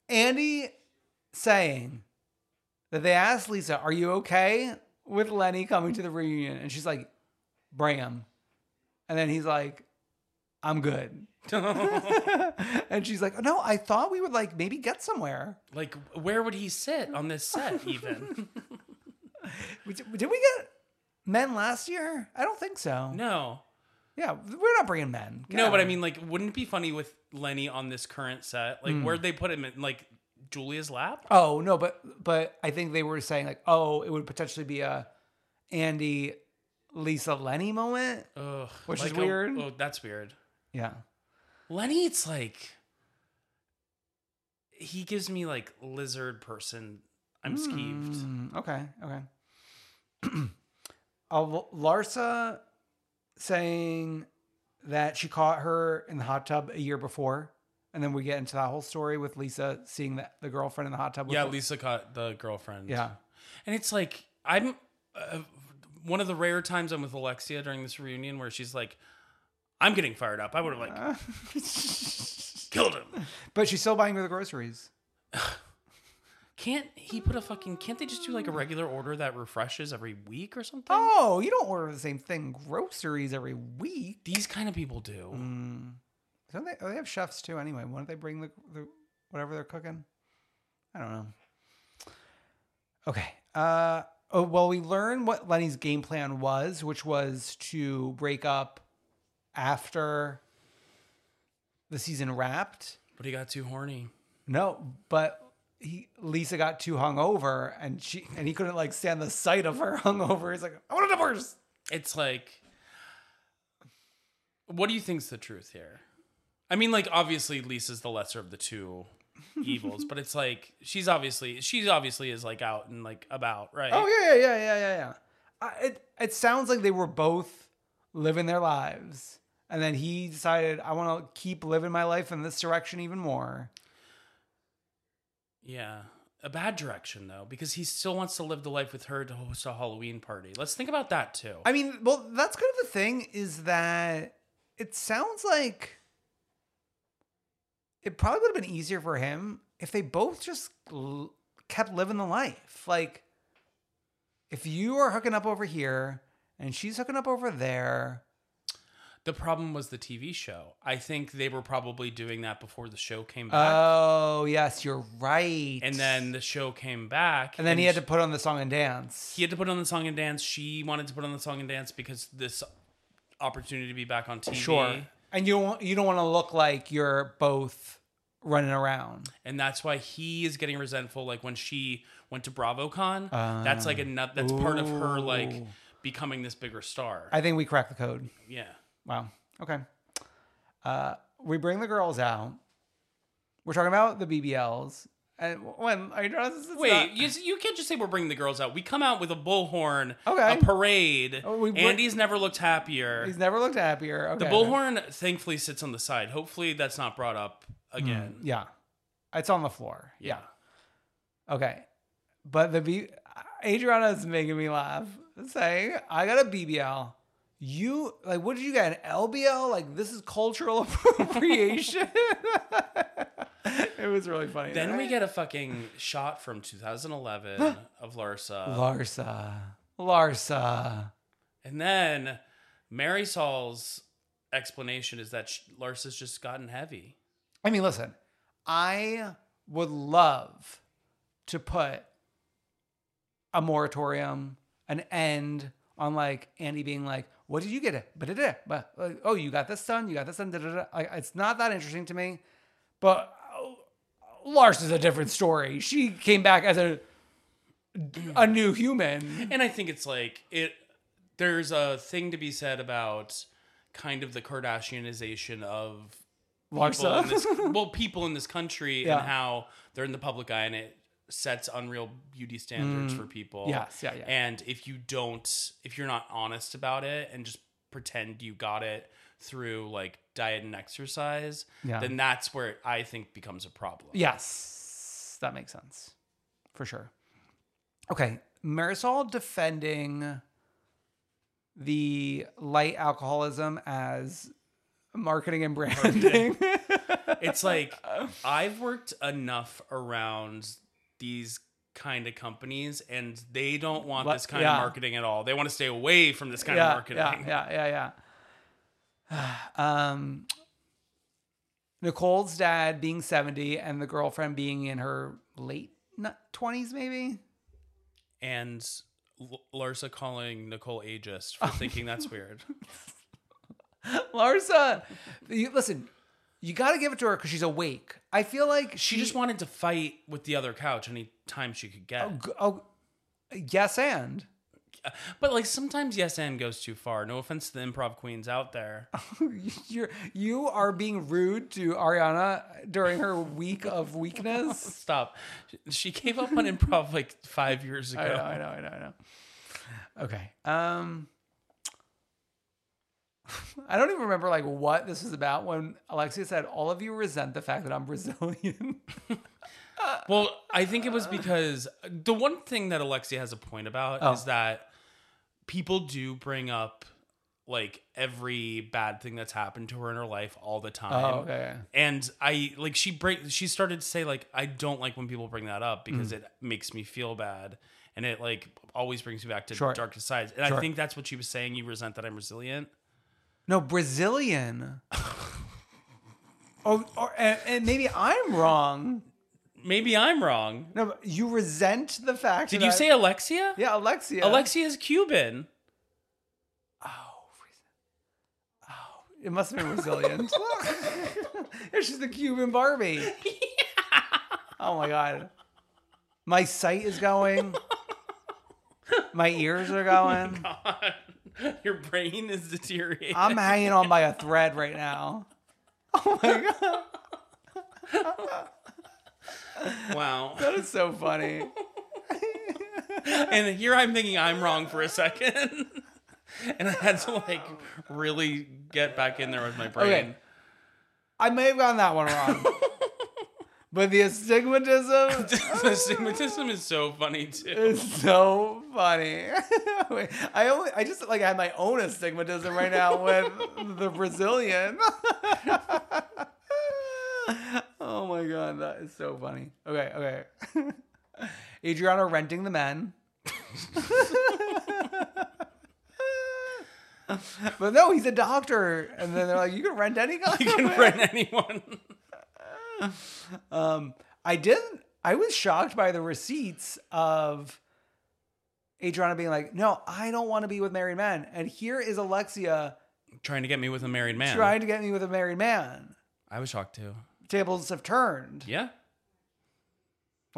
[SPEAKER 3] Andy saying that they asked Lisa, "Are you okay with Lenny coming to the reunion?" And she's like, "Bring him." And then he's like, "I'm good." and she's like, "No, I thought we would like maybe get somewhere.
[SPEAKER 2] like, where would he sit on this set? Even
[SPEAKER 3] We- Did we get men last year? I don't think so.
[SPEAKER 2] no,
[SPEAKER 3] Yeah, we're not bringing men. Get
[SPEAKER 2] no.
[SPEAKER 3] out.
[SPEAKER 2] But I mean, like, wouldn't it be funny with Lenny on this current set?
[SPEAKER 3] Hmm.
[SPEAKER 2] Like, where'd they put him in? Like Julia's lap?
[SPEAKER 3] oh no, but but I think they were saying like, oh, it would potentially be a Andy, Lisa, Lenny moment.
[SPEAKER 2] Ugh,
[SPEAKER 3] Which is
[SPEAKER 2] a-
[SPEAKER 3] weird.
[SPEAKER 2] oh, that's weird.
[SPEAKER 3] Yeah,
[SPEAKER 2] Lenny, it's like he gives me like lizard person. I'm skeeved.
[SPEAKER 3] Mm, okay, okay. uh, L- Larsa saying that she caught her in the hot tub a year before, and then we get into that whole story with Lisa seeing that the girlfriend in the hot tub. with
[SPEAKER 2] Yeah,
[SPEAKER 3] the-
[SPEAKER 2] Lisa caught the girlfriend.
[SPEAKER 3] Yeah,
[SPEAKER 2] And it's like I'm uh, one of the rare times I'm with Alexia during this reunion where she's like, "I'm getting fired up. I would have like killed him.
[SPEAKER 3] but she's still buying her the groceries.
[SPEAKER 2] Can't he put a fucking? Can't they just do like a regular order that refreshes every week or something?
[SPEAKER 3] Oh, you don't order the same thing groceries every week.
[SPEAKER 2] These kind of people do.
[SPEAKER 3] Mm. Don't they? Oh, they have chefs too. Anyway, why don't they bring the, the whatever they're cooking? I don't know. Okay. Uh, oh, well, we learn what Lenny's game plan was, which was to break up after the season wrapped.
[SPEAKER 2] But he got too horny.
[SPEAKER 3] No, but he Lisa got too hungover, and she and he couldn't like stand the sight of her hungover. He's like, I want a divorce.
[SPEAKER 2] It's like, what do you think's the truth here? I mean, like obviously Lisa's the lesser of the two evils, but it's like she's obviously she's obviously is like out and like about right.
[SPEAKER 3] Oh yeah, yeah, yeah, yeah, yeah, yeah. I, it it sounds like they were both living their lives, and then he decided I want to keep living my life in this direction even more.
[SPEAKER 2] Yeah. A bad direction though, because he still wants to live the life with her to host a Halloween party. Let's think about that too.
[SPEAKER 3] I mean, well, that's kind of the thing is that it sounds like it probably would have been easier for him if they both just l- kept living the life. Like, if you are hooking up over here and she's hooking up over there,
[SPEAKER 2] the problem was the TV show. I think they were probably doing that before the show came back.
[SPEAKER 3] oh yes, you're right.
[SPEAKER 2] and then the show came back.
[SPEAKER 3] and then he had to
[SPEAKER 2] sh-
[SPEAKER 3] put on the song and dance.
[SPEAKER 2] he had to put on the song and dance. She wanted to put on the song and dance because this opportunity to be back on TV.
[SPEAKER 3] And you don't want, you don't want to look like you're both running around.
[SPEAKER 2] and that's why he is getting resentful. Like when she went to BravoCon, that's like a nut. That's part of her like
[SPEAKER 3] Uh, ooh.
[SPEAKER 2] becoming this bigger star.
[SPEAKER 3] I think we cracked the code.
[SPEAKER 2] yeah,
[SPEAKER 3] Wow. Okay. Uh, we bring the girls out. We're talking about the BBLs. And when I noticed it's
[SPEAKER 2] wait,
[SPEAKER 3] not-
[SPEAKER 2] you, you can't just say we're bringing the girls out. We come out with a bullhorn,
[SPEAKER 3] Okay.
[SPEAKER 2] a parade.
[SPEAKER 3] Oh, we bring-
[SPEAKER 2] Andy's never looked happier.
[SPEAKER 3] he's never looked happier. Okay.
[SPEAKER 2] The bullhorn thankfully sits on the side. Hopefully that's not brought up again.
[SPEAKER 3] Yeah. It's on the floor. Yeah. Okay. But the B Adriana is making me laugh. Saying, I got a BBL. You like what did you get? An LBL? Like this is cultural appropriation. it was really funny.
[SPEAKER 2] Then we get a fucking shot from 2011 of Larsa.
[SPEAKER 3] Larsa. Larsa.
[SPEAKER 2] and then Mary Saul's explanation is that sh- Larsa's just gotten heavy.
[SPEAKER 3] I mean, listen, I would love to put a moratorium, an end on like Andy being like, "What did you get? Ba-da-da, ba- like, Oh, you got this done. You got this done." da-da-da." Like, it's not that interesting to me, but oh, Lars is a different story. She came back as a a new human.
[SPEAKER 2] And I think it's like it there's a thing to be said about kind of the Kardashianization of people in
[SPEAKER 3] Larsa.
[SPEAKER 2] this, well, people in this country
[SPEAKER 3] Yeah.
[SPEAKER 2] and how they're in the public eye and it sets unreal beauty standards for people.
[SPEAKER 3] Mm. Yes, yeah, yeah.
[SPEAKER 2] And if you don't, if you're not honest about it and just pretend you got it through like diet and exercise,
[SPEAKER 3] Yeah.
[SPEAKER 2] then that's where it, I think becomes a problem.
[SPEAKER 3] Yes, that makes sense for sure. Okay, Marisol defending the light alcoholism as marketing and branding.
[SPEAKER 2] It's like
[SPEAKER 3] Uh.
[SPEAKER 2] I've worked enough around these kind of companies and they don't want
[SPEAKER 3] What-
[SPEAKER 2] this kind
[SPEAKER 3] yeah.
[SPEAKER 2] of marketing at all. They want to stay away from this kind of
[SPEAKER 3] yeah,
[SPEAKER 2] marketing.
[SPEAKER 3] yeah, yeah, yeah, yeah. um, Nicole's dad being seventy and the girlfriend being in her late twenties, maybe.
[SPEAKER 2] and L- Larsa calling Nicole ageist
[SPEAKER 3] Oh,
[SPEAKER 2] for thinking that's weird.
[SPEAKER 3] Larsa, you, listen, you got to give it to her because she's awake. I feel like
[SPEAKER 2] She just wanted to fight with the other couch any time she could get.
[SPEAKER 3] G- Oh, yes, and
[SPEAKER 2] but like sometimes yes and goes too far. No offense to the improv queens out there.
[SPEAKER 3] Oh. you're you are being rude to Ariana during her week of weakness.
[SPEAKER 2] Stop. She gave up on improv like 5 years ago.
[SPEAKER 3] I know, I know, I know, I know. Okay. Um, I don't even remember like what this was about when Alexia said, "All of you resent the fact that I'm Brazilian."
[SPEAKER 2] Well, I think it was because the one thing that Alexia has a point about
[SPEAKER 3] Oh.
[SPEAKER 2] is that people do bring up like every bad thing that's happened to her in her life all the time.
[SPEAKER 3] oh, okay.
[SPEAKER 2] and i like she break she started to say like i don't like when people bring that up because
[SPEAKER 3] Mm.
[SPEAKER 2] it makes me feel bad and it like always brings me back to
[SPEAKER 3] Sure.
[SPEAKER 2] darkest sides and
[SPEAKER 3] Sure.
[SPEAKER 2] i think that's what she was saying you resent that i'm resilient
[SPEAKER 3] No, Brazilian. oh, or, and, and maybe I'm wrong.
[SPEAKER 2] maybe I'm wrong.
[SPEAKER 3] No, but you resent the fact.
[SPEAKER 2] Did
[SPEAKER 3] that
[SPEAKER 2] you say Alexia?
[SPEAKER 3] Yeah, Alexia.
[SPEAKER 2] Alexia is Cuban.
[SPEAKER 3] It must have been resilient. it's just the Cuban Barbie. Oh my god. My sight is going. My ears are going.
[SPEAKER 2] Your brain is deteriorating.
[SPEAKER 3] I'm hanging on by a thread right now. Oh my god.
[SPEAKER 2] wow.
[SPEAKER 3] That is so funny.
[SPEAKER 2] and here I'm thinking I'm wrong for a second. and I had to like really get back in there with my brain.
[SPEAKER 3] Okay. I may have gotten that one wrong. But the astigmatism
[SPEAKER 2] the stigmatism is so funny too.
[SPEAKER 3] is so funny. Wait, I only, I just like had my own astigmatism right now with the Brazilian. oh my god, that is so funny. Okay, okay. Adriana renting the men. but no, he's a doctor, and then they're like, "You can rent any guy."
[SPEAKER 2] You can rent anyone.
[SPEAKER 3] Um, I didn't. I was shocked by the receipts of Adriana being like, "No, I don't want to be with married men," and here is Alexia
[SPEAKER 2] Trying to get me with a married man.
[SPEAKER 3] trying to get me with a married man.
[SPEAKER 2] I was shocked too.
[SPEAKER 3] Tables have turned.
[SPEAKER 2] Yeah.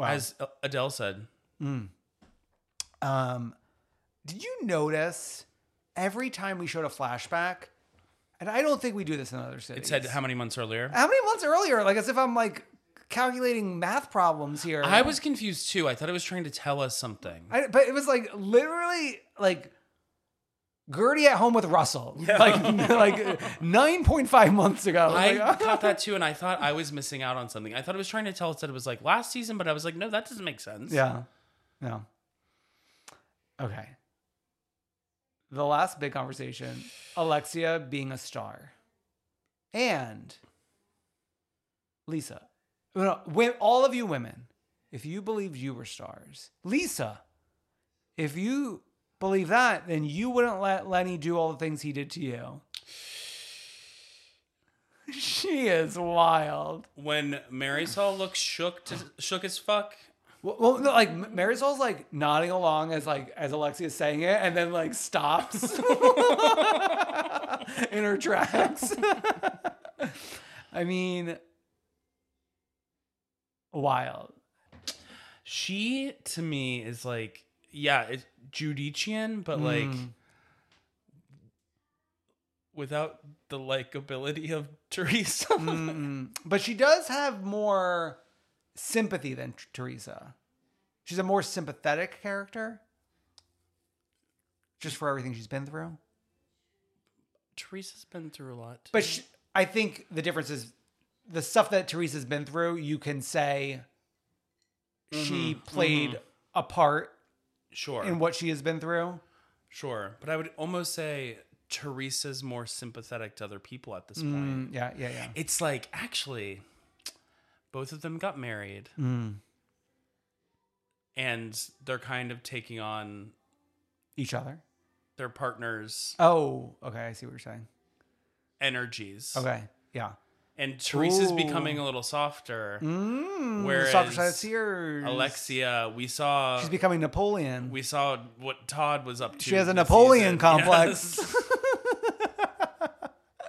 [SPEAKER 2] As Adele said,
[SPEAKER 3] Um, did you notice every time we showed a flashback, and I don't think we do this in other cities.
[SPEAKER 2] it said how many months earlier?
[SPEAKER 3] How many months earlier? Like as if I'm like calculating math problems here.
[SPEAKER 2] I was confused too. I thought it was trying to tell us something.
[SPEAKER 3] I, but it was like literally like Gertie at home with Russell, like like nine point five months ago.
[SPEAKER 2] I
[SPEAKER 3] Like,
[SPEAKER 2] caught that too, and I thought I was missing out on something. I thought it was trying to tell us that it was like last season, but I was like, no, that doesn't make sense.
[SPEAKER 3] yeah, yeah. Okay. The last big conversation: Alexia being a star, and Lisa. No, when, all of you women, if you believed you were stars, Lisa, if you believe that, then you wouldn't let Lenny do all the things he did to you. She is wild.
[SPEAKER 2] When Marisol looks shook, to, shook as fuck.
[SPEAKER 3] Well, well no, like M- Marisol's like nodding along as like as Alexia's saying it, and then like stops in her tracks. I mean, wild.
[SPEAKER 2] She to me is like, yeah, it's Judician, but like without the likability of Teresa.
[SPEAKER 3] But she does have more sympathy than T- Teresa. She's a more sympathetic character. Just for everything she's been through.
[SPEAKER 2] Teresa's been through a lot.
[SPEAKER 3] But she, I think the difference is the stuff that Teresa's been through, you can say she played a part
[SPEAKER 2] Mm-hmm. sure,
[SPEAKER 3] in what she has been through.
[SPEAKER 2] sure. But I would almost say Teresa's more sympathetic to other people at this point.
[SPEAKER 3] Mm, yeah, yeah, yeah.
[SPEAKER 2] It's like actually, both of them got married,
[SPEAKER 3] Mm.
[SPEAKER 2] and they're kind of taking on
[SPEAKER 3] Each other.
[SPEAKER 2] their partner's
[SPEAKER 3] Oh, okay. I see what you're saying.
[SPEAKER 2] energies.
[SPEAKER 3] Okay. Yeah.
[SPEAKER 2] And Teresa's
[SPEAKER 3] Ooh.
[SPEAKER 2] becoming a little softer,
[SPEAKER 3] Mm,
[SPEAKER 2] Hmm. Whereas
[SPEAKER 3] softer side of tears.
[SPEAKER 2] Alexia, we saw
[SPEAKER 3] She's becoming Napoleon.
[SPEAKER 2] we saw what Todd was up to.
[SPEAKER 3] She has a
[SPEAKER 2] this
[SPEAKER 3] Napoleon
[SPEAKER 2] season.
[SPEAKER 3] complex.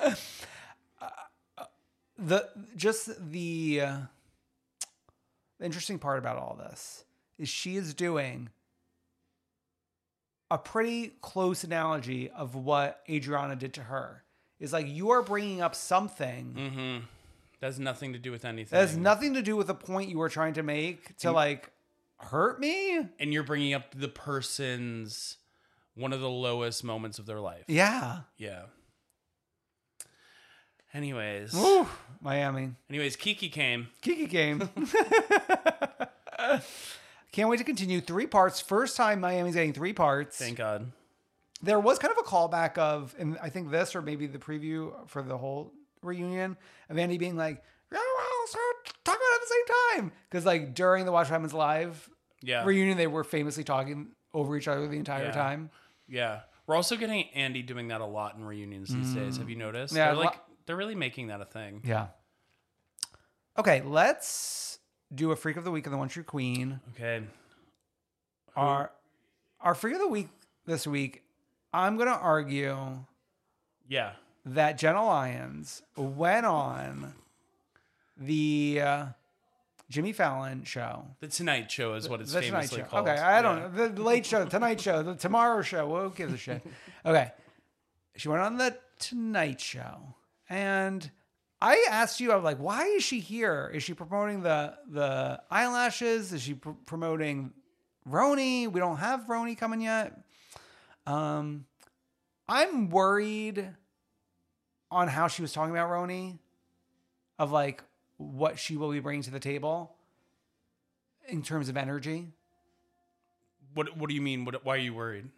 [SPEAKER 2] Yes.
[SPEAKER 3] Uh, the just the uh, the interesting part about all this is she is doing a pretty close analogy of what Adriana did to her. Is like you are bringing up something
[SPEAKER 2] Mm, Mm-hmm. That has nothing to do with anything.
[SPEAKER 3] that has nothing to do with the point you were trying to make to like hurt me.
[SPEAKER 2] and you're bringing up the person's one of the lowest moments of their life.
[SPEAKER 3] Yeah,
[SPEAKER 2] Yeah. Anyways,
[SPEAKER 3] Woo, Miami
[SPEAKER 2] anyways, Kiki came.
[SPEAKER 3] Kiki game. Can't wait to continue. Three parts. First time Miami's getting three parts.
[SPEAKER 2] Thank God.
[SPEAKER 3] there was kind of a callback of, and I think this or maybe the preview for the whole reunion of Andy being like, "Yeah, we're all start talking about it at the same time," because like during the Watch What Happens Live
[SPEAKER 2] Yeah.
[SPEAKER 3] reunion, they were famously talking over each other the entire
[SPEAKER 2] Yeah.
[SPEAKER 3] time.
[SPEAKER 2] yeah. We're also getting Andy doing that a lot in reunions these days. Have you noticed?
[SPEAKER 3] Mm. Yeah,
[SPEAKER 2] They're
[SPEAKER 3] lo-
[SPEAKER 2] like they're really making that a thing.
[SPEAKER 3] Yeah. Okay, let's do a freak of the week and the one true queen.
[SPEAKER 2] Okay.
[SPEAKER 3] Our our freak of the week this week, I'm gonna argue
[SPEAKER 2] Yeah.
[SPEAKER 3] that Jenna Lyons went on the uh, Jimmy Fallon show.
[SPEAKER 2] The Tonight Show is what it's
[SPEAKER 3] The Tonight
[SPEAKER 2] famously
[SPEAKER 3] Show.
[SPEAKER 2] called.
[SPEAKER 3] Okay, I don't
[SPEAKER 2] Yeah.
[SPEAKER 3] know. The Late Show, Tonight Show, the Tomorrow Show. Who gives a shit? Okay. She went on the Tonight Show. And I asked you, I was like, why is she here? Is she promoting the the eyelashes? Is she pr- promoting Roni? We don't have Roni coming yet. Um, I'm worried on how she was talking about Roni, of like what she will be bringing to the table in terms of energy.
[SPEAKER 2] What What do you mean? What, why are you worried?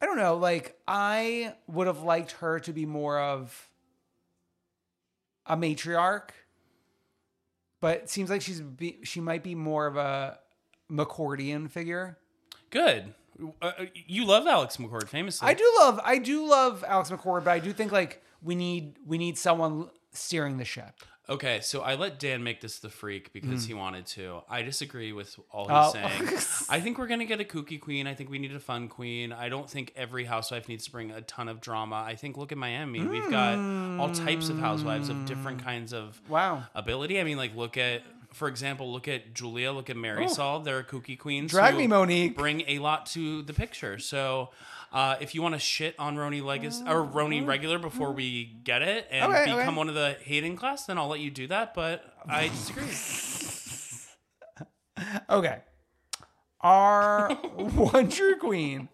[SPEAKER 3] I don't know. Like I would have liked her to be more of a matriarch, but it seems like she's be, she might be more of a McCordian figure.
[SPEAKER 2] Good. Uh, uh, you love Alex McCord famously.
[SPEAKER 3] I do love I do love Alex McCord, but I do think like we need we need someone steering the ship.
[SPEAKER 2] Okay, so I let Dan make this the freak because he wanted to. I disagree with all
[SPEAKER 3] Oh.
[SPEAKER 2] he's saying. I think we're gonna get a kooky queen. I think we need a fun queen. I don't think every housewife needs to bring a ton of drama. I think look at Miami. We've got all types of housewives of different kinds of
[SPEAKER 3] Wow.
[SPEAKER 2] ability. I mean, like look at for example, look at Julia, look at Mary Saul. They're kooky queens.
[SPEAKER 3] Oh. Drag
[SPEAKER 2] who
[SPEAKER 3] me, Monique.
[SPEAKER 2] Bring a lot to the picture. So uh, if you want to shit on Roni Legacy or Roni regular before we get it and
[SPEAKER 3] Oh, Mm. Okay,
[SPEAKER 2] become
[SPEAKER 3] okay.
[SPEAKER 2] one of the Hayden class, then I'll let you do that. But I disagree.
[SPEAKER 3] Okay. Our one true queen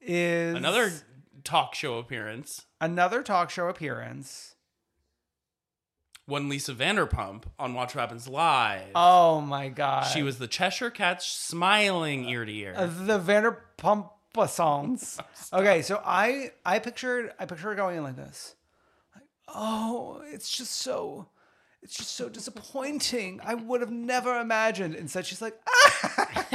[SPEAKER 3] is
[SPEAKER 2] Another talk show appearance.
[SPEAKER 3] another talk show appearance.
[SPEAKER 2] One Lisa Vanderpump on Watch What Happens Live.
[SPEAKER 3] Oh my god.
[SPEAKER 2] she was the Cheshire Cat smiling ear to ear.
[SPEAKER 3] Uh, the Vanderpump songs. okay, so I I pictured I pictured her going in like this. Like, oh, it's just so it's just so disappointing. I would have never imagined. Instead, she's like,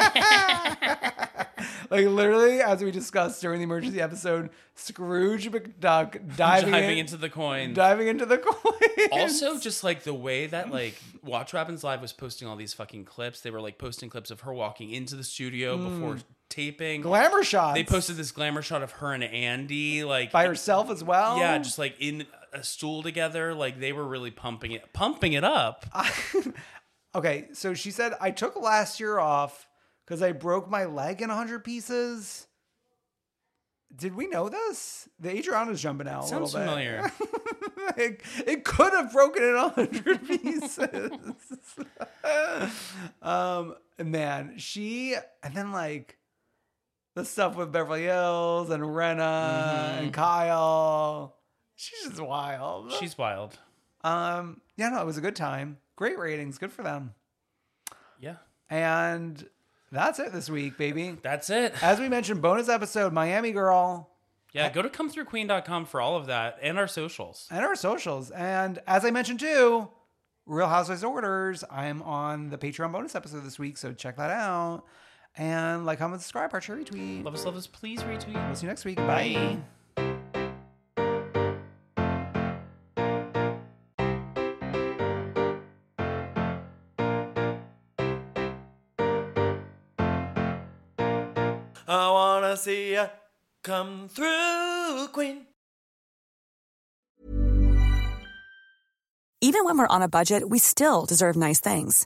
[SPEAKER 3] like literally, as we discussed during the emergency episode, Scrooge McDuck diving,
[SPEAKER 2] diving
[SPEAKER 3] in-
[SPEAKER 2] into the coin.
[SPEAKER 3] diving into the coin.
[SPEAKER 2] also just like the way
[SPEAKER 6] Mm.
[SPEAKER 2] that like watch Robbins live was posting all these fucking clips they were like posting clips of her walking into the studio
[SPEAKER 6] Mm.
[SPEAKER 2] before taping
[SPEAKER 3] glamour shots.
[SPEAKER 2] they posted this glamour shot of her and andy like
[SPEAKER 3] by herself as well.
[SPEAKER 2] yeah just like in a stool together like they were really pumping it pumping it up
[SPEAKER 3] Okay, so she said I took last year off because I broke my leg in hundred pieces. Did we know this? The Adriana's jumping out a little
[SPEAKER 2] sounds familiar
[SPEAKER 3] bit. it, it could have broken in hundred pieces. um, man, she and then like the stuff with Beverly Hills and Rena and Kyle. She's just wild.
[SPEAKER 2] Mm-hmm. she's wild
[SPEAKER 3] um, yeah, no, it was a good time. Great ratings, good for them.
[SPEAKER 2] yeah
[SPEAKER 3] And that's it this week, baby.
[SPEAKER 2] that's it
[SPEAKER 3] As we mentioned, bonus episode Miami Girl
[SPEAKER 2] yeah go to come through queen.com for all of that and our socials
[SPEAKER 3] and our socials. And as I mentioned too, Real Housewives Orders. I'm on the Patreon bonus episode this week, so check that out. And like, comment, subscribe, our cherry tweet.
[SPEAKER 2] love us love us please retweet
[SPEAKER 3] We'll see you next week. Bye.
[SPEAKER 6] I wanna see ya come through, Queen.
[SPEAKER 7] Even when we're on a budget, we still deserve nice things.